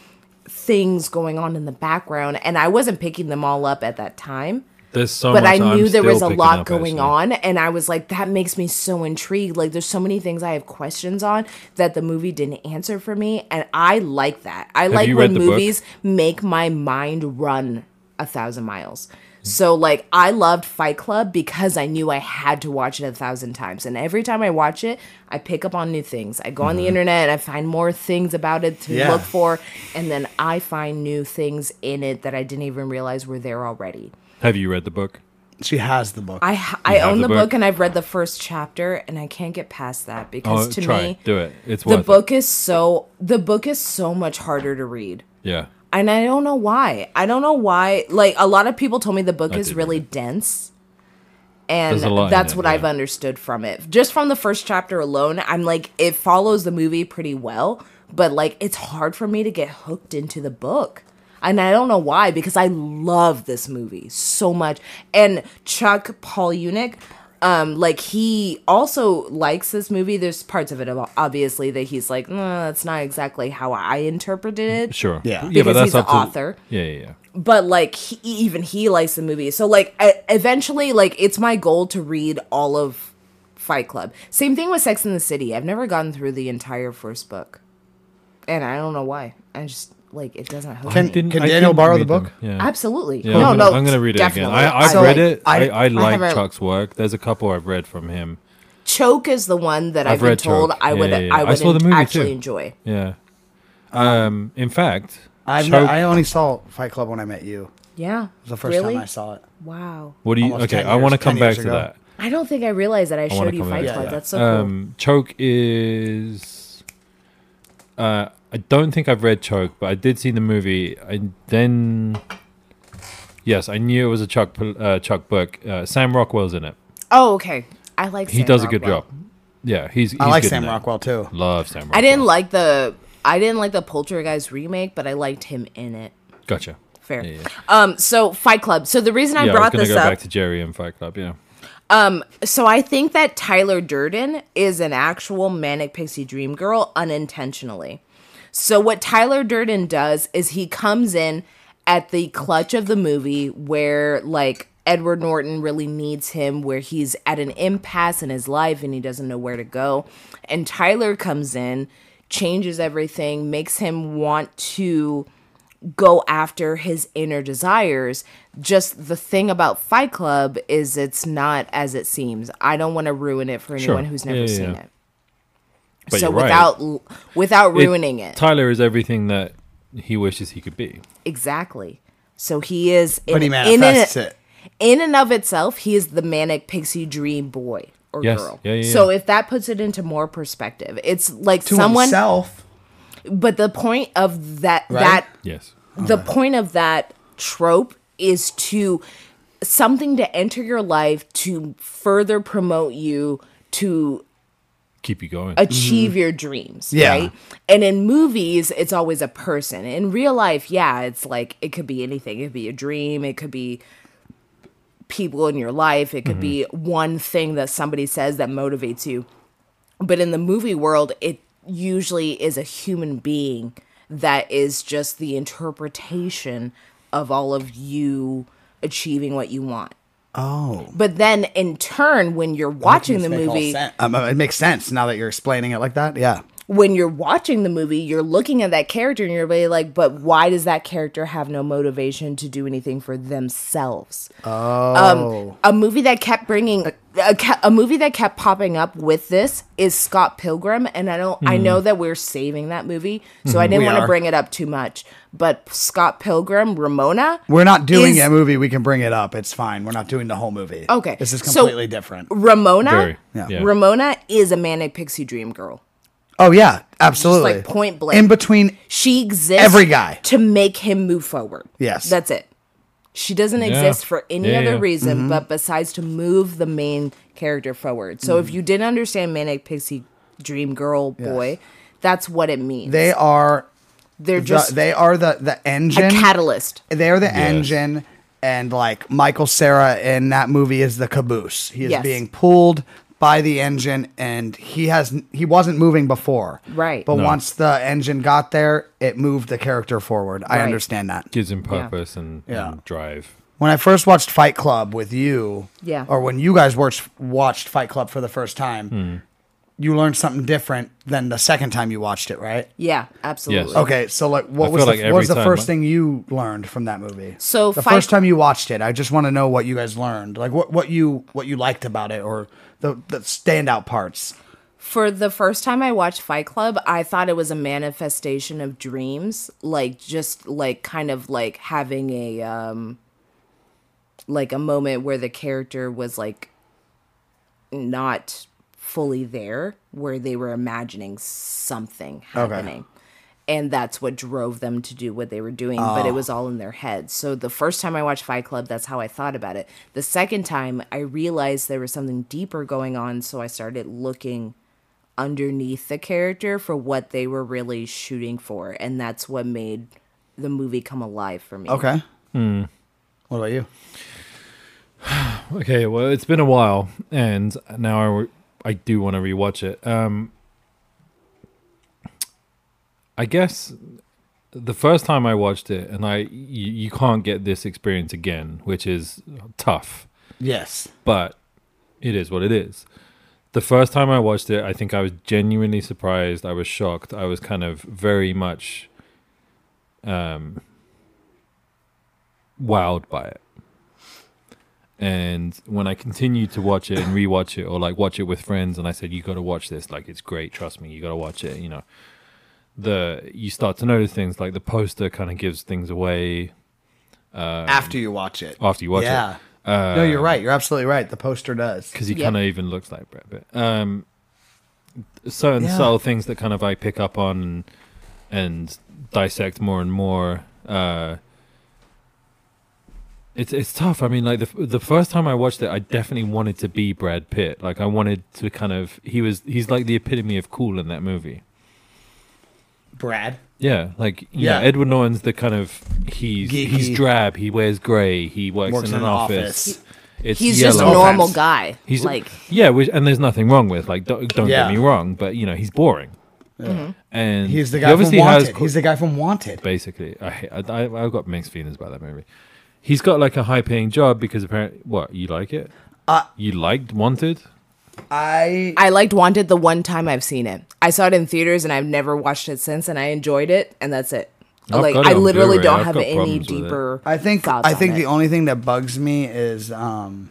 things going on in the background and I wasn't picking them all up at that time."
There's so
but
much.
I
I'm
knew there
still
was a
picking
lot
up,
going
actually.
on, and I was like, that makes me so intrigued. Like, there's so many things I have questions on that the movie didn't answer for me, and I like that. I like
you
when
read the book?
movies make my mind run a thousand miles. So, like, I loved Fight Club because I knew I had to watch it a thousand times, and every time I watch it, I pick up on new things. I go on
Mm-hmm.
the internet and I find more things about it to
Yeah.
look for, and then I find new things in it that I didn't even realize were there already.
Have you read the book?
She has the book.
I ha- I
have
own the
the book?
book. and I've read the first chapter and I can't get past that because
Oh,
to
try
me
do it. It's
the
worth it.
book is so the book is so much harder to read.
Yeah.
And I don't know why. I don't know why. Like a lot of people told me the book
I
is
did
really dense. And
There's a lot in
that's
it,
what
yeah.
I've understood from it. Just from the first chapter alone, I'm like it follows the movie pretty well, but like it's hard for me to get hooked into the book. And I don't know why because I love this movie so much. And Chuck Paul Unick um, like he also likes this movie. There's parts of it ob- obviously that he's like, "Mm, that's not exactly how I interpreted it
Sure.
Yeah.
Yeah, but
Because
that's
he's
up
the
to-
author.
Yeah, yeah, yeah.
but like he, e, even he likes the movie so like I, eventually like it's my goal to read all of fight club same thing with sex in the city i've never gotten through the entire first book and i don't know why i just like it doesn't hook me
Can Daniel
didn't
borrow
read
the book?
them. Yeah.
absolutely
Yeah,
no
I'm
no
gonna, I'm gonna read it
definitely.
again. I, I've
So,
read it.
I-
I, I, like
haven't-
Chuck's work. There's a couple I've read from him.
choke is the one that i've,
I've
been
read
told
Choke.
i would
Yeah, yeah, yeah.
i
I
would
saw the movie,
actually
too.
enjoy Uh,
Yeah. Um. In fact,
I've
Choke-
I only saw Fight Club when I met you.
Yeah.
was the first
Really?
time I saw it.
Wow.
What do you?
Almost
okay,
10
I want to
years-
come
10 years
back to
ago.
that.
I don't think I realized that I,
wanna
showed you
come
Fight
back.
Club.
Yeah,
That's so cool.
Um, Choke is. Uh, I don't think I've read Choke, but I did see the movie. I then. Yes, I knew it was a Chuck pol- uh, Chuck book. Uh, Sam Rockwell's in it.
Oh, okay.
I like.
He
Sam
does a good
Rockwell.
job. Yeah, he's. he's
I like
good in
Sam
it.
Rockwell too.
Love Sam. Rockwell.
I didn't like the I didn't like the Poltergeist remake, but I liked him in it.
Gotcha.
Fair.
Yeah, yeah.
Um, so Fight Club. So the reason I
yeah, I was
brought
gonna
this
go
up
back to Jerry and Fight Club. Yeah.
So I think that Tyler Durden is an actual manic pixie dream girl unintentionally. So what Tyler Durden does is he comes in at the clutch of the movie where like Edward Norton really needs him where he's at an impasse in his life and he doesn't know where to go and Tyler comes in changes everything makes him want to go after his inner desires. Just the thing about Fight Club is it's not as it seems. I don't want to ruin it for anyone who's never
Yeah, yeah,
seen
yeah.
it.
But
so
you're right.
without l- without ruining it,
Tyler is everything that he wishes he could be.
exactly. So he is in
But he
in and-
manifests it.
in and of itself, he is the manic pixie dream boy or
Yes.
girl.
Yeah, yeah,
so
yeah.
if that puts it into more perspective, it's like
To
someone.
himself.
But the point of that
Right?
that
Yes.
the point of that trope is to something to enter your life to further promote you to
Keep you going.
achieve your dreams
Mm-hmm. Yeah.
right and in movies it's always a person in real life yeah it's like it could be anything it could be a dream it could be people in your life it could be
Mm-hmm.
one thing that somebody says that motivates you but in the movie world it usually is a human being that is just the interpretation of all of you achieving what you want
Oh,
but then in turn when you're watching the movie
Um, it makes sense now that you're explaining it like that. Yeah.
when you're watching the movie, you're looking at that character and you're really like, but why does that character have no motivation to do anything for themselves? Um,
Oh,
A movie that kept bringing a, ke- a movie that kept popping up with this is Scott Pilgrim, and I don't I know that we're saving that movie, so I didn't
We
want to
are.
bring it up too much. But Scott Pilgrim, Ramona,
we're not doing
is-
a movie. We can bring it up. It's fine. We're not doing the whole movie.
Okay,
This is
so-
completely different.
Ramona,
Very. Yeah. Yeah.
Ramona is a manic pixie dream girl.
Oh yeah, absolutely.
like point blank.
In between,
She exists
Every guy.
to make him move forward.
Yes.
That's it. She doesn't exist for any
Yeah,
other
yeah.
reason
Mm-hmm.
but besides to move the main character forward. So if you didn't understand Manic Pixie Dream Girl Boy, that's what it means.
they are
They're
the-
just
they are the the engine.
a catalyst.
They're the engine, and like Michael Sarah in that movie is the caboose. He is
Yes.
being pulled by the engine, and he has he wasn't moving before.
Right.
But once the engine got there, it moved the character forward. I
Right.
understand that.
Gives him purpose and,
Yeah.
and drive.
When I first watched Fight Club with you,
Yeah.
or when you guys watched watched Fight Club for the first time, you learned something different than the second time you watched it, right?
Yeah, absolutely.
Okay, so like, what
I
was
feel
the,
like
what was
every
the
time
first
I-
thing you learned from that movie?
So
the
Fight-
first time you watched it, I just want to know what you guys learned, like what, what you what you liked about it, or the the standout parts.
For the first time I watched Fight Club, I thought it was a manifestation of dreams, like just like kind of like having a um like a moment where the character was like not fully there, where they were imagining something happening. And that's what drove them to do what they were doing, but it was all in their heads. So the first time I watched Fight Club, that's how I thought about it. The second time, I realized there was something deeper going on, so I started looking underneath the character for what they were really shooting for, and that's what made the movie come alive for me.
Okay. Hmm. What about you?
Okay, well, it's been a while, and now I, re- I do want to rewatch it. Um, I guess the first time I watched it, and I you, you can't get this experience again, which is tough,
Yes.
but it is what it is. The first time I watched it, I think I was genuinely surprised. I was shocked. I was kind of very much um, wowed by it. And when I continued to watch it and rewatch it, or like watch it with friends, and I said, "You got to watch this. Like, it's great. Trust me. You got to watch it." You know, the you start to notice things like the poster kind of gives things away.
after you watch it.
Um, after you watch it. Uh,
yeah. no, you're right. You're absolutely right. The poster does.
because he
Yeah.
kind of even looks like Brad Pitt. Um, certain
Yeah.
subtle things that kind of I pick up on and, and dissect more and more. Uh, it's it's tough. I mean, like the f- the first time I watched it, I definitely wanted to be Brad Pitt. Like I wanted to kind of he was he's like the epitome of cool in that movie.
Brad.
Yeah, like yeah,
Yeah.
Edward Norton's the kind of he's he's
Geeky.
drab. He wears grey. He works, in, an, office. It's
He's just a
yellow.
normal
offense.
guy.
He's
like
yeah, which, and there's nothing wrong with like don't, don't
Yeah.
get me wrong, but you know he's boring. And
He's the
he
guy from
obviously
Wanted.
has
He's the guy from Wanted.
basically. I, ha- I I I've got mixed feelings about that movie. He's got like a high paying job because apparently what you like it.
Uh,
you liked Wanted.
I
I liked Wanted the one time I've seen it. I saw it in theaters and I've never watched it since, and I enjoyed it, and that's it.
I've
like
got it
I
on
literally
Blu-ray.
don't
I've
have
got
any
problems with it.
deeper.
I think
thoughts
I
on
think
it.
the only thing that bugs me is um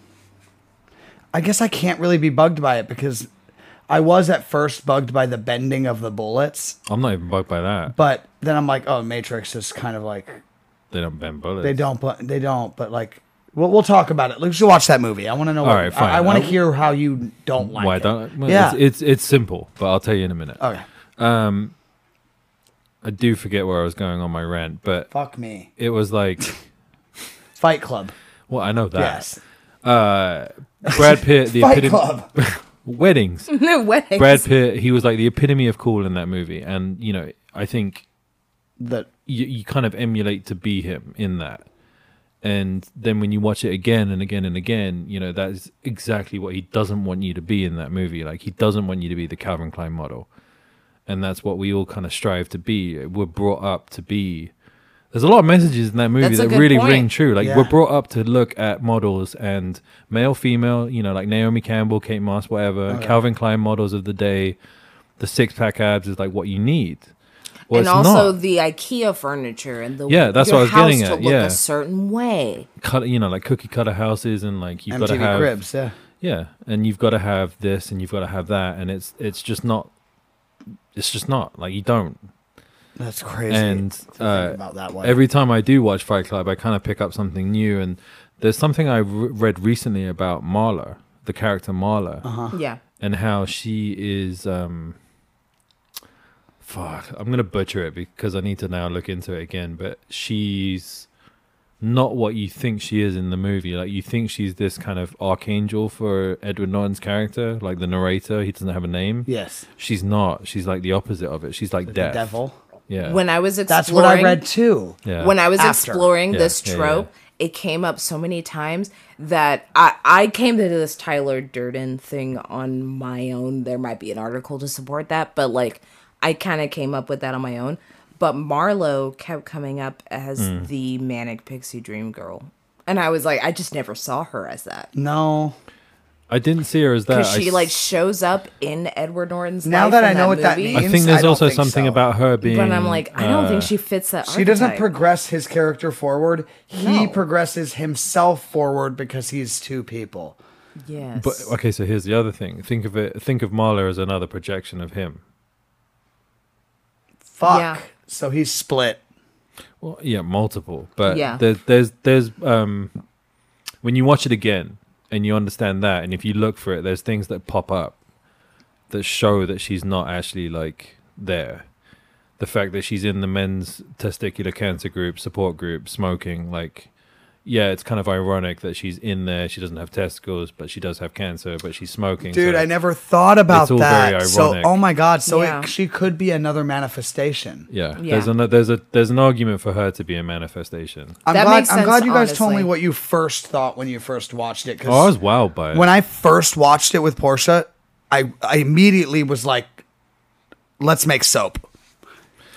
I guess I can't really be bugged by it because I was at first bugged by the bending of the bullets,
I'm not even bugged by that.
but then I'm like, oh, Matrix is kind of like
They don't bend bullets.
they don't, but they don't, but like we'll, we'll talk about it. Let's watch that movie. I want to know. what,
right, fine.
I, I want
I-
to hear how you don't like.
Why
it.
don't? Well,
yeah. Uh,
it's, it's it's simple, but I'll tell you in a minute.
okay.
I do forget where I was going on my rant, but
Fuck me.
it was like,
Fight Club.
well, I know that.
Yes.
Uh, Brad Pitt, the
Fight
epitome
Club.
weddings.
No way.
Brad Pitt, he was like the epitome of cool in that movie, and you know, I think
The-
you, you kind of emulate to be him in that. And then when you watch it again and again and again, you know that is exactly what he doesn't want you to be in that movie. Like he doesn't want you to be the Calvin Klein model, and that's what we all kind of strive to be. We're brought up to be. There's a lot of messages in that movie
That's a
that
good
really
point.
ring true. Like
Yeah.
we're brought up to look at models and male, female, you know, like Naomi Campbell, Kate Moss, whatever, Calvin Klein models of the day. The six pack abs is like what you need. Well,
and
it's
also
not.
the IKEA furniture and the
Yeah, that's
your
what I was
house
getting
to
at,
look
yeah.
a certain way.
cut you know like cookie cutter houses and like you've got to
MTV
have
Cribs. Yeah.
yeah and you've got to have this and you've got to have that and it's it's just not it's just not like you don't
That's crazy.
and uh,
about that one.
every time i do watch fight club i kind of pick up something new and there's something i re- read recently about marla the character marla
Yeah.
and how she is um fuck i'm gonna butcher it because i need to now look into it again but she's not what you think she is in the movie like you think she's this kind of archangel for edward norton's character like the narrator he doesn't have a name
yes.
she's not she's like the opposite of it she's like
The
death
devil.
yeah
When I was exploring
That's what I read too.
yeah
when I was
After.
exploring
Yeah,
this
yeah, yeah.
trope, it came up so many times that I, I came to this Tyler Durden thing on my own. There might be an article to support that, but like I kind of came up with that on my own. But Marlo kept coming up as
Hmm.
the manic pixie dream girl. And I was like, I just never saw her as that.
No.
i didn't see her as that
Because
I
she like
s-
shows up in Edward Norton's
Now
life
that
in
I know what that
movie,
means,
i think
I
there's
don't
also
think
something
so.
about her being
But I'm like, I don't
uh,
think she fits that.
She doesn't
archetype.
progress his character forward. He
No.
progresses himself forward because he's two people.
Yes.
But okay, so here's the other thing. Think of it. Think of Marla as another projection of him.
Fuck.
Yeah.
So he's split.
Well, yeah, multiple. But
Yeah.
there, there's there's um, when you watch it again and you understand that, and if you look for it, there's things that pop up that show that she's not actually like there. The fact that she's in the men's testicular cancer group support group, smoking, like, yeah, it's kind of ironic that she's in there. She doesn't have testicles, but she does have cancer, but she's smoking.
Dude,
so-
I never thought about
It's all
that.
very
So,
ironic.
oh my god. So
Yeah.
it, she could be another manifestation.
Yeah,
Yeah.
there's an there's a there's an argument for her to be a manifestation.
I'm
That
glad.
makes
I'm glad
sense,
you guys told me
honestly.
what you first thought when you first watched it. 'cause
Oh, I was wowed by it.
when I first watched it with Portia, I I immediately was like, "Let's make soap."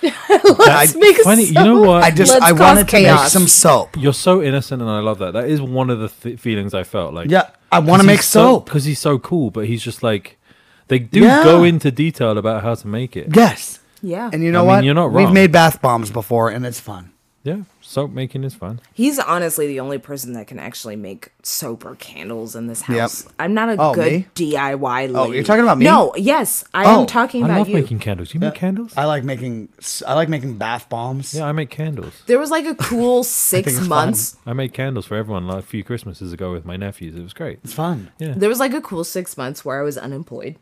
Let's make
Funny,
so
you know what?
I just
Let's
I
cause
wanted to make
chaos.
some soap.
You're so innocent, and I love that. That is one of the th- feelings I felt like.
Yeah, I wanna make soap.
because he's so cool, but he's just like they do
Yeah.
go into detail about how to make it.
Yes.
Yeah.
And you know
I mean,
what?
you're not
We've
wrong.
made bath bombs before, and it's fun.
Yeah, soap making is fun.
He's honestly the only person that can actually make soap or candles in this house.
Yep.
I'm not a
Oh,
good
me? Oh,
DIY lady.
you're talking about me?
No, yes, I
Oh,
am talking
I
about
love
you.
making candles. You make candles?
I like making s- I like making bath bombs.
yeah, I make candles.
There was like a cool six
it's fun.
months.
I made candles for everyone like a few Christmases ago with my nephews. It was great.
It's fun.
There was like a cool six months where I was unemployed.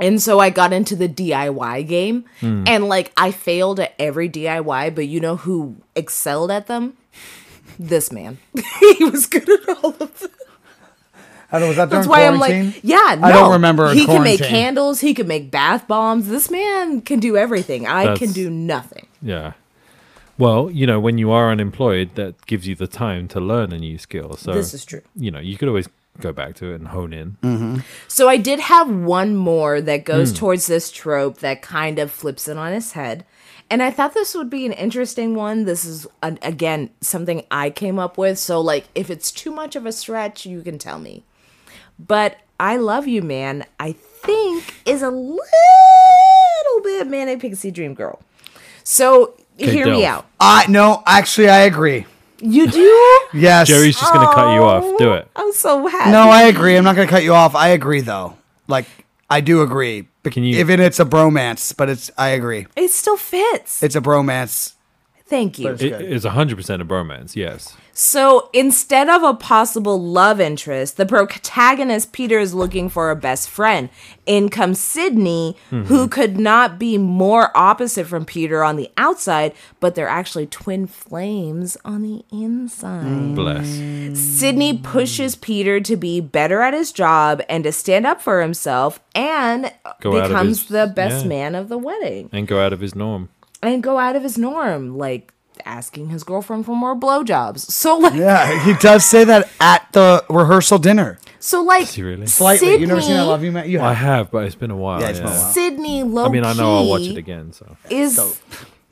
And so I got into the DIY game
Hmm.
and like I failed at every DIY, but you know who excelled at them? This man. he was good at all of them.
I don't know, was that during
That's why
quarantine?
I'm like, yeah, no.
I don't remember a
He can make
quarantine.
candles. He can make bath bombs. This man can do everything. I can
That's-
do nothing.
Yeah. Well, you know, when you are unemployed, that gives you the time to learn a new skill. So
This is true.
You know, you could always go back to it and hone in.
Mm.
So I did have one more that goes towards this trope that kind of flips it on its head. And I thought this would be an interesting one. This is an, again something I came up with. So like if it's too much of a stretch, you can tell me. But I love you man, I think is a little bit manic pixie dream girl. So hear me
Delph.
out.
I no, actually I agree.
You do?
Yes.
Jerry's just going to cut you off. Do it.
I'm so happy.
No, I agree. I'm not going to cut you off. I agree though. Like I do agree. But
Can you-
Even it's a bromance, but it's I agree.
it still fits.
It's a bromance.
Thank you.
It is 100% a bromance. Yes.
So instead of a possible love interest, the protagonist Peter is looking for a best friend. In comes Sydney,
Mm-hmm.
who could not be more opposite from Peter on the outside, but they're actually twin flames on the inside.
Bless.
Sydney pushes Peter to be better at his job and to stand up for himself and
Go out of
becomes
his-
the best
yeah.
man of the wedding.
And go out of his norm.
and go out of his norm, like asking his girlfriend for more blowjobs. So like,
Yeah, he does say that at the rehearsal dinner.
so like,
he really?
Slightly.
Sydney,
You never seen I Love You, Matt? You
I
have.
have, but it's been a while.
Yeah,
Yeah,
it's been a while.
Sydney low
I mean, I know I'll watch it again. So
Is
So,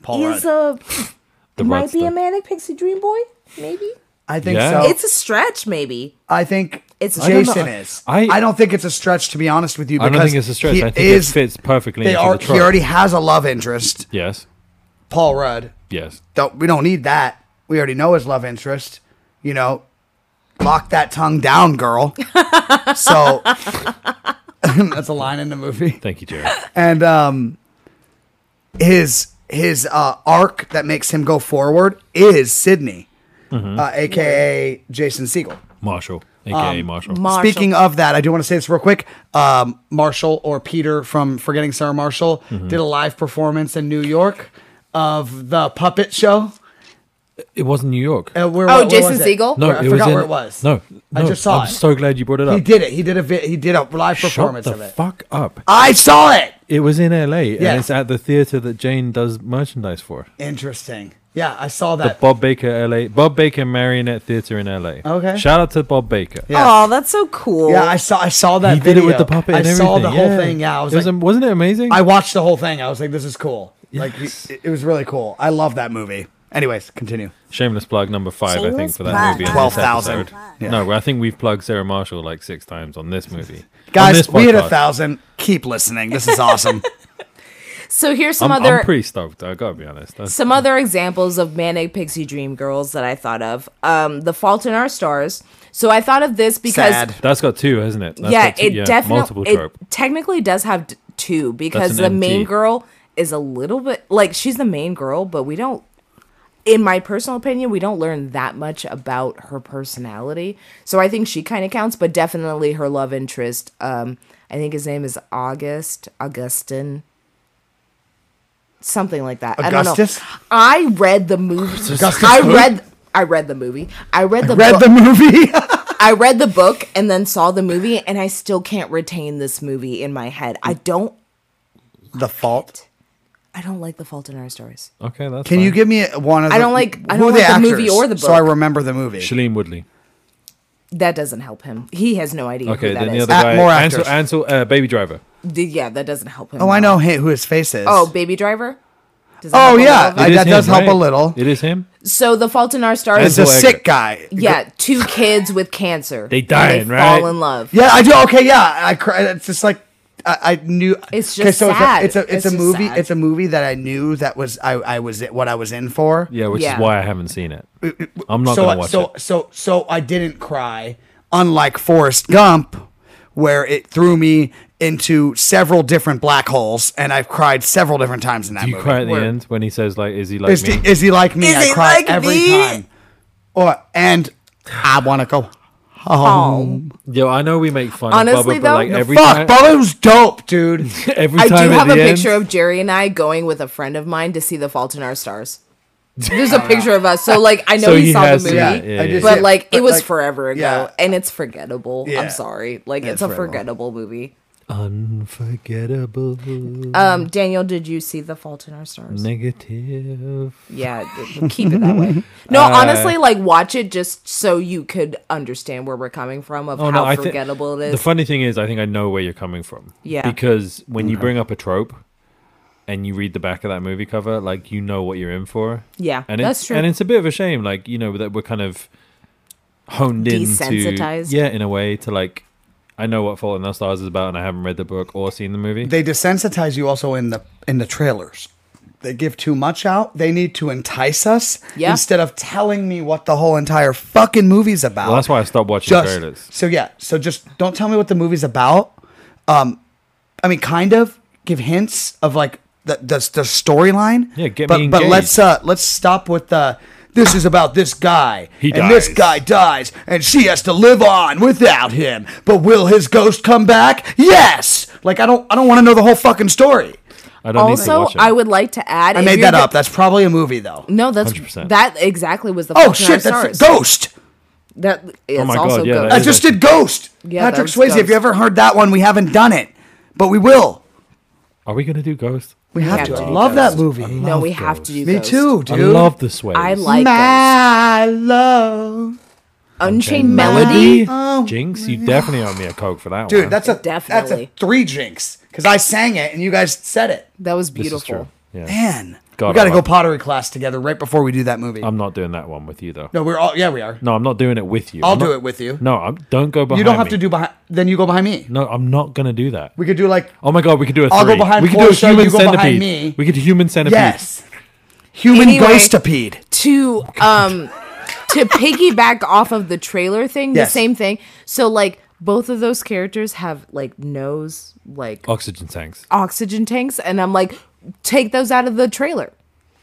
Paul
is
Rudd.
a
The
might
Rudster.
be a manic pixie dream boy? Maybe
I think
Yeah.
so.
it's a stretch. Maybe
I think it's
It's-
Jason
I-
is. I,
I-
don't think it's a stretch to be honest with you.
I
Because
don't think it's a stretch.
He
I think
is,
it fits perfectly
They
into
are.
the
He
trope.
already has a love interest,
yes.
Paul Rudd.
Yes.
Don't we don't need that. We already know his love interest. You know, lock that tongue down, girl. so that's a line in the movie.
Thank you, Jerry.
and um his his uh arc that makes him go forward is Sydney,
Mm-hmm.
uh, aka Jason Siegel.
Marshall,
Um,
aka Marshall.
Marshall.
Speaking of that, I do want to say this real quick. Um, Marshall or Peter from Forgetting Sarah Marshall
Mm-hmm.
did a live performance in New York of the puppet show.
it wasn't New York.
Uh, where,
Oh,
where
Jason
was it?
Segel?
No,
Where- I
it
forgot
was in,
where it was.
No,
I
no,
just saw
I'm
it.
so glad you brought it up.
He did it. He did a vi- he did a live performance
Shut
of
the
it.
fuck up.
I saw it.
It was in LA
Yeah.
and it's at the theater that Jane does merchandise for.
Interesting. Yeah, I saw
The
that.
Bob Baker LA Bob Baker Marionette Theater in LA.
Okay.
Shout out to Bob Baker.
Yeah.
oh, that's so cool.
yeah, I saw I saw that.
He did it with
video.
the puppet
I
and everything.
saw the whole thing. Yeah, I was,
it was
like,
am- wasn't it amazing?
I watched the whole thing. I was like, this is cool. Like it, it was really cool. I love that movie. Anyways, continue.
Shameless plug number five, I think,
Shameless
for that
plug.
movie. on this
12,000.
episode.
Yeah.
No, I think we've plugged Sarah Marshall like six times on this movie. on
Guys,
this
we hit a
podcast.
thousand. Keep listening. This is awesome.
so here's some
I'm,
other
I'm pretty stoked. I gotta be honest. That's-
some other examples of manic pixie dream girls that I thought of. Um, The Fault in Our Stars. So I thought of this because
Sad.
that's got two, hasn't it? That's
yeah,
got two-
it
multiple
definitely it
trope.
technically does have d- two because
an
the main
MT.
girl is a little bit like she's the main girl, but we don't. In my personal opinion, we don't learn that much about her personality, so I think she kind of counts, but definitely her love interest. Um, I think his name is August Augustin, something like that.
Augustus?
I don't know. I read the movie.
Augustus
I
who?
read. I read the movie. I read the
Read
book.
the movie.
I read the book and then saw the movie, and I still can't retain this movie in my head. I don't.
the fault.
I don't like The Fault in Our Stars.
Okay, that's
Can
fine.
you give me one of? The,
I don't like- I
who
don't
are
like the movie
actors?
or the
So I
book.
remember the movie.
Shailene Woodley?
That doesn't help him. He has no idea
Okay,
who that
then
is.
the other
Act-
guy,
Ah, more
Ansel,
actors.
Ansel uh, Baby Driver.
D- yeah, that doesn't help him.
oh, I
at all.
know hi- who his face is.
Oh, Baby Driver. Does that
Oh,
help him
yeah.
at all?
I-
It is
that does help a
right?
little.
It is him.
so The Fault in Our
it's
Stars.
a
Ansel
sick
Elgort.
guy.
yeah, two kids with cancer.
They
And
dying,
they
right?
Fall in love.
Yeah, I do. Okay, yeah. I cry. It's just like I, I knew
It's
'Kay,
just
so
sad.
It's a it's a, it's
It's
a
just
movie.
sad.
It's a movie that I knew that was I I was what I was in for.
Yeah, which
Yeah.
is why I haven't seen it. I'm not
Uh, so
gonna
I-
watch
so
it.
so so I didn't cry. Unlike Forrest Gump, where it threw me into several different black holes, and I've cried several different times in that
Do you
movie.
cry at the end when he says like, "Is he like
Is
me?"
he, is he like me?
Is
I
he
cry
like
every
me?
time. Or and I want to go home.
Yo, I know we make fun
Honestly,
of Bubba,
though,
but like
the
every
Fuck,
time,
Bubba was dope, dude.
every
I
time
do
at
have
the
a
end,
picture of Jerry and I going with a friend of mine to see The Fault in Our Stars. There's a picture of us. So like I know
So
he,
he
saw
has
the
seen
movie,
that, yeah, yeah,
but
yeah.
like
But,
it was
like,
forever ago,
yeah.
and it's forgettable.
Yeah.
I'm sorry, like
Yeah,
it's,
it's
a
forgettable.
forgettable movie.
unforgettable,
Um, Daniel, did you see The Fault in Our Stars?
negative.
Yeah, th- keep it that way. No,
Uh,
honestly, like watch it just so you could understand where we're coming from of
Oh
how
no, I think
forgettable it
The
is.
funny thing is, I think I know where you're coming from.
Yeah.
Because when you bring up a trope, and you read the back of that movie cover, like you know what you're in for.
yeah,
and
that's
it's,
true.
And it's a bit of a shame, like you know that we're kind of honed in
Desensitized.
yeah, in a way to like. I know what Fault in Our Stars is about, and I haven't read the book or seen the movie.
They desensitize you also in the in the trailers. They give too much out. They need to entice us
Yeah.
instead of telling me what the whole entire fucking movie's about.
well, that's why I stopped watching
just
trailers.
so yeah. So just don't tell me what the movie's about. Um, I mean, kind of give hints of like the the, the storyline.
Yeah, get
but,
me
But let's uh
engaged.
let's stop with the. This is about this guy,
He
and this
dies.
guy dies, and she has to live on without him. But will his ghost come back? Yes. Like I don't, I don't want to know the whole fucking story.
I don't need to
also,
watch it.
I would like to add.
I
if
made
you're
that
go-
up. That's probably a movie though.
No, that's
100%.
that exactly was the.
Oh
Fault in Our
shit, that's
Stars.
Ghost.
That it's
Oh my
also
God, yeah,
ghost.
that
I
is
just did Ghost.
Yeah, that
Patrick
was
Swayze. If
Ghost.
you ever heard that one, we haven't done it, but we will.
Are we gonna do Ghost?
We have
have
to.
to
I
do
love that
Ghost.
movie.
no, we have to do.
Me
Ghost.
too,
I
dude.
love the Sways.
I like ghost.
my love,
Unchained Melody.
Jinx, you definitely owe me a coke for that one.
Oh, dude. That's a That's a
Definitely.
three drinks because I sang it and you guys said it.
That was
This is true.
beautiful.
Yeah,
Man,
God,
we got to
I
go
love-
pottery class together right before we do that movie.
I'm not doing that one with you though.
no, we're all yeah, we are.
No, I'm not doing it with you.
I'll
I'm
do
not-
it with you.
No, I'm, don't go behind.
you don't have
me.
to do behind. Then you go behind me.
No, I'm not gonna do that.
We could do like
Oh my god, we could do a three.
I'll go behind
we could do a
Portia,
human
you go behind
centipede.
me.
We could do human centipede.
yes, human
Anyway.
ghostipede.
to um to piggyback off of the trailer thing,
Yes.
the same thing. So like both of those characters have like nose like
Oxygen tanks.
oxygen tanks, and I'm like, take those out of the trailer.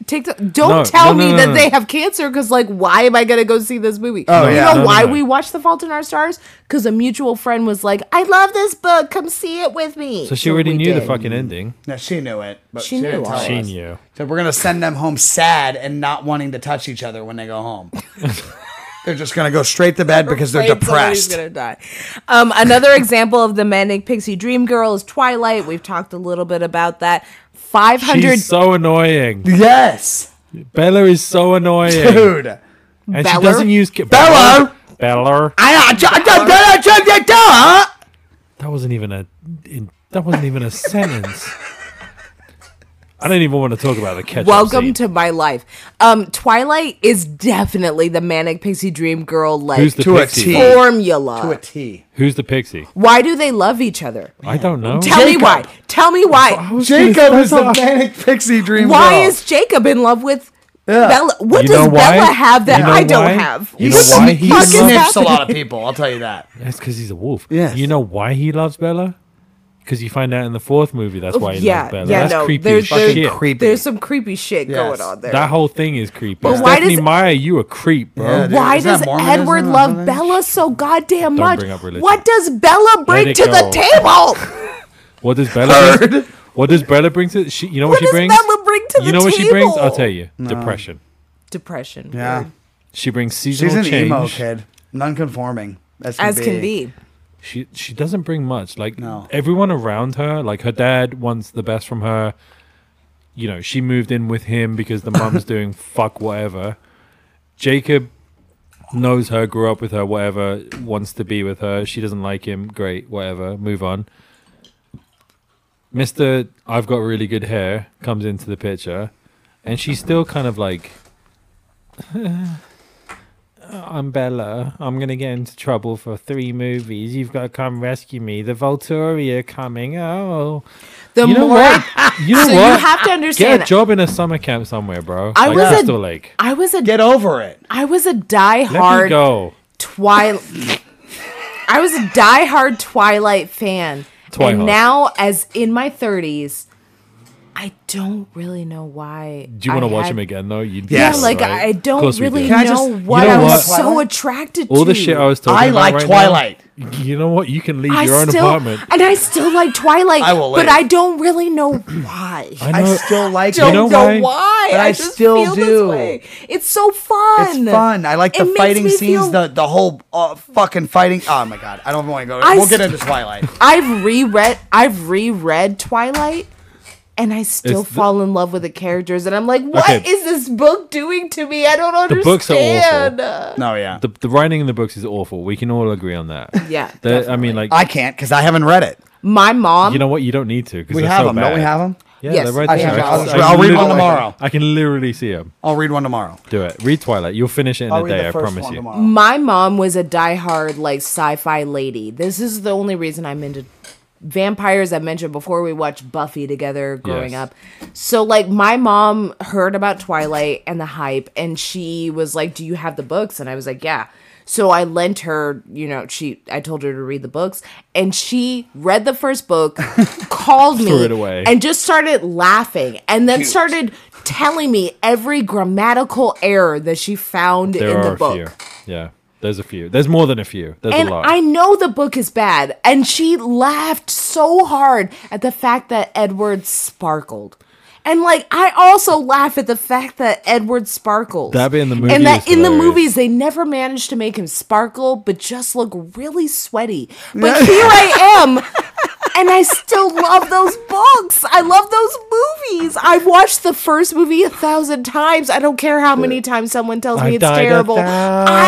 Take the, don't
No,
tell
no, no,
me
no,
that
no.
they have cancer because like why am I gonna go see this movie? Oh, you
yeah.
know
No, no,
why
no.
we watched The Fault in Our Stars? Because a mutual friend was like, I love this book, come see it with me.
So she already
we
knew the
did.
fucking ending.
No, she knew it, but she,
She knew
didn't
it.
tell
She
us.
knew.
So we're gonna send them home sad and not wanting to touch each other when they go home. they're just gonna go straight to bed because they're
afraid somebody's
depressed.
gonna die. Um, another example of the manic pixie dream girl is Twilight. We've talked a little bit about that. Five hundred.
She's so annoying.
Yes,
Bella is so annoying,
dude.
and she
Bella?
doesn't use ki-
Bella?
Bella.
I uh,
That wasn't even a. In, that wasn't even a sentence. I don't even want to talk about the ketchup.
Welcome
scene.
to my life. Um, Twilight is definitely the manic pixie dream girl like
who's the
To a
pixie?
T. to a
formula.
T.
Who's the pixie?
Why do they love each other?
I don't know.
Tell
Jacob.
me why. Tell me why.
Jacob is the
That's all-
manic pixie dream
Why
girl.
is Jacob in love with Bella? What
You
does
know why?
Bella have that
You know
I don't
why?
have?
You
he
know
sn-
why
he
he's
in love?
sniffs a lot of people? I'll tell you that.
That's because he's a wolf.
Yes.
You know why he loves Bella? Because you find out in the fourth movie that's why he
Yeah,
loves Bella.
yeah,
that's
no,
creepy.
there's-
as
there's-
shit.
Fucking creepy.
There's some creepy shit
Yes.
going on there.
That whole thing is creepy.
But why
Stephanie
does-
Meyer, you a creep, bro.
Yeah, dude.
Why
Is that
does
Mormonism or something?
Edward love Bella so goddamn much?
bring up religion.
What does Bella bring
it
to the
go.
table?
What does Bella? Bring, what does Bella bring to? She, you know what,
What
she
does
brings?
Bella bring to
you
the
know what she brings? I'll
table?
tell you. Depression.
Depression.
Yeah,
She brings seasonal
she's an
change.
emo kid, non-conforming as can
As
be.
can be.
She she doesn't bring much. Like
No.
everyone around her, like her dad wants the best from her. You know, she moved in with him because the mum's doing fuck whatever. Jacob knows her, grew up with her, whatever, wants to be with her. She doesn't like him. Great, whatever. Move on. Mr. I've got really good hair comes into the picture and she's still kind of like I'm Bella. I'm gonna get into trouble for three movies. You've got to come rescue me. The Volturi are coming. Oh,
The
you know
more
what? You know
so
what?
you have to
Get
understand.
a job in a summer camp somewhere, bro.
I
like
was a-
Crystal Lake.
I was a
Get over it.
I was a
Let me
diehard
go.
Twilight. I was a diehard Twilight fan,
Twilight.
and now as in my thirties, I don't really know why.
Do you want
I
to watch
had-
him again though?
Yeah,
You did,
Yeah, like
right?
I don't
Of course we
really
did.
Can
know
I just- You
what
know
I
what?
was so
Twilight?
attracted to.
All the shit I was talking
I
about.
like
right now-
Twilight.
you know what? You can leave
I
your own
still,
apartment.
and I still like Twilight,
I will
but
later.
I don't really know why.
I, still like
You
it.
know
don't know
why?
why.
But I still do.
It's so fun.
It's fun. I like
It
the
makes
fighting
me
scenes.
feel-
The the whole uh, fucking fighting. Oh my god, I don't want to go.
I
we'll get
st-
into Twilight.
I've reread. I've reread Twilight. And I still
It's the-
fall in love with the characters, and I'm like, what is
Okay.
this book doing to me? I don't understand.
The books are awful.
No, yeah,
The, the writing in the books is awful. We can all agree on that.
Yeah,
The- I mean, like
I can't because I haven't read it.
My mom.
you know what? You don't need to. 'cause
We
they're
have
so
them, don't we
bad.
have them?
Yeah,
Yes,
they're right
I
there.
have
I can-
them.
I
I'll
can
read one
literally-
tomorrow.
I can literally see them.
I'll read one tomorrow.
Do it. Read Twilight. You'll finish it in
I'll
a
read
day.
the
I
first
promise
one
you.
tomorrow.
My mom was a diehard like sci-fi lady. This is the only reason I'm into vampires. I mentioned before we watched Buffy together growing
Yes.
up. So like my mom heard about Twilight and the hype, and she was like, "Do you have the books?" And I was like, "Yeah." So I lent her, you know, she I told her to read the books, and she read the first book, called me,
Threw it away.
and just started laughing, and then started telling me every grammatical error that she found
There
in
are
the
a
book.
few. Yeah, there's a few. There's more than a few. There's
And
a lot.
I know the book is bad, and she laughed so hard at the fact that Edward sparkled. And like I also laugh at the fact that Edward sparkles.
That bit in the movie
And that
is
in the
hilarious.
movies they never managed to make him sparkle, but just look really sweaty. But here I am, and I still love those books. I love those movies. I've watched the first movie a thousand times. I don't care how many times someone tells me
I
it's
Uh, died a
terrible. I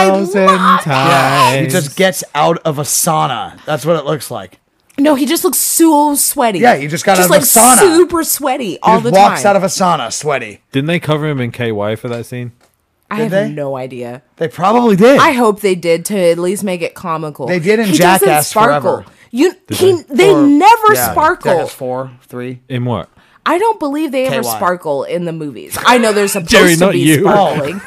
thousand
love
times.
He just gets out of a sauna. That's what it looks like.
No, he just looks so sweaty.
Yeah, he just got out
like
of the sauna.
super sweaty
He
all the
just walks
time.
out of a sauna sweaty.
Didn't they cover him in KY for that scene?
I have
they?
no idea.
They probably did.
I hope they did to at least make it comical.
They did in
He doesn't
Jackass Forever.
You he they
Or-
never
yeah,
sparkle.
Jackass four, three.
In what?
I don't believe they ever
KY.
sparkle in the movies. I know they're supposed
Jerry,
to
not
be
you.
sparkling.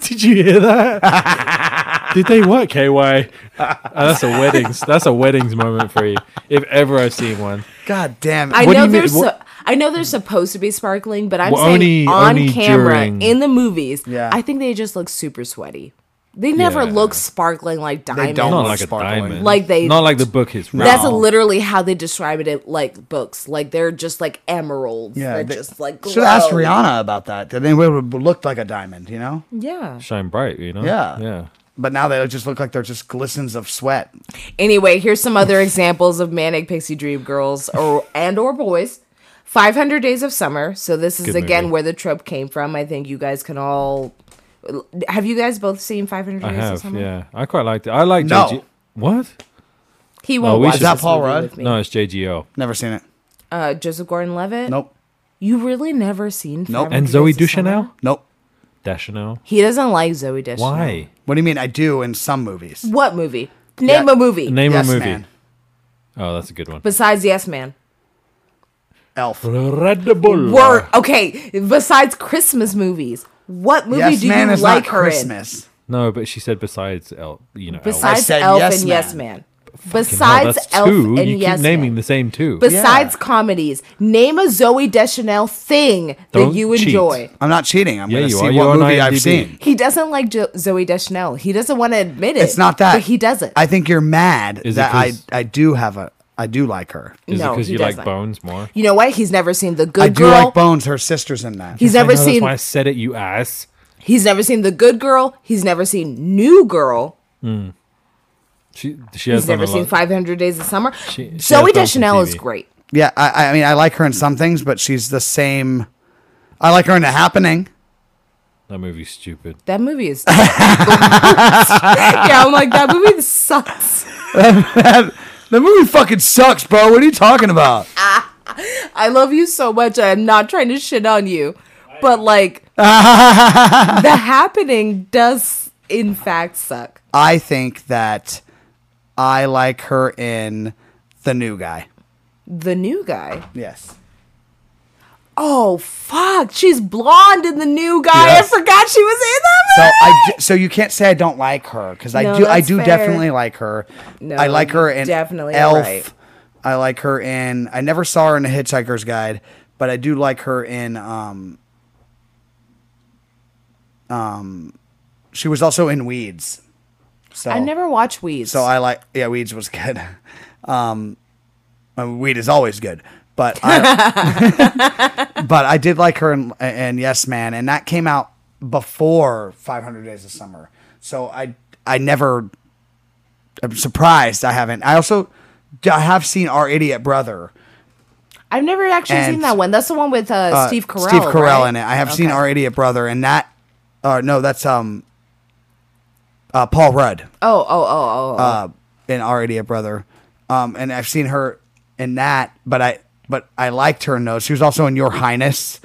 Did you hear that? Did they what? KY? Oh, that's a weddings. That's a weddings moment for you, if ever I've seen one.
God damn it!
I
What do
know
you mean-
they're su-
what-
I know they're supposed to be sparkling, but I'm
Well,
saying
only-
on
only
camera
during-
in the movies,
Yeah.
I think they just look super sweaty. They never
Yeah.
look sparkling like diamonds.
don't.
Not
Almost
like a
sparkling.
diamond.
Like they-
Not like the book is. written.
That's
No.
literally how they describe it, in, like books. Like they're just like emeralds. Yeah,
yeah,
they're just like glow.
should ask Rihanna about that. Then they would have looked like a diamond, you know.
Yeah.
Shine bright, you know.
Yeah.
Yeah.
But now they just look like they're just glistens of sweat.
Anyway, here's some other examples of manic pixie dream girls or and or boys. 500 Days of Summer. So this is
Good
again
movie.
where the trope came from. I think you guys can all. Have you guys both seen 500
I
Days of
have.
Summer?
Yeah. I quite liked it. I like
No.
JG. What?
He won't
Oh, we
watch
should-
this
Is that
Paul
movie
Rudd?
with me.
No, it's JGO.
Never seen it.
Uh, Joseph Gordon-Levitt.
Nope.
You really never seen.
Nope.
500
And Zoe
Days of Summer?
Deschanel.
Nope.
Deschanel.
He doesn't like Zoe Deschanel.
Why?
What do you mean? I do in some movies.
What movie? Name
Yeah.
a movie.
Name
Yes,
a movie.
man.
Oh, that's a good one.
besides Yes Man.
Elf.
Red Bull.
Were okay. Besides Christmas movies, what movie
Yes,
do
man
you
is
like
not
her in?
Christmas.
No, but she said besides El, you know.
I
Besides
said
Elf
Yes Man.
and Yes Man.
El. Wow,
Besides
that's
Elf
two.
and
you
Yes
keep naming
Man.
the same two.
Besides
Yeah.
comedies, name a Zoe Deschanel thing
Don't
that you
cheat.
enjoy.
I'm not cheating. I'm
Yeah,
going
you
to
are.
see
You're
what
on
movie I've
IMDb.
seen.
He doesn't like jo- Zoe Deschanel. He doesn't want to admit it.
It's not that.
but he doesn't.
I think you're mad
Is it
that I
'cause-
I do have a I do like her.
Is it
no,
because
he
you like
doesn't.
bones more?
you know what? He's never seen The Good
I do
Girl.
like Bones. Her sister's in that.
He's
I
never
know, That's
seen.
why I said it, you ass.
He's never seen The Good Girl. He's never seen New Girl.
She, she has
He's
done
never
a
seen
lot-
500 Days of Summer.
She- she has
Zoe
done some
Deschanel is
TV.
great.
Yeah, I, I mean, I like her in some things, but she's the same. I like her in The Happening.
That movie's stupid.
That movie is. yeah, I'm like, that movie sucks.
The movie fucking sucks, bro. What are you talking about?
I love you so much. I'm not trying to shit on you. But, like, The Happening does. in fact suck.
I think that I like her in the new guy.
The new guy.
Yes.
Oh fuck, she's blonde in the new guy.
Yes.
I forgot she was in that.
So I d- so you can't say I don't like her because I
No,
do I
that's
do
fair.
definitely like her.
No,
I like her in
definitely
Elf.
right.
I like her in I never saw her in A Hitchhiker's Guide, but I do like her in um um um, she was also in Weeds. So
I never watch Weeds.
so I like yeah Weeds was good. Um I mean, Weed is always good. But I, but I did like her in, in Yes Man, and that came out before 500 Days of Summer. So I I never I'm surprised I haven't. I also I have seen Our Idiot Brother.
I've never actually
And-
seen that one. That's the one with uh,
uh,
Steve Carell.
Steve Carell
right?
in it. I have seen
Okay.
Our Idiot Brother, and that uh, no, that's um uh, Paul Rudd.
Oh, oh, oh, oh, oh.
uh, in Our Idiot Brother, um, and I've seen her in that. But I but I liked her in those. She was also in Your Highness,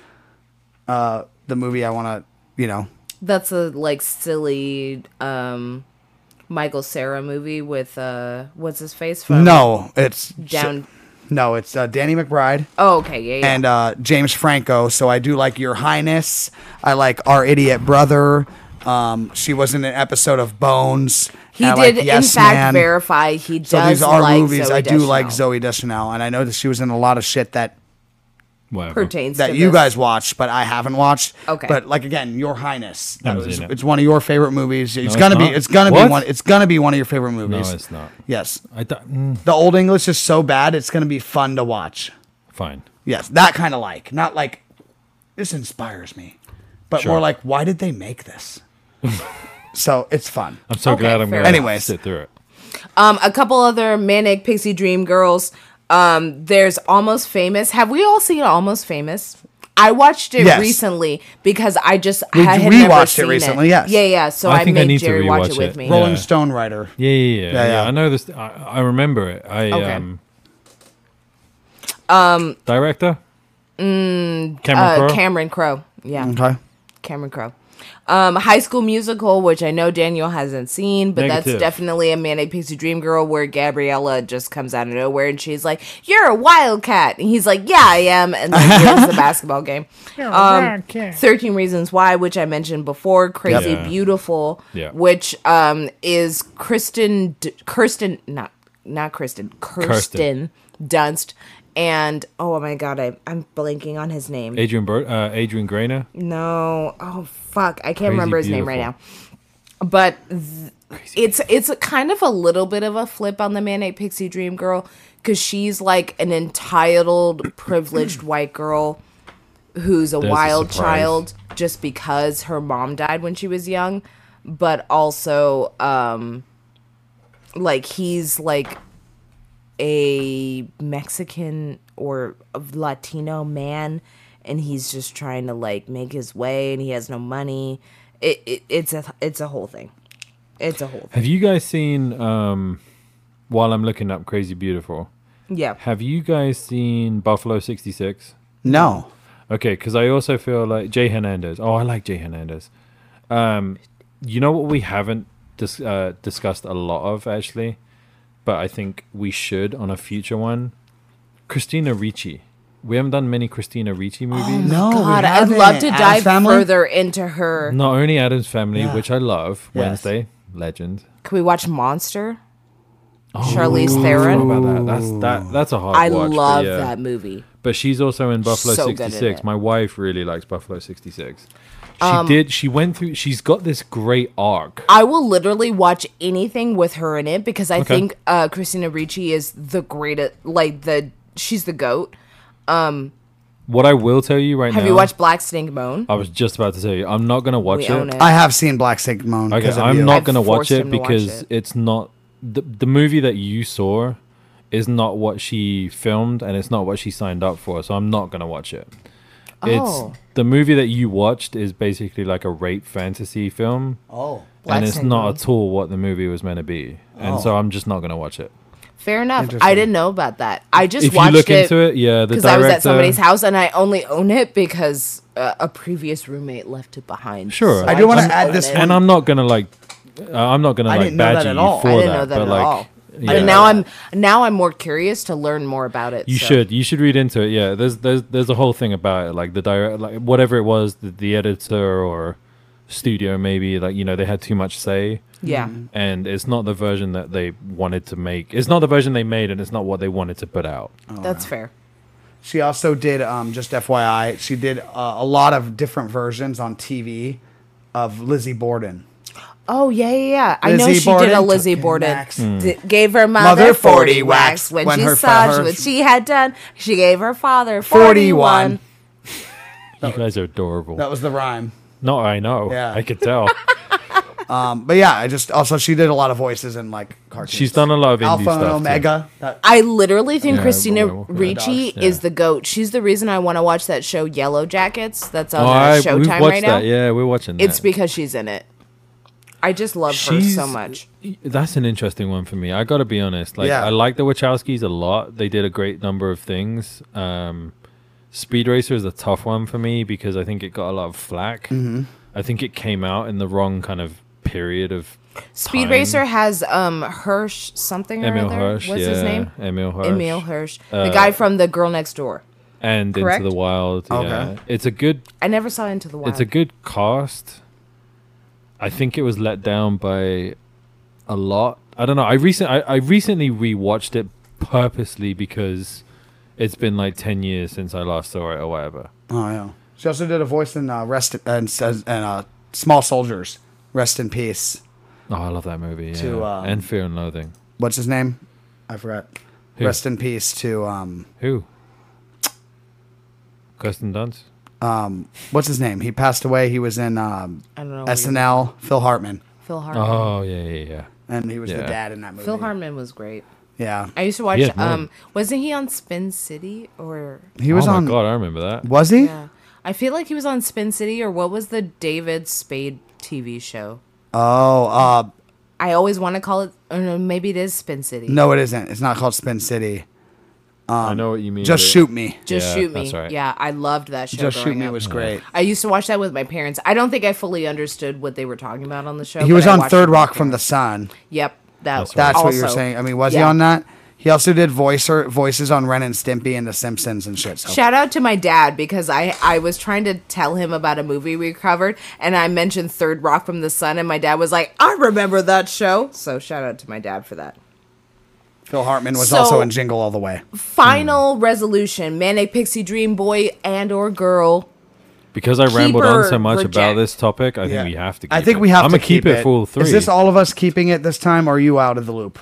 uh, the movie I want to you know.
That's a like silly um Michael Sarah movie with uh what's his face from
No, it's
Down-
No, it's uh, Danny McBride
Oh, okay, yeah, yeah.
and uh, James Franco. So I do like Your Highness. I like Our Idiot Brother. Um, she was in an episode of Bones.
he
and I like
did
Yes
in fact
Man.
verify he does
So these are
like
movies
Zooey
I do like
Deschanel.
Zoe Deschanel, and I know that she was in a lot of shit that
Whatever.
pertains
that
to
you
this.
guys watched, but I haven't watched.
Okay.
But like again, Your Highness, that
Haven't
was-
seen it.
it's one of your favorite movies. It's
it's
gonna be.
not.
It's gonna
What?
be one. It's gonna be one of your favorite
No,
movies.
it's not.
Yes,
I don't- mm,
the old English is so bad. It's gonna be fun to watch.
fine.
Yes, that kind of like, not like this inspires me, but
Sure.
more like, why did they make this? so it's fun.
I'm so
Okay,
glad I'm
fair
going
enough. Anyways.
to sit through it.
Um a couple other Manic Pixie Dream Girls. Um there's Almost Famous. Have we all seen Almost Famous? I watched it
Yes.
recently because I just
We-
I had
we
never
watched it
seen
recently, yes.
Yeah, yeah. So
I
I,
think I
made
need to
Jerry watch
rewatch
it with
it.
me.
Roll-
Rolling
Yeah.
Stone writer.
Yeah, yeah, yeah.
Yeah,
yeah.
yeah.
I know this. I, I remember it. I
Okay.
um. Um. Director. Mm, Cameron
Uh,
Crowe.
Cameron Crowe. Yeah.
Okay.
Cameron Crowe. Um, High School Musical, which I know Daniel hasn't seen, but that's
Negative.
definitely a manic pixie dream girl where Gabriella just comes out of nowhere and she's like, "You're a wildcat," and he's like, "Yeah, I am," and then here's the basketball game. Um, Thirteen Reasons Why, which I mentioned before, Crazy
Yeah.
Beautiful,
Yeah.
which um, is Kristen, D- Kirsten, not not Kristen, Kirsten, Dunst, and oh my god, I, I'm blanking on his name.
Adrian Bur- uh, Adrian Grainer.
No. Oh fuck. I can't remember his name right now.
beautiful.
But th- it's it's a kind of a little bit of a flip on the Manic Pixie Dream Girl cuz she's like an entitled privileged white girl who's a
a
wild
surprise.
child just because her mom died when she was young, but also um like he's like a Mexican or a Latino man, and he's just trying to like make his way, and he has no money. It, it it's a it's a whole thing. It's a whole thing.
Have you guys seen? Um, while I'm looking up Crazy Beautiful,
Yeah.
have you guys seen Buffalo '66?
No.
Okay, because I also feel like Jay Hernandez. Oh, I like Jay Hernandez. Um, you know what we haven't dis- uh, discussed a lot of actually, but I think we should on a future one. Christina Ricci. We haven't done many Christina Ricci movies.
Oh, No. we
God, I'd
haven't.
love to
Addams
dive
Family?
further into her.
Not only Adam's Family,
Yeah.
which I love.
Yes.
Wednesday, Legend.
Can we watch Monster? Charlize Theron.
What about that? That's that. That's a hard
I
watch. but
love
yeah.
that movie.
But she's also in Buffalo
So good at
66.
it. Um,
My wife really likes Buffalo 66. She did. She went through. She's got this great arc.
I will literally watch anything with her in it because I
Okay.
think uh, Christina Ricci is the greatest. Like the she's the goat.
What I will tell you right now.
Have you watched Black Snake Moan?
I was just about to say I'm not gonna watch
We
it.
own it.
I have seen Black Sigmund.
Okay,
of
I'm
you.
not
I've
gonna watch
forced
it
him to watch
because
it.
it's not the the movie that you saw is not what she filmed and it's not what she signed up for. So I'm not gonna watch it.
Oh.
It's the movie that you watched is basically like a rape fantasy film,
Oh.
and it's not
Syndrome.
at all what the movie was meant to be. And so
Oh.
I'm just not gonna watch it.
Fair enough.
Interesting.
I didn't know about that. I just
if
watched
you look
it
into it, yeah, the
because
director.
I was at somebody's house and I only own it because uh, a previous roommate left it behind.
Sure.
So
I
do wanna
just
add
own
this
it.
one-
and I'm not gonna like uh, I'm not gonna
I
like
didn't know that
badger
at
you
all. I
for
I didn't know that
but
at
like,
all.
yeah.
But now I'm now I'm more curious to learn more about it.
You
so.
should. You should read into it. Yeah, there's there's there's a whole thing about it, like the direct, like whatever it was, the, the editor or studio maybe, like you know they had too much say,
Yeah.
Mm-hmm.
and it's not the version that they wanted to make. It's not the version they made, and it's not what they wanted to put out.
Oh,
That's fair.
She also did, um, just FYI, she did uh, a lot of different versions on TV of Lizzie Borden.
Oh yeah, yeah, yeah. I know
Lizzie
she
Borden
did a Lizzie
took an
Borden.
axe.
Hmm.
D- gave her mother, 40 whacks when, she
her
saw
father-
what she had done. She gave her father
41.
41.
You guys are adorable.
That was the rhyme.
No, I know.
Yeah.
I could tell.
Um, but yeah, I just also she did a lot of voices in like cartoons.
She's done a lot of indie
Alpha
stuff,
and
too.
Omega. That-
I literally think
Yeah,
Christina
we're- we're-
Ricci
dogs,
is
yeah.
the goat. She's the reason I want to watch that show Yellow Jackets that's on
Oh,
uh,
I, we've
Showtime
watched
right now.
that. Yeah, we're watching that.
It's because she's in it. I just love
She's-
her so much.
That's an interesting one for me. I got to be honest. Like
Yeah.
I like the Wachowskis a lot. They did a great number of things. Um, Speed Racer is a tough one for me because I think it got a lot of flack. I think it came out in the wrong kind of period of
Speed
time.
Racer has um Hirsch something or
Emil
other.
Hirsch.
What's
yeah.
his name?
Emil Hirsch. Uh,
Emil Hirsch, the guy from The Girl Next Door.
And
correct?
Into the Wild. Yeah. It's a good
I never saw Into the Wild.
It's a good cast. I think it was let down by a lot. I don't know. I recent I, I recently rewatched it purposely because it's been like ten years since I last saw it or whatever.
oh yeah. She also did a voice in uh, Rest and says and uh, Small Soldiers. Rest in peace.
Oh, I love that movie. Yeah.
To, um,
and Fear and Loathing.
What's his name? I forgot.
Who?
Rest in peace to um,
Who? Kirsten Dunst.
um, what's his name? He passed away. He was in um,
I don't know.
SNL. Phil Hartman,
Phil Hartman.
Oh yeah yeah yeah.
and he was the
Yeah.
dad in that movie.
Phil Hartman was great.
Yeah,
I used to watch.
Yeah, no.
um, wasn't he on Spin City or?
he was
oh
on.
my god, I remember that.
Was he?
Yeah, I feel like he was on Spin City or what was the David Spade TV show?
Oh, uh,
I always want to call it. Or no, maybe it is Spin City.
no, it isn't. It's not called Spin City.
I know what you mean.
Just
but-
shoot me.
Just
Yeah,
shoot me.
that's right.
Yeah, I loved that show.
Just shoot
growing
me
up.
was great.
I used to watch that with my parents. I don't think I fully understood what they were talking about on the show.
He
but
was
I
on
watched
Third
it with my
Rock from the
parents.
Sun.
Yep, that,
That's right.
That's what you were
also-
saying. I mean, was he
Yeah.
on that? He also did voicer voices on Ren and Stimpy and The Simpsons and shit. So
Shout out to my dad because I, I was trying to tell him about a movie we covered and I mentioned Third Rock from the Sun and my dad was like, I remember that show. So shout out to my dad for that.
Phil Hartman was
So-
also in Jingle All the Way.
Final
Hmm.
resolution, manic pixie dream boy and or girl.
Because I rambled
Keep
on
or
so much about
reject?
this topic, I
Yeah.
think we have to. Keep
I think
it.
we have
I'm
to
gonna keep, it for all three.
Is this all of us keeping it this time, or are you out of the loop?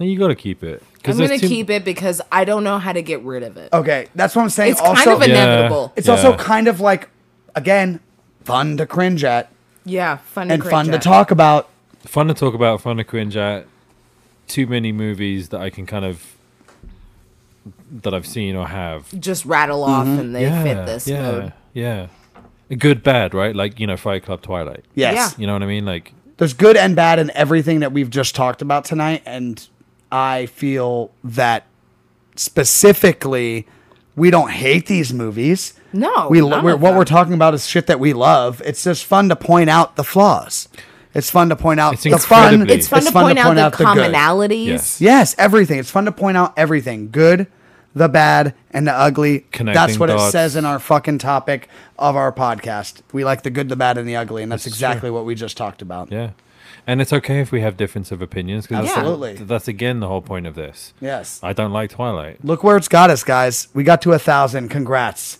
No, you got to keep it.
I'm gonna keep it because I don't know how to get rid of it.
Okay, that's what I'm saying.
It's
Oh, also,
kind of
Yeah.
inevitable.
it's also
Yeah.
kind of like, again, fun to cringe at
Yeah, fun
and
to
fun
cringe
to
at.
talk about.
fun to talk about, fun to cringe at. Too many movies that I can kind of that I've seen or have.
Just rattle off
Mm-hmm.
and they
yeah,
fit this
yeah,
mode.
yeah. Good, bad, right? Like you know, Fight Club, Twilight.
Yes,
You know what I mean? Like
there's good and bad in everything that we've just talked about tonight and i feel that specifically we don't hate these movies
No,
we
none
we're,
of
what
them.
we're talking about is shit that we love it's just fun to point out the flaws it's fun to point out
It's
the fun
incredibly-
It's fun to point, out, the,
good.
commonalities.
yes,
yes everything it's fun to point out everything good the bad and the ugly that's
Connecting
what it
dots.
says in our fucking topic of our podcast we like the good the bad and the ugly and that's
It's true.
exactly what we just talked about
yeah. And it's okay if we have difference of opinions because
Absolutely.
that's, again the whole point of this.
yes
I don't like Twilight.
Look where it's got us, guys. We got to a thousand. Congrats.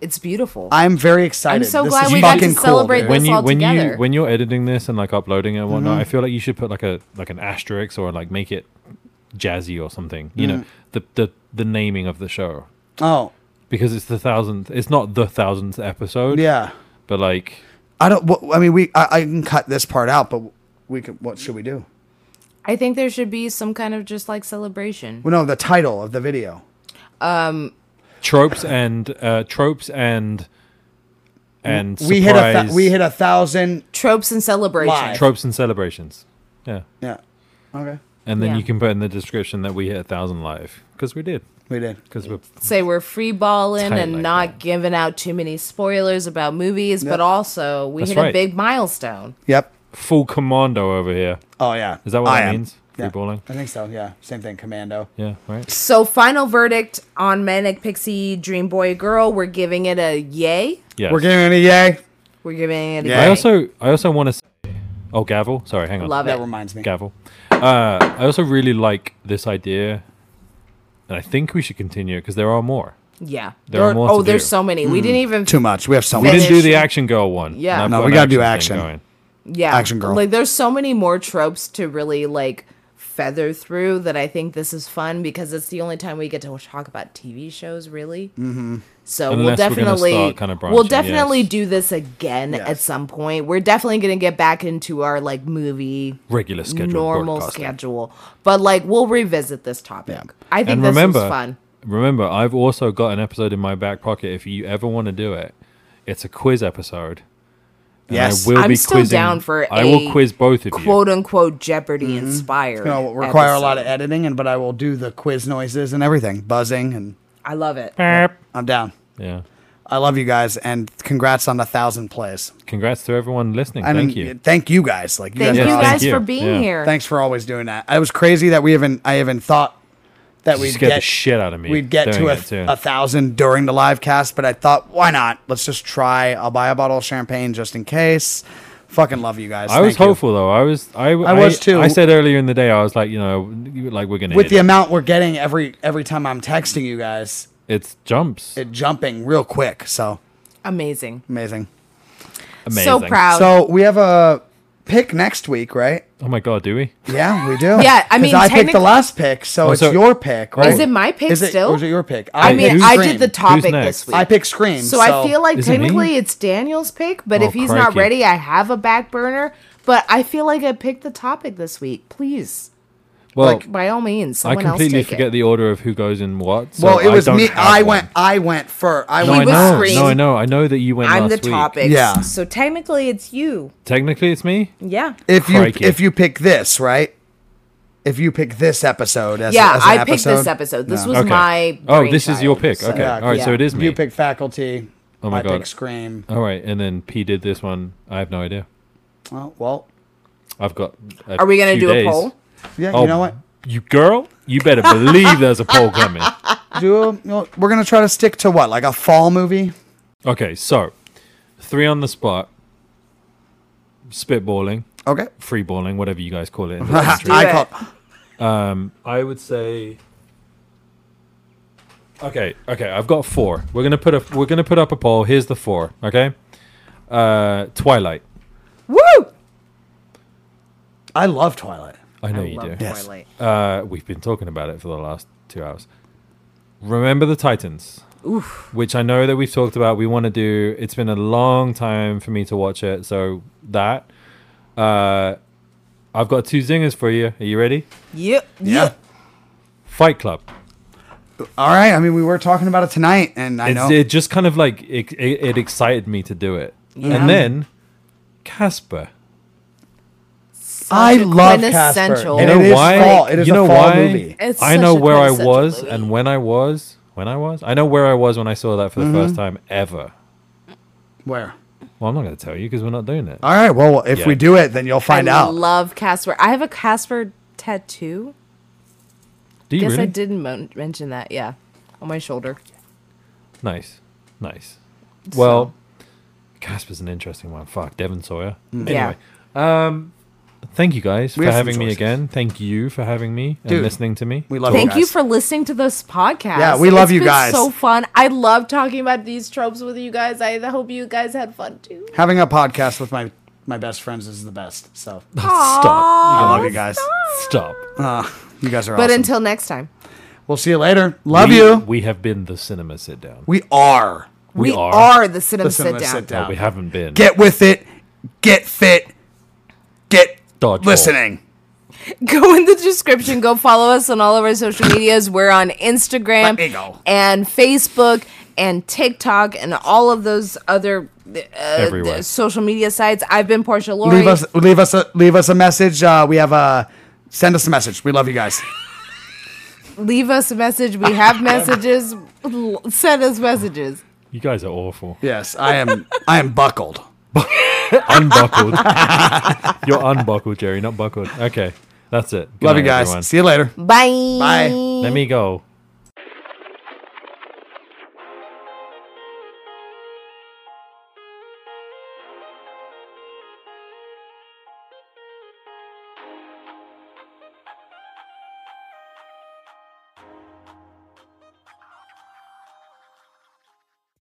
It's beautiful.
I'm very excited.
I'm so
This
glad
is
we got to
fucking cool,
celebrate
dude.
this. all
when
together.
you when you're editing this and like uploading it and whatnot,
Mm-hmm.
I feel like you should put like a like an asterisk or like make it jazzy or something.
Mm.
You know, the the the naming of the show
Oh,
because it's the thousandth. It's not the thousandth episode.
yeah.
but like
I don't, wha- I mean, we, I, I can cut this part out, but we could, what should we do?
I think there should be some kind of just like celebration.
Well, no, the title of the video.
tropes and uh tropes and and
We hit, a
surprise,
th- we hit a thousand.
Tropes and celebration.
Live.
tropes and celebrations. Yeah,
Yeah. Okay.
and then
Yeah.
you can put in the description that we hit a thousand live because we did
We did.
because we're
Say we're free balling
Tight
and
like
not
that.
giving out too many spoilers about movies, but also we
That's
hit a
right.
big milestone.
Yep.
full commando over here.
Oh yeah.
Is that what
I
that
am.
means? Free
Yeah.
balling?
I think so. Yeah. Same thing. Commando.
Yeah, right.
So final verdict on Manic Pixie Dream Boy Girl. We're giving it a yay.
Yes.
We're giving it a yay.
We're giving it a
Yeah.
I
yay.
also I also want to say Oh, Gavel. Sorry, hang on.
love
That
it.
reminds me.
Gavel. Uh, I also really like this idea and I think we should continue because there are more.
Yeah.
There are more
oh,
to
there's
do.
so many. We didn't even.
Too much. We have so
We
much.
didn't do the
Finish.
action girl one.
Yeah.
and I've
No,
got
we
an
gotta do
thing
action.
going.
yeah.
Action Girl.
Like there's so many more tropes to really like feather through that I think this is fun because it's the only time we get to talk about TV shows really. Mm-hmm. So we'll
Unless we're gonna
definitely
start kinda
we'll
branching,
definitely
yes.
do this again
Yes.
at some point. We're definitely gonna get back into our like movie
Regular schedule.
normal schedule, but like we'll revisit this topic.
Yeah.
I think
and
this
remember,
was fun.
remember, I've also got an episode in my back pocket. If you ever want to do it, it's a quiz episode. And
Yes.
I will
I'm
be
still
quizzing,
down for
I
a
will quiz both of you.
Quote unquote Jeopardy inspired.
You know, Mm-hmm. require a lot
episode.
of editing, and but I will do the quiz noises and everything, buzzing, and
I love it.
I'm down.
Yeah.
I love you guys, and congrats on the thousand plays.
Congrats to everyone listening.
I mean,
Thank you.
thank you guys. Like, you
Thank
guys
Yes,
are
you
awesome.
guys
you.
for being
Yeah.
here.
Thanks for always doing that. It was crazy that we even I even thought that
You
we'd
scared
get
the shit out of me.
We'd get to
doing
a,
it, too.
a thousand during the live cast, but I thought, why not? Let's just try. I'll buy a bottle of champagne just in case. Fucking love you guys.
I was
Thank you.
hopeful though. I was. I, I
was, too.
I said earlier in the day, I was like, you know, you- like we're gonna
with
hit
the
it.
amount we're getting every every time I'm texting you guys.
It's jumps.
It jumping real quick. So
Amazing.
amazing.
Amazing.
So proud.
So we have a pick next week, right?
Oh my god, do we?
Yeah, we do.
Yeah, I
'Cause
mean,
I picked the
technic-
last pick, so
Oh,
it's
so-
your pick, right?
Is it my pick
Is it-
still?
Or is it your pick?
I
Wait,
mean,
who's
I
Scream.
did the topic
next?
this week.
I picked Scream.
so I feel like
Is it me?
technically it's Daniel's pick, but
Oh,
if he's not
crikey.
ready, I have a back burner. But I feel like I picked the topic this week. Please,
Well,
like by all means,
I
someone
completely
else take
forget
it.
the order of who goes in what. so
well, it
I
was
don't
me.
have
I
one.
went. I went first. I
No,
went
I know.
first.
Scream.
No, I know. I know that you went
I'm
last
the
week.
topic.
Yeah.
So technically, it's you.
Technically, it's me.
Yeah.
If you
Crikey.
if you pick this right, if you pick this episode as
yeah,
as an
I picked this episode. This was
Okay.
my.
oh, this is your
brainchild,
pick.
so-
Okay. All right. So
yeah.
it is me.
You pick faculty.
Oh my
I
God.
pick Scream.
All right, and then P did this one. I have no idea.
Oh, well,
I've got. a
Are we gonna
few
do a
days.
poll?
yeah.
Oh,
You know what?
You girl, you better believe there's a poll coming.
Do a, you know, we're gonna try to stick to what like a fall movie.
Okay, so three on the spot, spitballing,
Okay.
free balling, whatever you guys call it. in this country.
I
it.
call,
I would say. Okay, okay, I've got four. We're gonna put up. We're gonna put up a poll. Here's the four. Okay, uh, Twilight.
Woo!
I love Twilight.
I know
I
you do.
love
Yes.
Twilight.
Uh, we've been talking about it for the last two hours. Remember the Titans, which I know that we've talked about. We want to do. It's been a long time for me to watch it, so that. Uh, I've got two zingers for you. Are you ready?
Yep.
Yeah.
Fight Club.
All right. I mean, we were talking about it tonight, and I
It's,
know.
it just kind of like it, it, it excited me to do it,
Yeah.
and then Casper.
I
Such a
love
quintessential-
Casper.
You
And
know
it is
why?
fall. It is
you know
a fall
why?
movie.
It's
I
such
know
a
where I
quintessential
was
movie.
and when I was. When I was, I know where I was when I saw that for
Mm-hmm.
the first time ever.
Where?
Well, I'm not going to tell you because we're not doing it.
All right. Well, if
Yeah.
we do it, then you'll find
I
out.
love Casper. I have a Casper tattoo.
Do you
Guess
really?
I didn't mon- mention that. Yeah, on my shoulder.
Nice, nice. Well, Casper's an interesting one. Fuck, Devon Sawyer. um,
Yeah.
Thank you guys
Mm. We have
for
some
having me
choices.
again. Thank you for having me
Dude.
and listening to me.
we love.
Thank
you,
you
guys.
for listening to this podcast.
Yeah, we love
It's
you
been
guys.
So fun. I love talking about these tropes with you guys. I hope you guys had fun too.
having a podcast with my my best friends is the best. So
Stop.
I love you guys.
Stop.
Uh, you guys are
But
awesome.
until next time,
we'll see you later. Love
We-
you.
We have been the cinema sit down.
We are.
We,
are, the cinema,
The Cinema
sit down.
Sit Down.
No, we haven't been.
Get with it. Get fit. Get
Dodgeball.
listening.
Go in the description. Go follow us on all of our social medias. We're on
Let
Instagram
me go.
and Facebook and TikTok and all of those other
everywhere.
uh, social media sites. I've been Portia Lori.
Leave us leave us a leave us a message. Uh, we have a send us a message. We love you guys.
leave us a message. We have messages. L- Send us messages.
You guys are awful.
Yes, I am I am buckled.
unbuckled. You're unbuckled, Jerry, not buckled. Okay, that's it. Good
Love you
night,
guys.
everyone.
See you later.
Bye.
Bye.
Let me go.